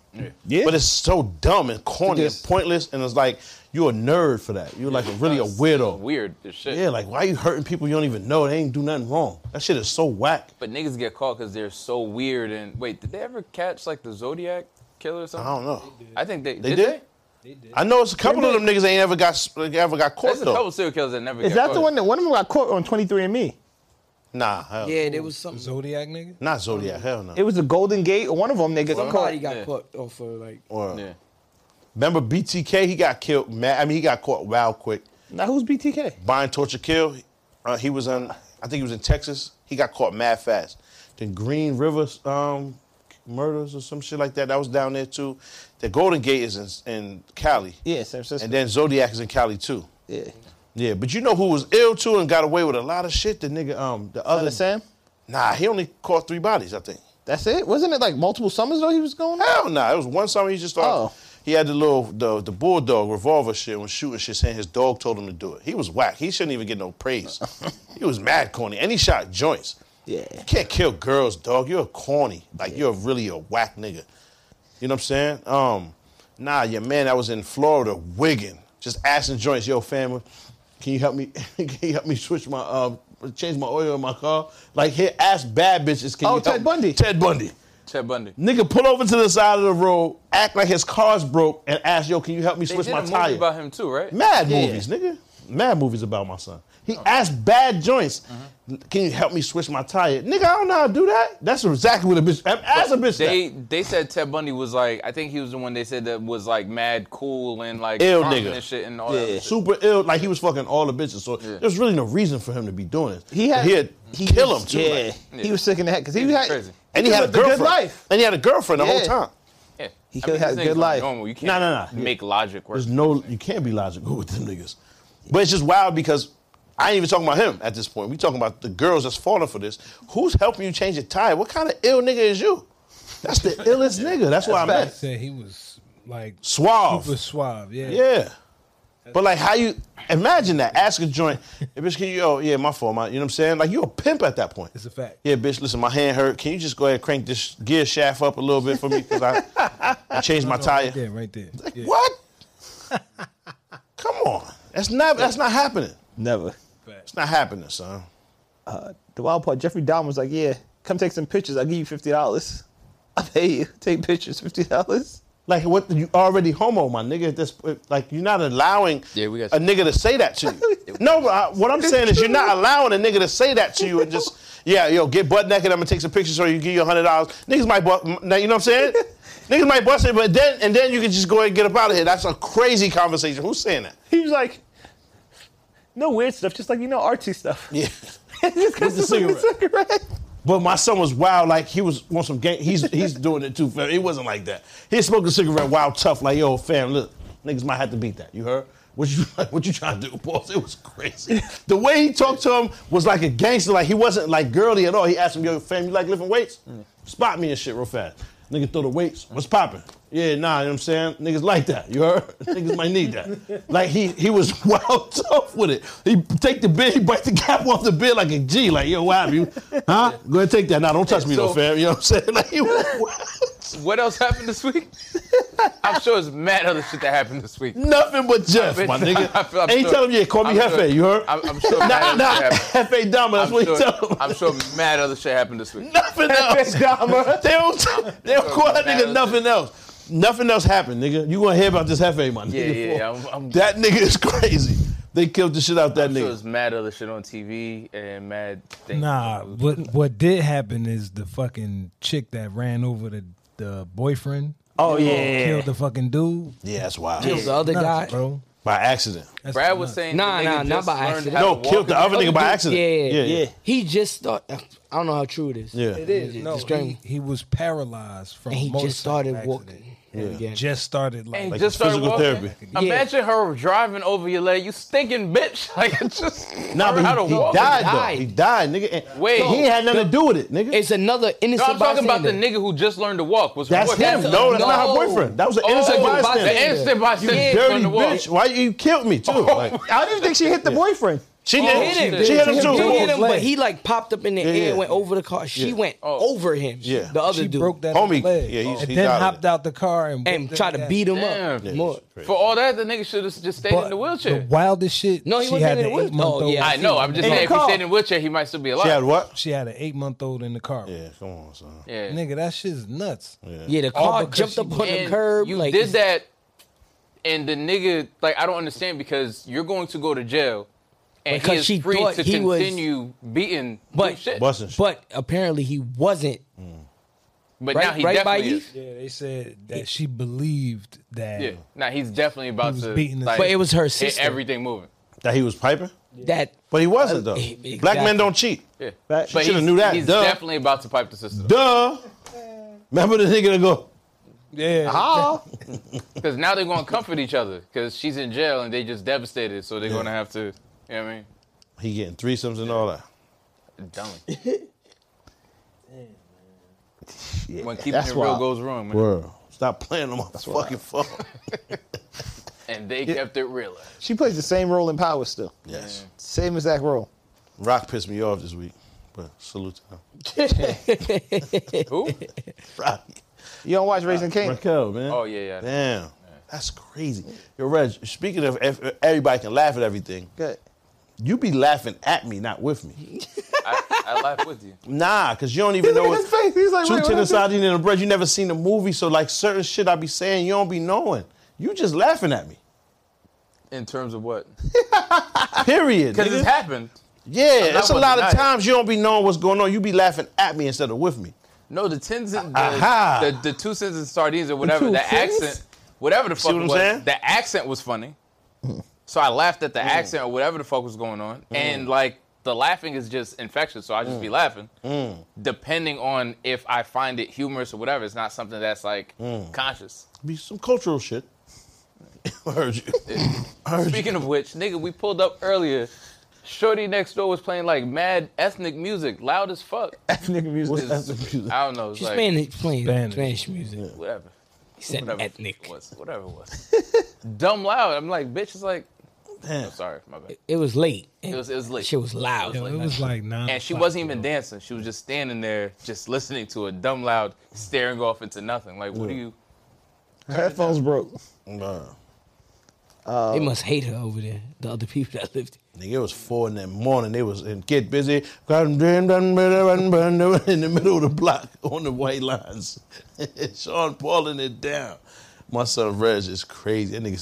[SPEAKER 3] Yeah.
[SPEAKER 1] But it's so dumb and corny and
[SPEAKER 3] Yes.
[SPEAKER 1] pointless, and it's like you're a nerd for that. You're like a, really a weirdo.
[SPEAKER 2] weird as shit.
[SPEAKER 1] Yeah, like why you hurting people you don't even know? They ain't do nothing wrong. That shit is so whack.
[SPEAKER 2] But niggas get caught because they're so weird. And wait, did they ever catch like the Zodiac killer or
[SPEAKER 1] I
[SPEAKER 2] something?
[SPEAKER 1] don't know.
[SPEAKER 2] I think they,
[SPEAKER 1] They
[SPEAKER 2] did.
[SPEAKER 1] did? I know it's a couple of them niggas ain't ever got ever
[SPEAKER 2] They?
[SPEAKER 1] got caught
[SPEAKER 2] There's a couple
[SPEAKER 1] though.
[SPEAKER 2] serial killers that never.
[SPEAKER 3] Is
[SPEAKER 2] get
[SPEAKER 3] that
[SPEAKER 2] caught.
[SPEAKER 3] the one that one of them got caught on 23andMe?
[SPEAKER 1] Nah, hell,
[SPEAKER 6] Yeah, there was something.
[SPEAKER 5] Zodiac nigga.
[SPEAKER 1] not Zodiac. Hell no.
[SPEAKER 3] It was the Golden Gate or one of them they got caught.
[SPEAKER 6] Somebody got
[SPEAKER 2] Yeah.
[SPEAKER 6] caught off for like.
[SPEAKER 1] Or-
[SPEAKER 2] Yeah.
[SPEAKER 1] Remember BTK? He got killed. Mad, I mean, he got caught wild quick.
[SPEAKER 3] Now who's BTK?
[SPEAKER 1] Buying torture kill. Uh, he was in, I think he was in Texas. He got caught mad fast. Then Green River um, murders or some shit like that. That was down there too. The Golden Gate is in, in Cali,
[SPEAKER 3] Yeah, San Francisco.
[SPEAKER 1] and then Zodiac is in Cali too.
[SPEAKER 3] yeah.
[SPEAKER 1] Yeah, but you know who was ill too and got away with a lot of shit? The nigga, um, the
[SPEAKER 3] Other
[SPEAKER 1] other
[SPEAKER 3] Sam.
[SPEAKER 1] Nah, he only caught three bodies, I think.
[SPEAKER 3] That's it. Wasn't it like multiple summers though? He was going.
[SPEAKER 1] Hell no, nah. it was one summer he just started.
[SPEAKER 3] Oh.
[SPEAKER 1] He had the little the, the bulldog revolver shit and was shooting shit, saying his dog told him to do it. He was whack. He shouldn't even get no praise. he was mad corny, and he shot joints.
[SPEAKER 3] Yeah.
[SPEAKER 1] you can't kill girls, dog. You're a corny. Like you're really a whack nigga. You know what I'm saying? Um, nah, your man that was in Florida wigging, just asking joints, yo, family, can you help me? Can you help me switch my um, change my oil in my car? Like here, ask bad bitches. Can
[SPEAKER 3] Oh,
[SPEAKER 1] you
[SPEAKER 3] Ted
[SPEAKER 1] help me?"
[SPEAKER 3] Bundy.
[SPEAKER 1] Ted Bundy.
[SPEAKER 2] Ted Bundy.
[SPEAKER 1] Nigga pull over to the side of the road, act like his car's broke, and ask, yo, can you help me
[SPEAKER 2] They
[SPEAKER 1] switch
[SPEAKER 2] did
[SPEAKER 1] my
[SPEAKER 2] a movie
[SPEAKER 1] tire?
[SPEAKER 2] about him too, right?
[SPEAKER 1] Mad
[SPEAKER 3] Yeah.
[SPEAKER 1] movies, nigga. Mad movies about my son. He asked bad joints,
[SPEAKER 2] Uh-huh.
[SPEAKER 1] can you help me switch my tire? Nigga, I don't know how to do that. That's exactly what a bitch, ask a bitch
[SPEAKER 2] They they said Ted Bundy was like I think he was the one they said that was like mad cool and like
[SPEAKER 1] Ill
[SPEAKER 2] confident
[SPEAKER 1] nigga.
[SPEAKER 2] shit and all
[SPEAKER 3] Yeah.
[SPEAKER 2] that.
[SPEAKER 1] that. Super ill, like he was fucking all the bitches. So there's really no reason for him to be doing this.
[SPEAKER 3] He had.
[SPEAKER 1] he had kill him too.
[SPEAKER 3] Yeah.
[SPEAKER 1] like-
[SPEAKER 3] He was sick in the head because he, had.
[SPEAKER 2] crazy.
[SPEAKER 1] and he had a
[SPEAKER 3] lived a good
[SPEAKER 1] girlfriend.
[SPEAKER 3] life.
[SPEAKER 1] And he had a girlfriend the whole
[SPEAKER 3] Yeah.
[SPEAKER 1] time.
[SPEAKER 2] Yeah.
[SPEAKER 3] He could've had
[SPEAKER 2] this
[SPEAKER 3] a
[SPEAKER 2] thing's
[SPEAKER 3] good
[SPEAKER 2] not
[SPEAKER 3] life.
[SPEAKER 2] normal. You can't
[SPEAKER 1] Nah, nah, nah.
[SPEAKER 2] make logic work.
[SPEAKER 1] There's no, you can't be logical with them niggas. But it's just wild because I ain't even talking about him at this point. We talking about the girls that's falling for this. Who's helping you change your tire? What kind of ill nigga is you? That's the illest nigga. That's what I
[SPEAKER 5] I
[SPEAKER 1] meant.
[SPEAKER 5] said he was like
[SPEAKER 1] Suave.
[SPEAKER 5] super suave. Yeah.
[SPEAKER 1] Yeah. But like, how you imagine that? Ask a joint, hey, bitch. Can you? Oh, yeah, my fault. My, you know what I'm saying? Like, you a pimp at that point.
[SPEAKER 5] It's a fact.
[SPEAKER 1] Yeah, bitch. Listen, my hand hurt. Can you just go ahead and crank this gear shaft up a little bit for me? Cause I, I changed my
[SPEAKER 5] No,
[SPEAKER 1] tire.
[SPEAKER 5] Right there, right there. Yeah.
[SPEAKER 1] What? Come on. That's not that's not happening.
[SPEAKER 3] Never.
[SPEAKER 5] Fact.
[SPEAKER 1] It's not happening, son.
[SPEAKER 3] Uh, The wild part. Jeffrey Dahmer was like, "Yeah, come take some pictures. I'll give you fifty dollars. I pay you. Take pictures. Fifty dollars."
[SPEAKER 1] Like what you already homo, my nigga. At this like you're not allowing
[SPEAKER 2] Yeah, we got-
[SPEAKER 1] a nigga to say that to you. no, but I, what I'm saying is you're not allowing a nigga to say that to you and just yeah, yo, get butt naked. I'm gonna take some pictures, or you give you hundred dollars. Niggas might bust. Now you know what I'm saying? niggas might bust it, but then and then you can just go ahead and get up out of here. That's a crazy conversation. Who's saying that?
[SPEAKER 3] He was like, "No weird stuff. Just like you know, artsy stuff."
[SPEAKER 1] Yeah.
[SPEAKER 3] Just 'cause
[SPEAKER 1] With the
[SPEAKER 3] it's like a cigarette.
[SPEAKER 1] But my son was wild, like he was on some game. He's he's doing it too. Fam. It wasn't like that. He smoked a cigarette, wild tough, like yo, fam. Look, niggas might have to beat that. You heard? What you what you trying to do, boss? It was crazy. The way he talked to him was like a gangster. Like he wasn't like girly at all. He asked him, yo, fam, you like lifting weights? Spot me and shit real fast. Nigga throw the weights. What's poppin'? Yeah, nah, you know what I'm saying? Niggas like that. You heard? Niggas might need that. Like he he was wild tough with it. He take the bid, he bite the cap off the bid like a G, like, yo, why you? Huh? Go ahead take that. Nah, don't touch me though,
[SPEAKER 2] So-
[SPEAKER 1] fam. You know what I'm saying? Like he was wild.
[SPEAKER 2] What else happened this week? I'm sure it's mad other shit that happened this week.
[SPEAKER 1] Nothing but Jeff, my nigga.
[SPEAKER 2] I feel- I'm
[SPEAKER 1] Ain't
[SPEAKER 2] sure-
[SPEAKER 1] tell him yeah, call me
[SPEAKER 2] I'm
[SPEAKER 1] Hefe,
[SPEAKER 2] sure-
[SPEAKER 1] you heard?
[SPEAKER 2] I'm- I'm sure
[SPEAKER 1] Nah,
[SPEAKER 2] mad
[SPEAKER 1] nah,
[SPEAKER 2] other shit
[SPEAKER 1] Hefe Dama, that's
[SPEAKER 2] I'm
[SPEAKER 1] what
[SPEAKER 2] sure,
[SPEAKER 1] he tell him.
[SPEAKER 2] I'm sure mad other shit happened this week.
[SPEAKER 1] nothing else. they don't, they don't call that nigga nothing else. Nothing else happened, nigga. You gonna hear about this Hefe, my
[SPEAKER 2] Yeah,
[SPEAKER 1] nigga.
[SPEAKER 2] yeah, yeah, I'm- I'm-
[SPEAKER 1] that nigga is crazy. They killed the shit out that
[SPEAKER 2] I'm sure
[SPEAKER 1] nigga.
[SPEAKER 2] it's mad other shit on TV and mad things.
[SPEAKER 5] Nah, what what did happen is the fucking chick that ran over the the boyfriend.
[SPEAKER 3] Oh
[SPEAKER 5] Killed the fucking dude.
[SPEAKER 1] Yeah, that's wild.
[SPEAKER 6] Kills the other
[SPEAKER 5] Nuts,
[SPEAKER 6] guy.
[SPEAKER 5] bro.
[SPEAKER 1] By accident.
[SPEAKER 5] That's
[SPEAKER 2] Brad was
[SPEAKER 5] nuts.
[SPEAKER 2] saying
[SPEAKER 6] Nah,
[SPEAKER 2] the nigga
[SPEAKER 6] nah, not
[SPEAKER 2] just
[SPEAKER 6] by
[SPEAKER 2] learned
[SPEAKER 6] accident.
[SPEAKER 2] how to
[SPEAKER 1] No,
[SPEAKER 2] walk
[SPEAKER 1] killed the
[SPEAKER 2] again.
[SPEAKER 1] other nigga by accident.
[SPEAKER 6] Yeah, yeah,
[SPEAKER 1] yeah.
[SPEAKER 3] Yeah.
[SPEAKER 6] He just thought. I don't know how true it is.
[SPEAKER 1] Yeah. It
[SPEAKER 5] It is. No,
[SPEAKER 6] Describe
[SPEAKER 5] he,
[SPEAKER 6] him.
[SPEAKER 5] he was paralyzed from.
[SPEAKER 6] And he
[SPEAKER 5] a
[SPEAKER 6] just started
[SPEAKER 5] motorcycle accident.
[SPEAKER 6] walking. Yeah.
[SPEAKER 5] Just started like.
[SPEAKER 2] And
[SPEAKER 1] Like
[SPEAKER 2] just started
[SPEAKER 1] physical
[SPEAKER 2] walking.
[SPEAKER 1] therapy.
[SPEAKER 6] Yeah.
[SPEAKER 2] Imagine her driving over your leg. You stinking bitch. Like it's just
[SPEAKER 1] Nah,
[SPEAKER 2] learn how
[SPEAKER 1] but
[SPEAKER 2] to
[SPEAKER 1] he, he
[SPEAKER 2] walk.
[SPEAKER 1] died,
[SPEAKER 6] died.
[SPEAKER 1] though. He died, nigga. And
[SPEAKER 2] Wait.
[SPEAKER 1] he ain't had nothing to do with it, nigga.
[SPEAKER 6] It's another
[SPEAKER 2] No,
[SPEAKER 6] innocent
[SPEAKER 2] I'm talking about the
[SPEAKER 6] bystander.
[SPEAKER 2] nigga who just learned to walk. Was
[SPEAKER 1] that's
[SPEAKER 2] walking.
[SPEAKER 1] him.
[SPEAKER 6] that's
[SPEAKER 1] no,
[SPEAKER 6] a-
[SPEAKER 1] that's not her
[SPEAKER 6] no.
[SPEAKER 1] boyfriend. That was an innocent
[SPEAKER 2] Oh,
[SPEAKER 1] bystander.
[SPEAKER 2] The innocent
[SPEAKER 1] You
[SPEAKER 2] bystander
[SPEAKER 1] dirty
[SPEAKER 2] learned to walk.
[SPEAKER 1] bitch. Why you killed me too? Like,
[SPEAKER 3] I don't even think she hit the boyfriend.
[SPEAKER 1] she
[SPEAKER 2] Oh,
[SPEAKER 1] did.
[SPEAKER 2] she
[SPEAKER 1] She,
[SPEAKER 2] did.
[SPEAKER 1] she hit him
[SPEAKER 6] He
[SPEAKER 1] too.
[SPEAKER 6] Oh, hit him,
[SPEAKER 5] Leg.
[SPEAKER 6] but he like popped up in the air,
[SPEAKER 1] yeah.
[SPEAKER 6] went over the car. She
[SPEAKER 1] Yeah.
[SPEAKER 6] went
[SPEAKER 2] Oh.
[SPEAKER 6] over him.
[SPEAKER 1] Yeah.
[SPEAKER 6] the other
[SPEAKER 5] She
[SPEAKER 6] dude
[SPEAKER 5] broke that
[SPEAKER 1] Homie,
[SPEAKER 5] leg.
[SPEAKER 1] yeah, he's-
[SPEAKER 5] and
[SPEAKER 1] he
[SPEAKER 5] then
[SPEAKER 1] died.
[SPEAKER 5] hopped out the car and
[SPEAKER 6] and
[SPEAKER 5] whooped
[SPEAKER 6] tried
[SPEAKER 5] him
[SPEAKER 6] to
[SPEAKER 5] ass.
[SPEAKER 6] beat him up.
[SPEAKER 2] Damn.
[SPEAKER 6] More.
[SPEAKER 2] For all that, the nigga should have just stayed in
[SPEAKER 5] But
[SPEAKER 2] the wheelchair.
[SPEAKER 5] The wildest shit.
[SPEAKER 6] No, he
[SPEAKER 5] she
[SPEAKER 6] wasn't
[SPEAKER 5] had
[SPEAKER 6] in
[SPEAKER 5] an
[SPEAKER 6] the wheelchair.
[SPEAKER 5] eight month
[SPEAKER 6] Oh,
[SPEAKER 5] old.
[SPEAKER 6] yeah.
[SPEAKER 2] I know. I'm just
[SPEAKER 3] In the
[SPEAKER 2] saying, if he
[SPEAKER 3] car.
[SPEAKER 2] stayed in a wheelchair, he might still be alive.
[SPEAKER 1] She had what?
[SPEAKER 5] She had an eight month old in the car.
[SPEAKER 1] Yeah, come on, son.
[SPEAKER 2] Yeah.
[SPEAKER 5] Nigga, that shit's nuts.
[SPEAKER 6] Yeah, the
[SPEAKER 5] All
[SPEAKER 6] car
[SPEAKER 5] because
[SPEAKER 6] jumped
[SPEAKER 5] she-
[SPEAKER 6] up on the
[SPEAKER 2] And
[SPEAKER 6] curb.
[SPEAKER 2] You
[SPEAKER 6] like,
[SPEAKER 2] did that, and the nigga, like, I don't understand because you're going to go to jail, and
[SPEAKER 6] Because
[SPEAKER 2] he
[SPEAKER 6] she
[SPEAKER 2] is free
[SPEAKER 6] thought
[SPEAKER 2] to
[SPEAKER 6] he was-
[SPEAKER 2] continue beating.
[SPEAKER 6] But-
[SPEAKER 2] But shit. But,
[SPEAKER 1] Busting shit.
[SPEAKER 6] But apparently he wasn't.
[SPEAKER 2] Mm. now
[SPEAKER 6] Right,
[SPEAKER 2] he
[SPEAKER 6] right by
[SPEAKER 2] definitely
[SPEAKER 6] you.
[SPEAKER 2] is.
[SPEAKER 5] Yeah, they said that she believed that.
[SPEAKER 2] Yeah. Now he's definitely about
[SPEAKER 5] was
[SPEAKER 2] to.
[SPEAKER 5] beating the-
[SPEAKER 2] like,
[SPEAKER 6] But it was her
[SPEAKER 2] hit
[SPEAKER 6] sister.
[SPEAKER 2] Everything moving.
[SPEAKER 1] that he was piping,
[SPEAKER 6] That
[SPEAKER 1] but he wasn't
[SPEAKER 2] Uh,
[SPEAKER 1] though.
[SPEAKER 2] e-
[SPEAKER 6] Exactly.
[SPEAKER 1] Black men don't cheat.
[SPEAKER 2] Yeah.
[SPEAKER 3] But
[SPEAKER 1] She should
[SPEAKER 2] he's-
[SPEAKER 1] have knew that.
[SPEAKER 2] He's
[SPEAKER 1] Duh.
[SPEAKER 2] definitely about to pipe the system.
[SPEAKER 1] Duh. Remember the nigga that go,
[SPEAKER 5] Yeah.
[SPEAKER 2] How? Because now they're going to comfort each other because she's in jail and they just devastated, so they're going to have to. You know what I mean?
[SPEAKER 1] he getting threesomes and all that.
[SPEAKER 2] Dumb. when keeping
[SPEAKER 3] that's
[SPEAKER 2] it real
[SPEAKER 3] wild.
[SPEAKER 2] goes wrong, man.
[SPEAKER 1] Word. Stop playing on my fucking phone.
[SPEAKER 2] And they kept it realer.
[SPEAKER 3] She plays the same role in Power still.
[SPEAKER 1] Yes.
[SPEAKER 3] Same exact role.
[SPEAKER 1] Rock pissed me off this week, but salute to him.
[SPEAKER 2] Who?
[SPEAKER 1] Rock.
[SPEAKER 3] You don't watch Raising King?
[SPEAKER 1] Raquel, man.
[SPEAKER 2] Oh, yeah, yeah.
[SPEAKER 1] Damn. That's crazy. Yo, Reg, speaking of if everybody can laugh at everything,
[SPEAKER 3] Good.
[SPEAKER 1] you be laughing at me, not with me.
[SPEAKER 2] I, I laugh with you.
[SPEAKER 1] Nah, because you don't even know
[SPEAKER 3] Look at his face. He's like,
[SPEAKER 1] Two
[SPEAKER 3] wait, what
[SPEAKER 1] chicken
[SPEAKER 3] is this?
[SPEAKER 1] sardine and a bread. You never seen the movie, so like certain shit I be saying, you don't be knowing. You just laughing at me.
[SPEAKER 2] In terms of what?
[SPEAKER 1] Period.
[SPEAKER 2] Because
[SPEAKER 1] nigga.
[SPEAKER 2] it's happened.
[SPEAKER 1] yeah,
[SPEAKER 2] not
[SPEAKER 1] it's a
[SPEAKER 2] gonna
[SPEAKER 1] lot
[SPEAKER 2] deny
[SPEAKER 1] of
[SPEAKER 2] it.
[SPEAKER 1] times you don't be knowing what's going on. You be laughing at me instead of with me.
[SPEAKER 2] No, the tins and
[SPEAKER 1] Aha.
[SPEAKER 2] the, the, the two sins and sardines or whatever,
[SPEAKER 3] two
[SPEAKER 2] the,
[SPEAKER 3] fins?
[SPEAKER 2] accent, whatever the fuck
[SPEAKER 1] what
[SPEAKER 2] it
[SPEAKER 1] I'm
[SPEAKER 2] was,
[SPEAKER 1] saying? Mm.
[SPEAKER 2] the accent was funny. So I laughed at the accent or whatever the fuck was going on. And like the laughing is just infectious, so I just
[SPEAKER 1] Mm.
[SPEAKER 2] be laughing. Depending on if I find it humorous or whatever, it's not something that's like
[SPEAKER 3] Mm.
[SPEAKER 2] conscious.
[SPEAKER 1] Be some cultural shit. I heard you.
[SPEAKER 2] Speaking of which, nigga, we pulled up earlier. Shorty next door was playing like mad ethnic music, loud as fuck.
[SPEAKER 3] Ethnic music.
[SPEAKER 1] What's that music?
[SPEAKER 2] I don't know, it's
[SPEAKER 6] She's
[SPEAKER 2] like
[SPEAKER 6] playing, playing
[SPEAKER 5] Spanish.
[SPEAKER 6] Spanish. music.
[SPEAKER 2] whatever.
[SPEAKER 6] He said
[SPEAKER 2] whatever
[SPEAKER 6] ethnic.
[SPEAKER 2] it was, whatever it was. Dumb loud. I'm like, bitch. It's like,
[SPEAKER 1] Damn.
[SPEAKER 2] I'm sorry, my bad.
[SPEAKER 6] It was late.
[SPEAKER 2] It was, it was late.
[SPEAKER 6] Shit was loud.
[SPEAKER 5] Yo, it was like nine.
[SPEAKER 2] and she
[SPEAKER 5] o'clock,
[SPEAKER 2] wasn't even
[SPEAKER 5] yo.
[SPEAKER 2] dancing. She was just standing there, just listening to a dumb loud, staring off into nothing. Like, what do you?
[SPEAKER 3] Her headphones broke.
[SPEAKER 1] Nah.
[SPEAKER 6] they must hate her over there. The other people that lived.
[SPEAKER 1] Nigga, it was four in the morning. They was in get busy, in the middle of the block on the white lines. Sean Paulin it down. My son Reg is crazy. That nigga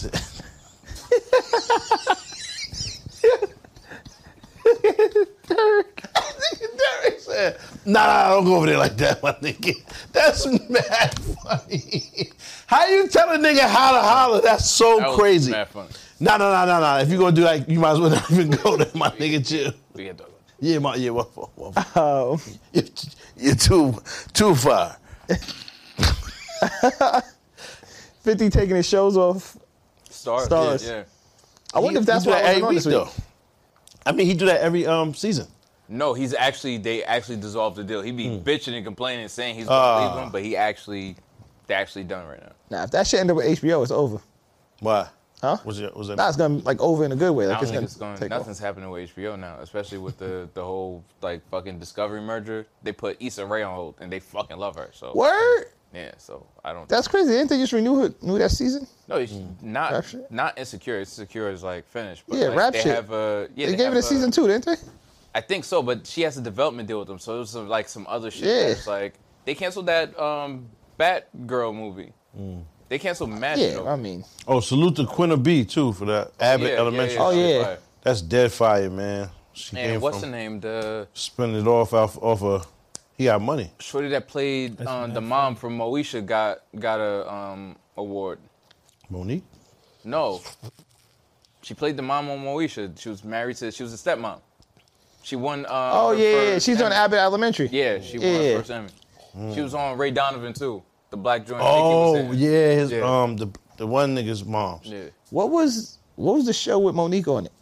[SPEAKER 1] said, Nigga, Derek said, Nah, nah, don't go over there like that, my nigga. That's mad funny. How you tell a nigga how to holler? That's so
[SPEAKER 2] That was
[SPEAKER 1] crazy.
[SPEAKER 2] mad funny.
[SPEAKER 1] No, no, no, no, no. If you're gonna do that, you might as well not even go there, my nigga. Chill.
[SPEAKER 2] We get dog.
[SPEAKER 1] Yeah, my yeah, what for? What for?
[SPEAKER 3] Oh.
[SPEAKER 1] You're, you're too too far.
[SPEAKER 3] 50 taking his shows off.
[SPEAKER 2] Stars.
[SPEAKER 3] Stars.
[SPEAKER 2] Yeah, yeah.
[SPEAKER 3] I wonder if that's
[SPEAKER 1] He do
[SPEAKER 3] why
[SPEAKER 1] that
[SPEAKER 3] I
[SPEAKER 1] every
[SPEAKER 3] was
[SPEAKER 1] week
[SPEAKER 3] this week.
[SPEAKER 1] though. I mean, he do that every um season.
[SPEAKER 2] No, he's actually. They actually dissolved the deal. He be bitching and complaining, saying he's gonna
[SPEAKER 1] Ah.
[SPEAKER 2] leave him, but he actually, they actually done right now.
[SPEAKER 3] Nah, if that shit end up with HBO, it's over.
[SPEAKER 1] Why?
[SPEAKER 3] Huh?
[SPEAKER 1] Was it was it?
[SPEAKER 3] Nah, it's gonna be like over in a good way. Like
[SPEAKER 2] I
[SPEAKER 3] it's
[SPEAKER 2] don't
[SPEAKER 3] gonna,
[SPEAKER 2] think it's going.
[SPEAKER 3] take
[SPEAKER 2] Nothing's
[SPEAKER 3] off.
[SPEAKER 2] happening with HBO now, especially with the the whole like fucking Discovery merger. They put Issa Rae on hold, and they fucking love her. So
[SPEAKER 3] Word.
[SPEAKER 2] Yeah, so I don't.
[SPEAKER 3] That's Hmm. crazy. Didn't they just renew her, renew that season?
[SPEAKER 2] no, it's not
[SPEAKER 3] Actually?
[SPEAKER 2] not insecure. Insecure is like finished. But
[SPEAKER 3] Yeah,
[SPEAKER 2] like,
[SPEAKER 3] rap
[SPEAKER 2] they
[SPEAKER 3] shit.
[SPEAKER 2] Have a, yeah,
[SPEAKER 3] They,
[SPEAKER 2] they
[SPEAKER 3] gave
[SPEAKER 2] have
[SPEAKER 3] it a season two, didn't they?
[SPEAKER 2] I think so, but she has a development deal with them, so it was some, like some other shit.
[SPEAKER 3] Yeah.
[SPEAKER 2] That's like they canceled that um Batgirl movie.
[SPEAKER 1] Mm.
[SPEAKER 2] They canceled Mad.
[SPEAKER 3] Yeah,
[SPEAKER 2] Show.
[SPEAKER 3] I mean,
[SPEAKER 1] oh, salute to Quinna B too for that Abbott Elementary.
[SPEAKER 3] Oh,
[SPEAKER 2] she was
[SPEAKER 3] yeah.
[SPEAKER 2] fire.
[SPEAKER 1] That's dead fire, man. She
[SPEAKER 2] And
[SPEAKER 1] came
[SPEAKER 2] what's the
[SPEAKER 1] from
[SPEAKER 2] name? The uh,
[SPEAKER 1] spinning it off off off a. He got money.
[SPEAKER 2] shorty that played um, the
[SPEAKER 5] not
[SPEAKER 2] mom from Moesha got got a um award.
[SPEAKER 1] Monique.
[SPEAKER 2] No. She played the mom on Moesha. She was married to. She was a stepmom. She won. Um,
[SPEAKER 3] oh
[SPEAKER 2] her
[SPEAKER 3] yeah, yeah, yeah.
[SPEAKER 2] first
[SPEAKER 3] she's on
[SPEAKER 2] Emmy.
[SPEAKER 3] Abbott Elementary.
[SPEAKER 2] Yeah, she won
[SPEAKER 3] Yeah.
[SPEAKER 2] her first Emmy. She was on Ray Donovan too. The black joint. I think he
[SPEAKER 1] Oh
[SPEAKER 2] was in.
[SPEAKER 1] yeah, his
[SPEAKER 2] Yeah.
[SPEAKER 1] um the the one nigga's mom's.
[SPEAKER 2] Yeah.
[SPEAKER 3] What was what was the show with Monique on it?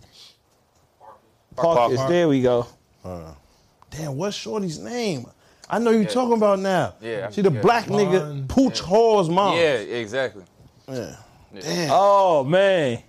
[SPEAKER 3] Parkers.
[SPEAKER 1] Parkers.
[SPEAKER 3] There we go.
[SPEAKER 1] Uh, Damn, what's Shorty's name? I know you talking about now.
[SPEAKER 2] Yeah, I
[SPEAKER 1] She the
[SPEAKER 2] forget.
[SPEAKER 1] black
[SPEAKER 5] Vaughn.
[SPEAKER 1] nigga Pooch Hall's mom.
[SPEAKER 2] Yeah, exactly.
[SPEAKER 1] Yeah. Damn.
[SPEAKER 3] Oh man,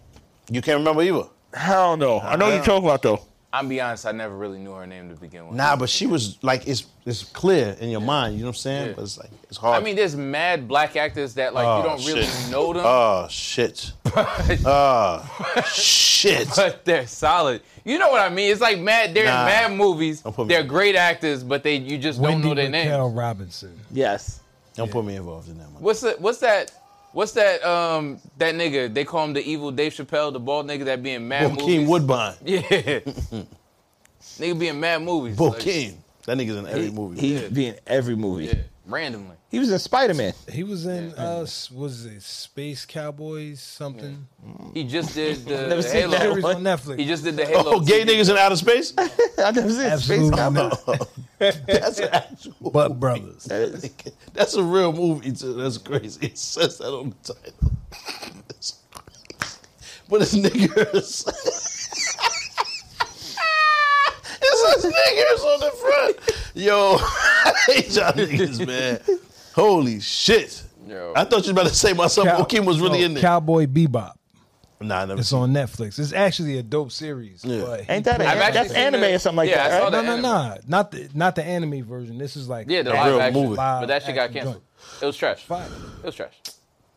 [SPEAKER 1] You can't remember either.
[SPEAKER 3] hell no. I know you talking about though.
[SPEAKER 2] I'm be honest. I never really knew her name to begin with.
[SPEAKER 1] Nah, but she was like it's it's clear in your mind, you know what I'm saying?
[SPEAKER 2] Yeah.
[SPEAKER 1] But it's like it's hard.
[SPEAKER 2] I mean, there's mad black actors that like
[SPEAKER 1] Oh,
[SPEAKER 2] you don't really
[SPEAKER 1] shit.
[SPEAKER 2] know them,
[SPEAKER 1] Oh shit. Oh shit.
[SPEAKER 2] but they're solid. You know what I mean? It's like mad. They're
[SPEAKER 1] Nah.
[SPEAKER 2] in mad movies.
[SPEAKER 1] Don't put me-
[SPEAKER 2] They're great actors, but they you just
[SPEAKER 5] Wendy
[SPEAKER 2] don't know their
[SPEAKER 5] Raquel
[SPEAKER 2] name.
[SPEAKER 5] Robinson.
[SPEAKER 3] Yes.
[SPEAKER 1] Don't put me involved in that one.
[SPEAKER 2] What's that? What's that? What's that? Um, that nigga. They call him the evil Dave Chappelle, the bald nigga that be in mad
[SPEAKER 1] Bokeem
[SPEAKER 2] movies.
[SPEAKER 1] Woodbine.
[SPEAKER 2] Yeah. nigga be in mad movies. like-
[SPEAKER 1] Bokeem. That nigga's in every movie.
[SPEAKER 3] He be in every movie.
[SPEAKER 2] Yeah. randomly.
[SPEAKER 3] He was in Spider Man.
[SPEAKER 5] He was in us. Was it Space Cowboys something?
[SPEAKER 1] Mm.
[SPEAKER 2] He just did the
[SPEAKER 3] Never seen that
[SPEAKER 2] Halo.
[SPEAKER 5] Series on Netflix.
[SPEAKER 2] He just did the Halo.
[SPEAKER 1] Oh, gay
[SPEAKER 2] TV.
[SPEAKER 1] niggas in outer space?
[SPEAKER 3] I never seen Space
[SPEAKER 5] Absolutely
[SPEAKER 3] Cowboy.
[SPEAKER 5] not.
[SPEAKER 1] That's an actual.
[SPEAKER 5] Butt Brothers.
[SPEAKER 1] That's a real movie. Too. That's crazy. It says that on the title. That's crazy. But it's niggers. it says niggers on the front. Yo, I hate y'all niggas, man. Holy shit.
[SPEAKER 2] Yo.
[SPEAKER 1] I thought you were about to say my son
[SPEAKER 5] Cow-
[SPEAKER 1] Joaquin was really
[SPEAKER 5] no,
[SPEAKER 1] in there.
[SPEAKER 5] Cowboy Bebop.
[SPEAKER 1] nah, I never.
[SPEAKER 5] It's on Netflix. It's actually a dope series.
[SPEAKER 1] Yeah.
[SPEAKER 5] but he
[SPEAKER 3] Ain't that a,
[SPEAKER 5] played-
[SPEAKER 2] I've actually
[SPEAKER 3] that's
[SPEAKER 2] seen
[SPEAKER 3] anime
[SPEAKER 2] the-
[SPEAKER 3] or something like
[SPEAKER 2] yeah, I
[SPEAKER 3] that?
[SPEAKER 2] saw
[SPEAKER 3] Right?
[SPEAKER 5] No,
[SPEAKER 2] the
[SPEAKER 5] no,
[SPEAKER 2] anime.
[SPEAKER 5] no. Not the not the anime version. This is like
[SPEAKER 2] Yeah, the
[SPEAKER 1] A
[SPEAKER 2] live
[SPEAKER 1] real
[SPEAKER 2] action.
[SPEAKER 1] movie.
[SPEAKER 2] But that shit got
[SPEAKER 5] action
[SPEAKER 2] canceled.
[SPEAKER 5] joint.
[SPEAKER 2] It was trash.
[SPEAKER 5] Fire.
[SPEAKER 2] It was trash.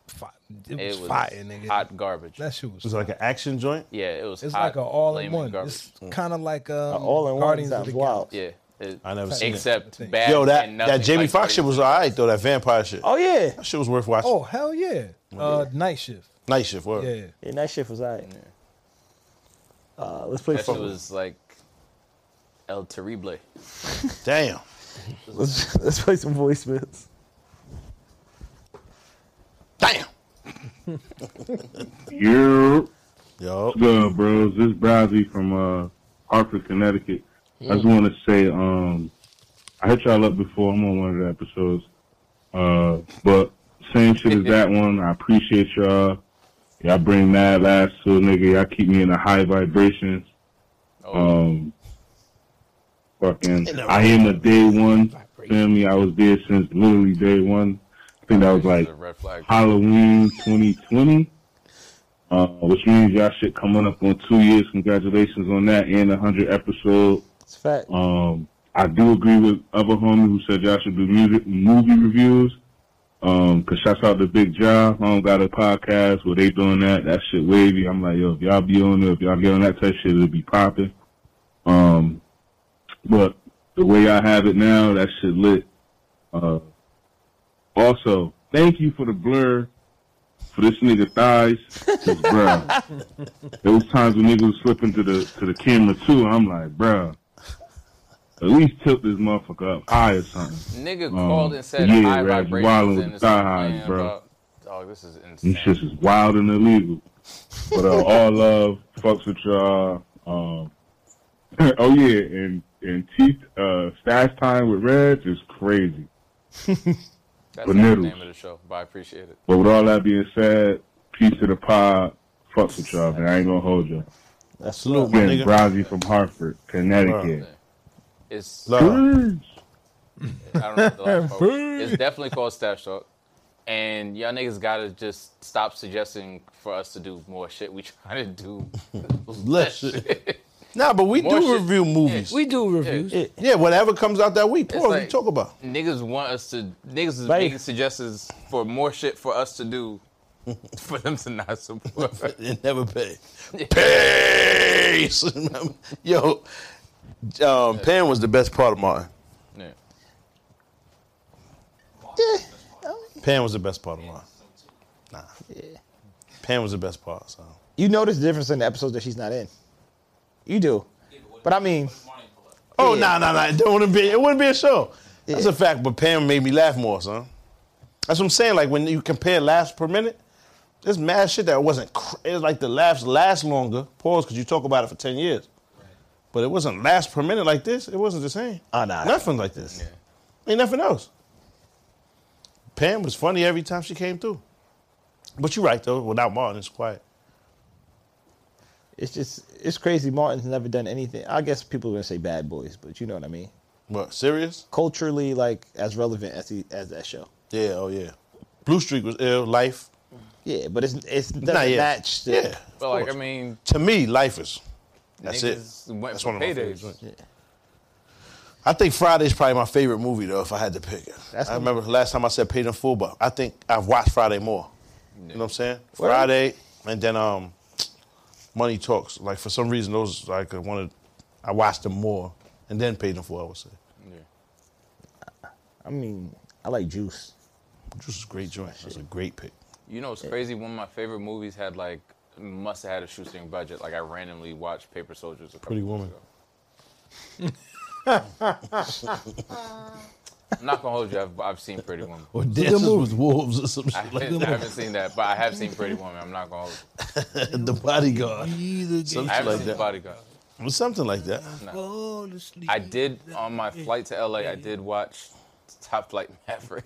[SPEAKER 5] Fire. It was,
[SPEAKER 2] It was
[SPEAKER 5] fire, nigga.
[SPEAKER 2] hot garbage.
[SPEAKER 5] That shit was.
[SPEAKER 1] It's like an action joint.
[SPEAKER 2] yeah, it was.
[SPEAKER 5] it's
[SPEAKER 2] hot,
[SPEAKER 5] like an all in
[SPEAKER 2] flaming
[SPEAKER 5] one.
[SPEAKER 2] Garbage.
[SPEAKER 5] It's kind of like um,
[SPEAKER 3] All in one
[SPEAKER 5] Guardians of
[SPEAKER 3] sounds
[SPEAKER 5] the
[SPEAKER 3] wild.
[SPEAKER 2] yeah, it-
[SPEAKER 1] I never seen it.
[SPEAKER 2] except
[SPEAKER 5] Yo,
[SPEAKER 2] bad.
[SPEAKER 1] Yo, that,
[SPEAKER 2] and nothing
[SPEAKER 1] that Jamie
[SPEAKER 2] like
[SPEAKER 1] Foxx shit
[SPEAKER 2] crazy.
[SPEAKER 1] was all right, though. That vampire shit.
[SPEAKER 3] Oh yeah.
[SPEAKER 1] That shit was worth watching.
[SPEAKER 5] Oh hell yeah! Uh, Night shift.
[SPEAKER 1] Night shift, word.
[SPEAKER 5] Yeah.
[SPEAKER 3] Yeah, that shit was alright. Uh, let's play.
[SPEAKER 2] That shit
[SPEAKER 3] Fuck,
[SPEAKER 2] was like El Terrible.
[SPEAKER 1] Damn.
[SPEAKER 3] let's, let's play some voicemails.
[SPEAKER 1] Damn.
[SPEAKER 8] You're
[SPEAKER 1] Yo.
[SPEAKER 8] good, bros. This is Browsy from uh, Hartford, Connecticut. I just want to say, um, I hit y'all up before. I'm on one of the episodes. Uh, but same shit as that one. I appreciate y'all. Y'all bring mad laughs to a nigga. Y'all keep me in the high vibrations.
[SPEAKER 2] Oh,
[SPEAKER 8] Um, fucking, I am a day one. Feel me? I was there since literally day one. I think that was
[SPEAKER 2] this
[SPEAKER 8] like
[SPEAKER 2] is a red flag.
[SPEAKER 8] Halloween 2020, uh, which means y'all shit coming up on two years. Congratulations on that and 100 episode.
[SPEAKER 3] It's a fact.
[SPEAKER 8] Um, I do agree with other homie who said y'all should do music movie reviews. Um, cause shouts out to Big John, Home got a podcast where they doing that. That shit wavy. I'm like, yo, if y'all be on there, if y'all get on that type shit, it'll be popping. Um, but the way I have it now, that shit lit. Uh, also, thank you for the blur for this nigga thighs. 'cause, bruh, there was times when niggas was slipping to the to the camera too. and I'm like, bruh, at least tilt this motherfucker up high or something.
[SPEAKER 2] Nigga
[SPEAKER 8] um,
[SPEAKER 2] called and said
[SPEAKER 8] yeah,
[SPEAKER 2] high
[SPEAKER 8] Raj,
[SPEAKER 2] vibrations.
[SPEAKER 8] Wallow
[SPEAKER 2] and it's
[SPEAKER 8] thigh
[SPEAKER 2] playing
[SPEAKER 8] highs, bro.
[SPEAKER 2] about- Dog, this is
[SPEAKER 8] These
[SPEAKER 2] insane.
[SPEAKER 8] shits is wild and illegal. But uh, all love, fucks with y'all. Um, oh yeah, and and teeth uh, stash time with Reg is crazy.
[SPEAKER 2] That's the name
[SPEAKER 8] Bananas.
[SPEAKER 2] of the show, but I appreciate it.
[SPEAKER 8] But with all that being said, peace to the pod. Fucks with y'all, man. I ain't gonna hold y'all.
[SPEAKER 1] That's salute, my
[SPEAKER 8] Again,
[SPEAKER 1] nigga.
[SPEAKER 8] Browsy from Hartford, Connecticut.
[SPEAKER 2] It's
[SPEAKER 1] Love.
[SPEAKER 8] Peace.
[SPEAKER 2] I don't know what the last part was. It's definitely called Stash Talk. And y'all niggas gotta just stop suggesting for us to do more shit. We try to do
[SPEAKER 1] Less shit. Nah, but we
[SPEAKER 2] More
[SPEAKER 1] do
[SPEAKER 2] shit.
[SPEAKER 1] review movies.
[SPEAKER 6] We do reviews.
[SPEAKER 3] Yeah.
[SPEAKER 1] Yeah, whatever comes out that week, Paul,
[SPEAKER 2] like-
[SPEAKER 1] we talk about.
[SPEAKER 2] Niggas want us to niggas is
[SPEAKER 3] Right.
[SPEAKER 2] making suggestions for more shit for us to do for them to not support.
[SPEAKER 1] It never pay. Peace. Yo, um, Pan was the best part of Martin.
[SPEAKER 2] Yeah.
[SPEAKER 1] Pan was the best part of Martin. Nah. Pan was the best part. So
[SPEAKER 3] You notice the difference in the episodes that she's not in. You do. But I mean,
[SPEAKER 1] Oh no no no! It wouldn't be it wouldn't be a show. That's a fact. But Pam made me laugh more, son. That's what I'm saying. Like when you compare laughs per minute, there's mad shit that wasn't. Cr- it was like the laughs last longer. Pause because you talk about it for ten years, but it wasn't last per minute like this. It wasn't the same.
[SPEAKER 3] Oh, nah.
[SPEAKER 1] nothing like this. Ain't nothing else. Pam was funny every time she came through. But you're right though. Without Martin, it's quiet.
[SPEAKER 3] it's just it's crazy. Martin's never done anything. I guess people are gonna say Bad Boys, but you know what I mean.
[SPEAKER 1] What serious?
[SPEAKER 3] Culturally, like as relevant as he, as that show.
[SPEAKER 1] Yeah. Oh yeah. Blue Streak was ill. Life.
[SPEAKER 3] Yeah, but it's it's doesn't
[SPEAKER 1] Not yet.
[SPEAKER 3] match. The,
[SPEAKER 1] Yeah.
[SPEAKER 2] But like I mean
[SPEAKER 1] To me, life is. That's
[SPEAKER 2] niggas
[SPEAKER 1] it.
[SPEAKER 2] went
[SPEAKER 1] That's
[SPEAKER 2] for
[SPEAKER 1] one of my favorite
[SPEAKER 2] paydays.
[SPEAKER 1] joints. I think Friday's probably my favorite movie though, if I had to pick it.
[SPEAKER 3] That's
[SPEAKER 1] I
[SPEAKER 3] the-
[SPEAKER 1] remember last time I said paid in full, but I think I've watched Friday more. You know what I'm saying?
[SPEAKER 3] Well-
[SPEAKER 1] Friday and then um Money Talks. Like for some reason those like I wanted I watched them more and then paid in full, I would say.
[SPEAKER 3] I mean, I like Juice.
[SPEAKER 1] Which was a great joint. That's a great pick.
[SPEAKER 2] You know, it's crazy. One of my favorite movies had like must have had a shoestring budget. Like I randomly watched Paper Soldiers. A couple
[SPEAKER 1] Pretty
[SPEAKER 2] years
[SPEAKER 1] Woman.
[SPEAKER 2] ago. I'm not gonna hold you. I've, I've seen Pretty Woman.
[SPEAKER 1] Or dances with wolves or some
[SPEAKER 2] I,
[SPEAKER 1] shit like
[SPEAKER 2] haven't- I
[SPEAKER 1] that.
[SPEAKER 2] haven't seen that, but I have seen Pretty Woman. I'm not gonna hold you.
[SPEAKER 1] the bodyguard.
[SPEAKER 5] Either
[SPEAKER 1] Some
[SPEAKER 2] I
[SPEAKER 1] shit
[SPEAKER 2] haven't
[SPEAKER 1] like
[SPEAKER 2] seen The
[SPEAKER 1] that.
[SPEAKER 2] Bodyguard.
[SPEAKER 1] Or something like that.
[SPEAKER 5] fall asleep.
[SPEAKER 2] I did on my flight to LA. I did watch Top Flight Maverick.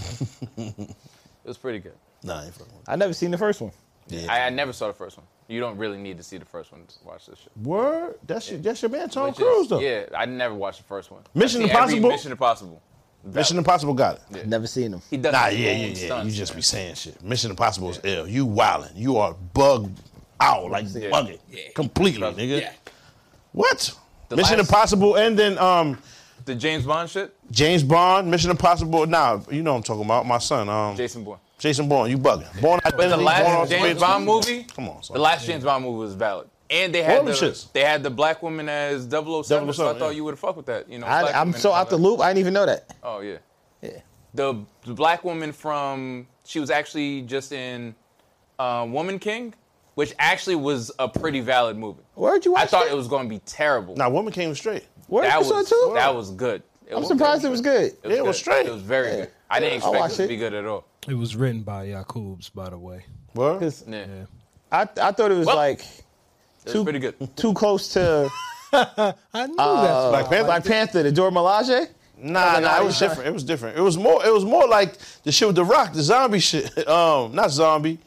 [SPEAKER 2] it was pretty good.
[SPEAKER 1] Nah, I ain't fucking with
[SPEAKER 3] I never seen the first one.
[SPEAKER 1] it. yeah.
[SPEAKER 2] I, I never saw the first one. You don't really need to see the first one to watch this shit.
[SPEAKER 1] Word? That's your, that's your man, Tom
[SPEAKER 2] Which is-
[SPEAKER 1] Cruise, though.
[SPEAKER 2] Yeah, I never watched the first one.
[SPEAKER 1] Mission
[SPEAKER 2] I see every
[SPEAKER 1] Impossible?
[SPEAKER 2] Mission Impossible.
[SPEAKER 1] Mission Impossible got it.
[SPEAKER 3] Never seen them.
[SPEAKER 2] He does
[SPEAKER 1] Nah,
[SPEAKER 2] his
[SPEAKER 1] yeah,
[SPEAKER 2] own
[SPEAKER 1] yeah, yeah. You
[SPEAKER 2] stunts,
[SPEAKER 1] just be
[SPEAKER 2] man.
[SPEAKER 1] saying shit. Mission Impossible is ill. You wildin'. You are bug out, like bugging. Completely, nigga.
[SPEAKER 2] Yeah.
[SPEAKER 1] What?
[SPEAKER 2] The
[SPEAKER 1] Mission
[SPEAKER 2] last-
[SPEAKER 1] Impossible and then um
[SPEAKER 2] the James Bond shit.
[SPEAKER 1] James Bond, Mission Impossible. Nah, you know what I'm talking about. My son, um
[SPEAKER 2] Jason Bourne.
[SPEAKER 1] Jason Bourne, you bugging. Born out
[SPEAKER 2] But the
[SPEAKER 1] Born
[SPEAKER 2] last
[SPEAKER 1] out-
[SPEAKER 2] James Bond movie.
[SPEAKER 1] Come on, son.
[SPEAKER 2] The last James Bond movie was valid. And they had
[SPEAKER 1] All
[SPEAKER 2] the,
[SPEAKER 1] them shits.
[SPEAKER 2] they had the black woman as 007, so I
[SPEAKER 1] 007,
[SPEAKER 2] thought
[SPEAKER 1] yeah.
[SPEAKER 2] you would have fucked with that. You know,
[SPEAKER 3] I,
[SPEAKER 2] black
[SPEAKER 3] I'm
[SPEAKER 2] women
[SPEAKER 3] so
[SPEAKER 2] and all
[SPEAKER 3] out the
[SPEAKER 2] that.
[SPEAKER 3] loop. I didn't even know that.
[SPEAKER 2] Oh yeah.
[SPEAKER 3] Yeah.
[SPEAKER 2] The, the black woman from she was actually just in uh, Woman King, which actually was a pretty valid movie.
[SPEAKER 3] Where'd you watch
[SPEAKER 2] I thought
[SPEAKER 3] that?
[SPEAKER 2] it was going to be terrible.
[SPEAKER 1] Now woman came straight.
[SPEAKER 3] Where'd
[SPEAKER 2] that
[SPEAKER 3] you saw it
[SPEAKER 2] was
[SPEAKER 3] too?
[SPEAKER 2] that was good. It
[SPEAKER 3] I'm surprised it was good.
[SPEAKER 1] Yeah, it was
[SPEAKER 2] good.
[SPEAKER 1] straight.
[SPEAKER 2] It was very good. I didn't
[SPEAKER 3] I
[SPEAKER 2] expect
[SPEAKER 3] watched
[SPEAKER 2] it to
[SPEAKER 3] it.
[SPEAKER 2] be good at all.
[SPEAKER 5] It was written by Yakubs, by the way.
[SPEAKER 1] Word?
[SPEAKER 3] Cause
[SPEAKER 2] Yeah, it
[SPEAKER 3] I, I thought it was
[SPEAKER 2] Well-
[SPEAKER 3] like
[SPEAKER 2] was
[SPEAKER 3] Two-
[SPEAKER 2] pretty good.
[SPEAKER 3] too close to
[SPEAKER 5] I knew
[SPEAKER 1] Black Panther.
[SPEAKER 3] Uh, Black Panther, the Dora Milaje.
[SPEAKER 1] Nah, nah, it was different. It was different. It was more. It was more like the shit with the Rock, the zombie shit. Um, not zombie.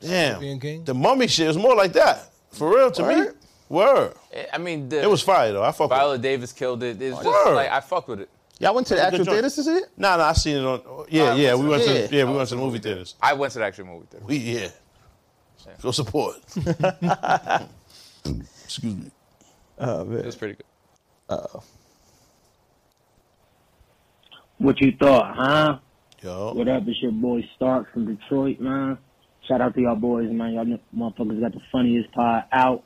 [SPEAKER 1] Damn,
[SPEAKER 5] Scorpion King?
[SPEAKER 1] the mummy shit. It was more like that. For real, to me.
[SPEAKER 3] Word?
[SPEAKER 1] Word.
[SPEAKER 2] I mean, the,
[SPEAKER 1] It was fire though. I fuck with.
[SPEAKER 2] Viola Davis killed it. It's just
[SPEAKER 1] Word.
[SPEAKER 2] like I fucked with it.
[SPEAKER 3] Y'all went to the
[SPEAKER 1] It was a
[SPEAKER 3] actual
[SPEAKER 1] good joint.
[SPEAKER 3] theaters to see it?
[SPEAKER 1] Nah, nah. I seen it on. Yeah,
[SPEAKER 2] I
[SPEAKER 1] yeah.
[SPEAKER 2] went
[SPEAKER 1] We
[SPEAKER 2] to
[SPEAKER 1] went
[SPEAKER 3] the-
[SPEAKER 1] to. Yeah, we went
[SPEAKER 2] was
[SPEAKER 1] to the movie theaters.
[SPEAKER 2] I went to the actual movie theater.
[SPEAKER 1] We yeah. Go support. Excuse me.
[SPEAKER 3] Oh
[SPEAKER 2] It
[SPEAKER 3] man.
[SPEAKER 2] was pretty good.
[SPEAKER 9] What you thought, huh?
[SPEAKER 1] Yo.
[SPEAKER 9] What up? It's your boy Stark from Detroit, man. Shout out to y'all boys, man. Y'all n- motherfuckers got the funniest pod out.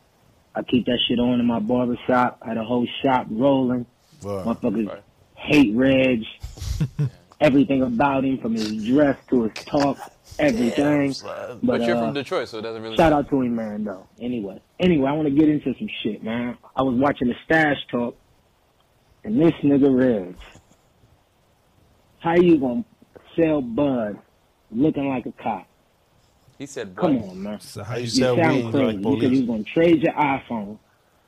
[SPEAKER 9] I keep that shit on in my barber shop. I had a whole shop rolling.
[SPEAKER 1] Word.
[SPEAKER 9] Motherfuckers
[SPEAKER 2] Right.
[SPEAKER 9] hate Reg. Everything about him, from his dress to his talk, everything.
[SPEAKER 1] son.
[SPEAKER 9] But,
[SPEAKER 2] But, you're
[SPEAKER 9] uh,
[SPEAKER 2] from Detroit, so it doesn't really.
[SPEAKER 9] Shout out to him, man, though. Anyway, anyway, I want to get into some shit, man. I was watching the stash talk, and this nigga Reg. How you gonna sell Bud looking like a cop?
[SPEAKER 2] He said,
[SPEAKER 9] Come
[SPEAKER 2] "What?"
[SPEAKER 9] on, man.
[SPEAKER 5] So
[SPEAKER 1] How
[SPEAKER 5] how
[SPEAKER 1] you
[SPEAKER 5] you
[SPEAKER 9] You
[SPEAKER 1] sell
[SPEAKER 9] sound
[SPEAKER 1] weed
[SPEAKER 9] crazy.
[SPEAKER 1] like
[SPEAKER 9] you said you
[SPEAKER 1] police?
[SPEAKER 9] was gonna trade your iPhone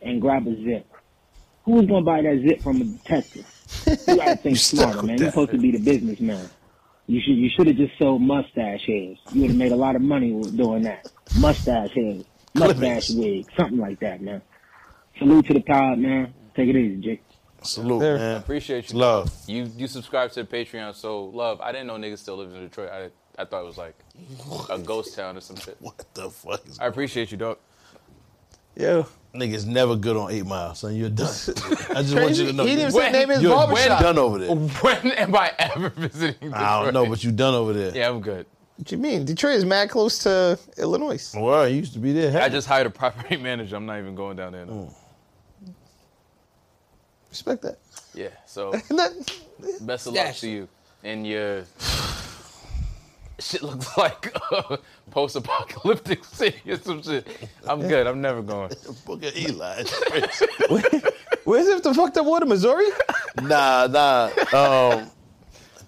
[SPEAKER 9] and grab a zip. Who's gonna buy that zip from a detective? You gotta think smarter, man. You're supposed to be the businessman. You should you should have just sold mustache hairs. You would have made a lot of money with doing that. Mustache hairs, mustache wig, something like that, man. Salute to the pod, man. Take it easy, Jake.
[SPEAKER 1] Salute,
[SPEAKER 3] There.
[SPEAKER 1] man.
[SPEAKER 2] Appreciate you.
[SPEAKER 1] Love.
[SPEAKER 2] You you subscribe to the Patreon, so love. I didn't know niggas still live in Detroit. I I thought it was like a ghost town or some shit.
[SPEAKER 1] What the fuck is
[SPEAKER 2] I appreciate you, dog.
[SPEAKER 3] Yo.
[SPEAKER 1] Niggas never good on eight miles, son. You're done. I just want you
[SPEAKER 3] Crazy.
[SPEAKER 1] to
[SPEAKER 3] He
[SPEAKER 1] know.
[SPEAKER 3] didn't even
[SPEAKER 1] you're-
[SPEAKER 3] say name his
[SPEAKER 1] you're
[SPEAKER 3] barber shop.
[SPEAKER 1] done over there.
[SPEAKER 2] When am I ever visiting? Detroit?
[SPEAKER 1] I don't know, but you done over there.
[SPEAKER 2] yeah, I'm good.
[SPEAKER 3] What you mean? Detroit is mad close to Illinois.
[SPEAKER 1] Well, you used to be there.
[SPEAKER 2] I just hired a property manager. I'm not even going down there.
[SPEAKER 1] Mm.
[SPEAKER 2] No.
[SPEAKER 3] Respect that.
[SPEAKER 2] Yeah. So
[SPEAKER 3] That-
[SPEAKER 2] best of luck
[SPEAKER 6] Stash.
[SPEAKER 2] to you and your. Shit looks like a post-apocalyptic city or some shit. I'm good. I'm never going.
[SPEAKER 1] Booker Eli.
[SPEAKER 3] Where's it the fucked up water? Missouri?
[SPEAKER 1] nah, nah. Um,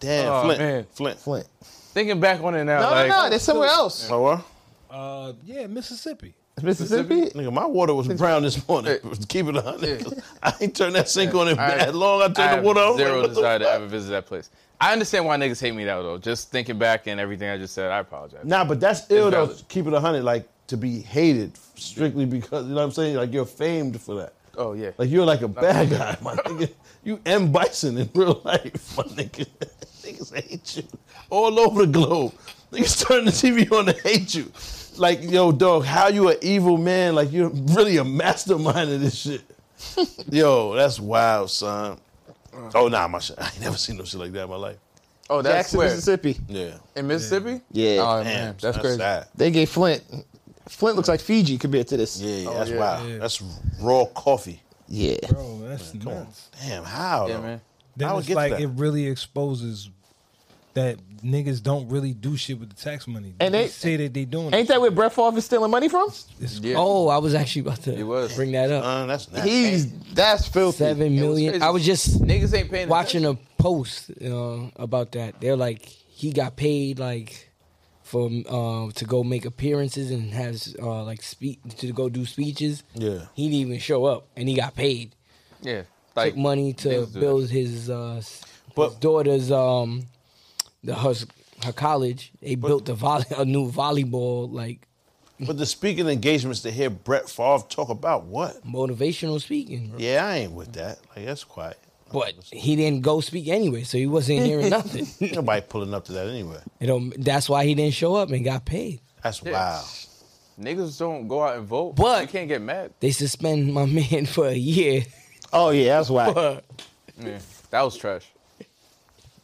[SPEAKER 1] damn,
[SPEAKER 2] Oh,
[SPEAKER 1] Flint.
[SPEAKER 2] man.
[SPEAKER 1] Flint. Flint.
[SPEAKER 3] Flint.
[SPEAKER 2] Thinking back on it now,
[SPEAKER 3] No,
[SPEAKER 2] like,
[SPEAKER 3] no, no. They're somewhere else.
[SPEAKER 1] Oh, what?
[SPEAKER 5] Uh, yeah, Mississippi.
[SPEAKER 3] Mississippi?
[SPEAKER 1] Nigga, my water was brown this morning. Keep it on. I ain't turned that sink on in
[SPEAKER 2] I-
[SPEAKER 1] that long.
[SPEAKER 2] I
[SPEAKER 1] I turned the
[SPEAKER 2] have
[SPEAKER 1] water on.
[SPEAKER 2] zero
[SPEAKER 1] Like, what the
[SPEAKER 2] desire to
[SPEAKER 1] fuck?
[SPEAKER 2] ever visit that place. I understand why niggas hate me now, though. Just thinking back and everything I just said, I apologize.
[SPEAKER 1] Nah, but that's ill though.
[SPEAKER 2] valid.
[SPEAKER 1] Keep it a hundred, like to be hated strictly because you know what I'm saying. Like you're famed for that.
[SPEAKER 2] Oh yeah,
[SPEAKER 1] Like you're like a bad guy, my nigga. You M Bison in real life, my nigga. Niggas hate you all over the globe. Niggas turn the TV on to hate you. Like yo, dog, how you an evil man? Like you're really a mastermind of this shit. yo, that's wild, son. Oh nah, my shit. I ain't never seen no shit like that in my life.
[SPEAKER 2] oh that's
[SPEAKER 3] Jackson,
[SPEAKER 2] where
[SPEAKER 3] Mississippi.
[SPEAKER 1] Yeah,
[SPEAKER 2] in Mississippi.
[SPEAKER 3] Yeah.
[SPEAKER 2] oh, man,
[SPEAKER 1] Damn,
[SPEAKER 2] that's, crazy.
[SPEAKER 1] sad.
[SPEAKER 3] They gave Flint. Flint looks like Fiji compared to this.
[SPEAKER 1] Yeah, Oh, that's
[SPEAKER 2] yeah.
[SPEAKER 1] wild.
[SPEAKER 5] Oh, Yeah.
[SPEAKER 1] That's raw coffee.
[SPEAKER 3] Yeah.
[SPEAKER 5] Bro, that's nuts.
[SPEAKER 1] Damn, how?
[SPEAKER 2] Yeah,
[SPEAKER 1] though?
[SPEAKER 2] man.
[SPEAKER 5] Then
[SPEAKER 1] I would
[SPEAKER 5] it's
[SPEAKER 1] get to
[SPEAKER 5] like
[SPEAKER 1] that.
[SPEAKER 5] it really exposes that niggas don't really do shit with the tax money.
[SPEAKER 3] And
[SPEAKER 5] they,
[SPEAKER 3] they-
[SPEAKER 5] say that they doing
[SPEAKER 3] Ain't
[SPEAKER 5] it.
[SPEAKER 3] that where Brett Favre is stealing money from?
[SPEAKER 5] It's-
[SPEAKER 2] Yeah.
[SPEAKER 6] Oh, I was actually about to
[SPEAKER 2] You was.
[SPEAKER 6] bring that up.
[SPEAKER 1] Uh, that's nasty.
[SPEAKER 3] He's that's filthy.
[SPEAKER 6] Seven
[SPEAKER 2] It was
[SPEAKER 6] million.
[SPEAKER 2] crazy.
[SPEAKER 6] I was just
[SPEAKER 2] Niggas ain't paying
[SPEAKER 6] watching a
[SPEAKER 2] attention.
[SPEAKER 6] post you know, about that. They're like he got paid like for uh, to go make appearances and has uh, like speak to go do speeches.
[SPEAKER 1] Yeah.
[SPEAKER 6] he didn't even show up and he got paid.
[SPEAKER 2] Yeah. Like
[SPEAKER 6] Took money to
[SPEAKER 2] niggas do that.
[SPEAKER 6] build his uh, s-
[SPEAKER 1] But-
[SPEAKER 6] his daughter's um the her, s- her college. They built a volley a new volleyball like
[SPEAKER 1] But the speaking engagements to hear Brett Favre talk about what?
[SPEAKER 6] motivational speaking.
[SPEAKER 1] Yeah, I ain't with that. Like that's quiet.
[SPEAKER 6] But he didn't go speak anyway, so he wasn't hearing nothing.
[SPEAKER 1] Nobody pulling up to that anyway.
[SPEAKER 6] You know, that's why he didn't show up and got paid.
[SPEAKER 1] That's
[SPEAKER 2] Yeah.
[SPEAKER 1] wow.
[SPEAKER 2] Niggas don't go out and vote.
[SPEAKER 6] But-
[SPEAKER 2] you can't get mad.
[SPEAKER 6] They suspend my man for a year.
[SPEAKER 3] Oh yeah, that's whack.
[SPEAKER 2] Yeah. That was trash.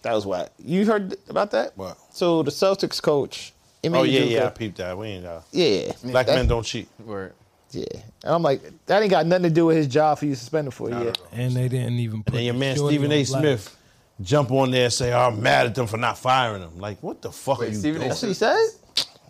[SPEAKER 3] That was whack. You heard about that?
[SPEAKER 1] What?
[SPEAKER 3] So the Celtics coach.
[SPEAKER 1] Oh yeah, yeah, I peeped that. We ain't uh,
[SPEAKER 3] yeah.
[SPEAKER 1] black
[SPEAKER 3] that-
[SPEAKER 1] men don't cheat.
[SPEAKER 2] Word.
[SPEAKER 3] Yeah, and I'm like, that ain't got nothing to do with his job for you suspended for a year.
[SPEAKER 5] And they didn't even put
[SPEAKER 1] And your
[SPEAKER 5] the
[SPEAKER 1] man
[SPEAKER 5] shorty
[SPEAKER 1] Stephen
[SPEAKER 5] on
[SPEAKER 1] A.
[SPEAKER 5] blast.
[SPEAKER 1] Smith jump on there and say, oh, "I'm mad at them for not firing him." Like, what the fuck
[SPEAKER 2] Wait,
[SPEAKER 1] are you
[SPEAKER 2] Stephen A.
[SPEAKER 1] doing?
[SPEAKER 3] That's what he said.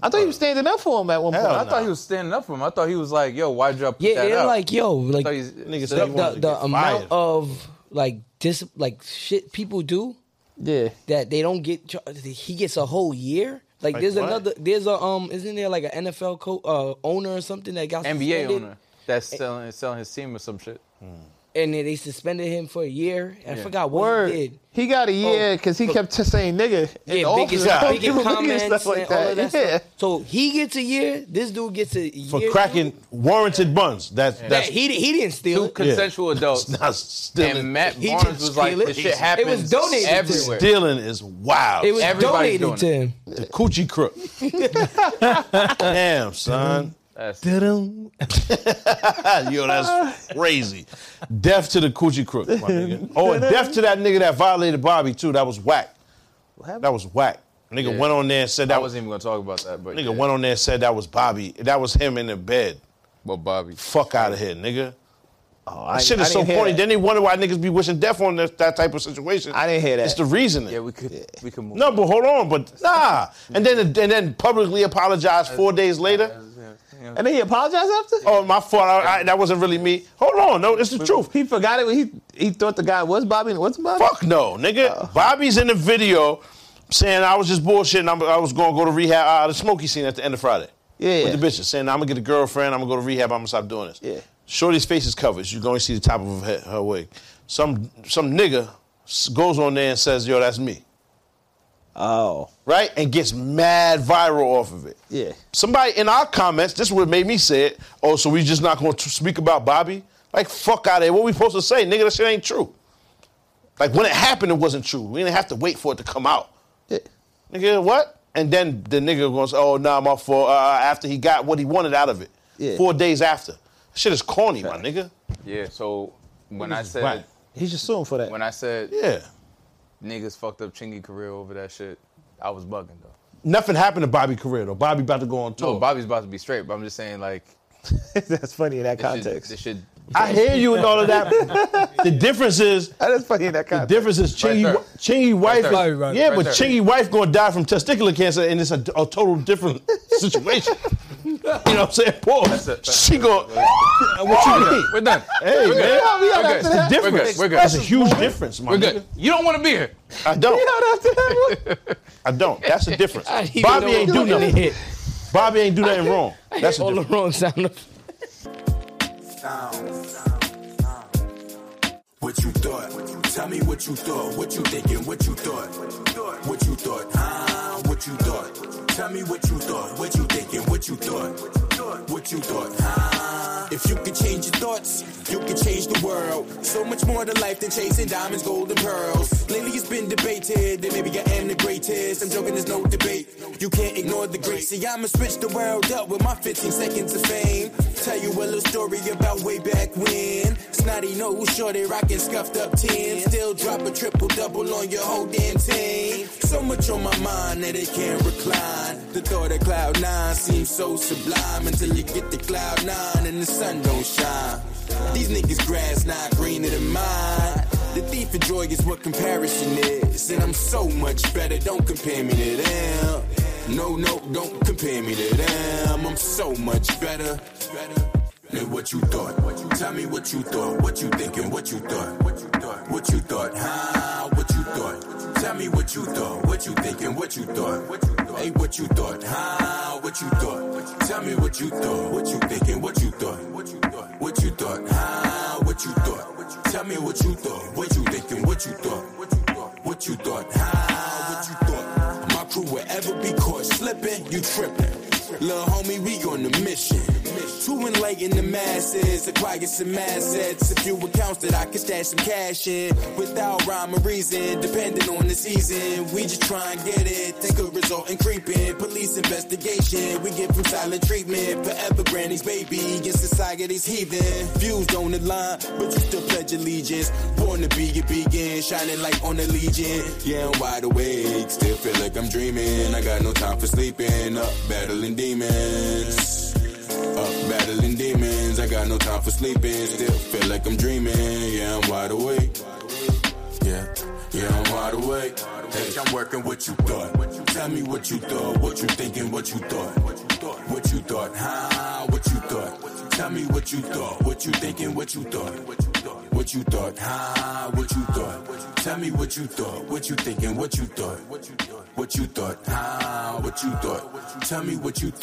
[SPEAKER 3] I thought he was standing up for him at one
[SPEAKER 1] Hell
[SPEAKER 3] point.
[SPEAKER 2] I
[SPEAKER 1] no.
[SPEAKER 2] thought he was standing up for him. I thought he was like, yo, why'd y'all put
[SPEAKER 6] Yeah,
[SPEAKER 2] that
[SPEAKER 6] they're
[SPEAKER 2] out?
[SPEAKER 6] like, yo,
[SPEAKER 2] I
[SPEAKER 6] like
[SPEAKER 2] thought he's-
[SPEAKER 1] Niggas
[SPEAKER 2] stood
[SPEAKER 1] say
[SPEAKER 2] up.
[SPEAKER 1] he
[SPEAKER 6] the,
[SPEAKER 1] wanted to
[SPEAKER 6] the
[SPEAKER 1] get
[SPEAKER 6] amount
[SPEAKER 1] fired.
[SPEAKER 6] of like dis like shit people do
[SPEAKER 3] Yeah,
[SPEAKER 6] that they don't get. char- He gets a whole year. Like,
[SPEAKER 1] Like
[SPEAKER 6] there's
[SPEAKER 1] what?
[SPEAKER 6] another. There's a um. Isn't there like an NFL co- uh, owner or something that
[SPEAKER 2] NBA
[SPEAKER 6] got suspended?
[SPEAKER 2] owner that's selling selling his team or some shit. Hmm.
[SPEAKER 6] And then they suspended him for a year. I
[SPEAKER 2] Yeah. Oh.
[SPEAKER 6] forgot what
[SPEAKER 3] word.
[SPEAKER 6] he did.
[SPEAKER 3] He got a year because he kept t- saying nigga. in
[SPEAKER 6] Yeah,
[SPEAKER 3] the
[SPEAKER 6] biggest,
[SPEAKER 3] office.
[SPEAKER 6] biggest
[SPEAKER 3] People looking at
[SPEAKER 6] comments
[SPEAKER 3] stuff like
[SPEAKER 6] and all of that.
[SPEAKER 3] that. Yeah.
[SPEAKER 6] Stuff. So he gets a year. This dude gets a year
[SPEAKER 1] for cracking warranted buns? That's
[SPEAKER 6] That
[SPEAKER 1] that's
[SPEAKER 6] he di- he didn't steal
[SPEAKER 2] Two
[SPEAKER 6] it.
[SPEAKER 2] consensual adults.
[SPEAKER 1] not stealing.
[SPEAKER 2] and Matt
[SPEAKER 6] He
[SPEAKER 2] Barnes
[SPEAKER 6] didn't
[SPEAKER 2] was like,
[SPEAKER 6] steal it.
[SPEAKER 2] this shit happens
[SPEAKER 6] It was donated to
[SPEAKER 2] everywhere.
[SPEAKER 1] stealing is wild.
[SPEAKER 6] It was
[SPEAKER 2] Everybody's
[SPEAKER 6] donated to
[SPEAKER 2] doing
[SPEAKER 6] him.
[SPEAKER 1] the coochie crook. Damn, son.
[SPEAKER 2] That's-
[SPEAKER 5] Didum.
[SPEAKER 1] Yo, that's crazy. Deaf to the coochie crook, my nigga. Oh, and deaf to that nigga that violated Bobby too. That was whack. That was whack. Nigga
[SPEAKER 2] Yeah.
[SPEAKER 1] went on there and said
[SPEAKER 2] I
[SPEAKER 1] that was.
[SPEAKER 2] wasn't even gonna talk about that, but
[SPEAKER 1] Nigga
[SPEAKER 2] yeah.
[SPEAKER 1] went on there and said that was Bobby. That was him in the bed.
[SPEAKER 2] Well, Bobby.
[SPEAKER 1] Fuck out of here, nigga.
[SPEAKER 3] Oh, I,
[SPEAKER 1] That shit
[SPEAKER 3] I
[SPEAKER 1] is so
[SPEAKER 3] didn't hear
[SPEAKER 1] corny.
[SPEAKER 3] that.
[SPEAKER 1] Then they wonder why niggas be wishing death on that, that type of situation.
[SPEAKER 3] I didn't hear that.
[SPEAKER 1] It's the reasoning.
[SPEAKER 2] Yeah, we could we could move.
[SPEAKER 1] No, but hold on, but nah. And then and then publicly apologize four days later.
[SPEAKER 2] Yeah.
[SPEAKER 3] And then he apologized after.
[SPEAKER 1] Oh, my fault. I, I, that wasn't really me. Hold on, no, it's the truth.
[SPEAKER 3] He forgot it. He he thought the guy was Bobby. and it wasn't Bobby. Oh.
[SPEAKER 1] Fuck no, nigga. Bobby's in the video saying I was just bullshitting. I'm, I was going to go to rehab. Uh, the Smokey scene at the end of Friday.
[SPEAKER 3] Yeah.
[SPEAKER 1] With the bitches saying I'm gonna get a girlfriend. I'm gonna go to rehab. I'm gonna stop doing this.
[SPEAKER 3] Yeah.
[SPEAKER 1] Shorty's face is covered. You can only see the top of her, her wig. Some some nigga s- goes on there and says, "Yo, that's me,"
[SPEAKER 3] Oh
[SPEAKER 1] right? And gets mad viral off of it.
[SPEAKER 3] yeah.
[SPEAKER 1] Somebody in our comments, this is what made me say it. Oh, so we just not going to speak about Bobby? Like, fuck out of here. What we supposed to say? Nigga, that shit ain't true. Like, when it happened, it wasn't true. We didn't have to wait for it to come out.
[SPEAKER 3] Yeah.
[SPEAKER 1] Nigga, what? And then the nigga goes, oh, nah, my fault. Uh, after he got what he wanted out of it.
[SPEAKER 3] Yeah.
[SPEAKER 1] Four days after. Shit is corny, my nigga.
[SPEAKER 2] Yeah. So when I
[SPEAKER 1] is
[SPEAKER 2] said
[SPEAKER 1] whack.
[SPEAKER 3] He's just suing for that.
[SPEAKER 2] when I said
[SPEAKER 1] Yeah.
[SPEAKER 2] niggas fucked up Chingy career over that shit, I was bugging though.
[SPEAKER 1] Nothing happened to Bobby Carrera, though. Bobby about to go on tour.
[SPEAKER 2] No, Bobby's about to be straight, but I'm just saying like
[SPEAKER 3] That's funny in that
[SPEAKER 2] this shit,
[SPEAKER 3] context.
[SPEAKER 2] this shit
[SPEAKER 1] I hear you and all of that. the difference is
[SPEAKER 3] That is funny in that
[SPEAKER 1] The
[SPEAKER 3] context.
[SPEAKER 1] difference is Chingy,
[SPEAKER 2] there.
[SPEAKER 1] Chingy wife.
[SPEAKER 2] there.
[SPEAKER 1] is-
[SPEAKER 5] Right, right,
[SPEAKER 1] yeah,
[SPEAKER 2] right
[SPEAKER 1] but
[SPEAKER 2] there.
[SPEAKER 1] Chingy wife gonna die from testicular cancer, and it's a, a total different situation. you know what I'm saying? Pause.
[SPEAKER 2] it. That's
[SPEAKER 1] She go. what you mean?
[SPEAKER 2] We're done.
[SPEAKER 1] Hey man,
[SPEAKER 3] we out
[SPEAKER 2] Okay.
[SPEAKER 3] after
[SPEAKER 2] We're
[SPEAKER 3] that.
[SPEAKER 2] good,
[SPEAKER 1] difference.
[SPEAKER 2] we're good.
[SPEAKER 1] That's a huge difference, my
[SPEAKER 2] We're
[SPEAKER 1] nigga.
[SPEAKER 2] good. You don't want to be here.
[SPEAKER 1] I
[SPEAKER 3] We
[SPEAKER 1] don't.
[SPEAKER 3] out after that. one.
[SPEAKER 1] I don't. That's the difference.
[SPEAKER 6] I didn't
[SPEAKER 1] Bobby
[SPEAKER 6] know
[SPEAKER 1] ain't do
[SPEAKER 6] what to
[SPEAKER 1] nothing.
[SPEAKER 6] hit.
[SPEAKER 1] Bobby ain't do nothing wrong. That's the
[SPEAKER 6] all the
[SPEAKER 1] difference.
[SPEAKER 6] wrong sound. Of-
[SPEAKER 4] What you thought? Tell me what you thought. What you thinking? What you thought? What you thought? Ah, what you thought? Tell me what you thought. What you thinking? What you thought? What you thought? Ah. If you could change your thoughts, you could change the world. So much more to life than chasing diamonds, gold, and pearls. Lately it's been debated that maybe I am the greatest. I'm joking, there's no debate. You can't ignore the great. See, I'ma switch the world up with my 15 seconds of fame. Tell you a little story about way back when. Snotty nose, shorty rockin' scuffed up 10. Still drop a triple double on your whole damn team. So much on my mind that it can't recline. The thought of cloud nine seems so sublime until you get to cloud nine and the sun don't shine. These niggas grass not greener than mine. The thief of joy is what comparison is. And I'm so much better, don't compare me to them. No, no, don't compare me to them. I'm so much better. Than what you thought. Tell me what you thought, what you thinking, what you thought. What you thought, huh? What you thought.
[SPEAKER 10] What you thought? What you thinking? What you thought? What you thought? Hey, what you thought? Huh? What you thought? Tell me what you thought. What you thinking? What you thought? What you thought? What you thought? Huh? What you thought? Tell me what you thought. What you thinking? What you thought? What you thought? What you thought? Huh? What you thought? My crew will ever be caught slipping. You tripping. Lil' homie, we on a mission. To enlighten the masses, acquire some assets. A few accounts that I can stash some cash in. Without rhyme or reason, depending on the season. We just try and get it. Think a result in creeping. Police investigation, we get from silent treatment. Forever Granny's baby, get society's heathen. Views don't align, but you still pledge allegiance. Born to be a beacon, shining light on the legion. Yeah, I'm wide awake, still feel like I'm dreaming. I got no time for sleeping, up battling demons. Up battling demons, I got no time for sleeping. Still feel like I'm dreaming, yeah, I'm wide awake. Yeah, yeah, I'm wide awake. Hey, I'm working what you thought. Tell me what you thought, what you thinking, what you thought. What you thought, huh? What you thought. Tell me what you thought, what you thinking, what you thought. What you thought, huh? What you thought. Tell me what you thought, what you thinking, what you Ah, thought. What you thought, huh? What you thought. Tell me what you thought.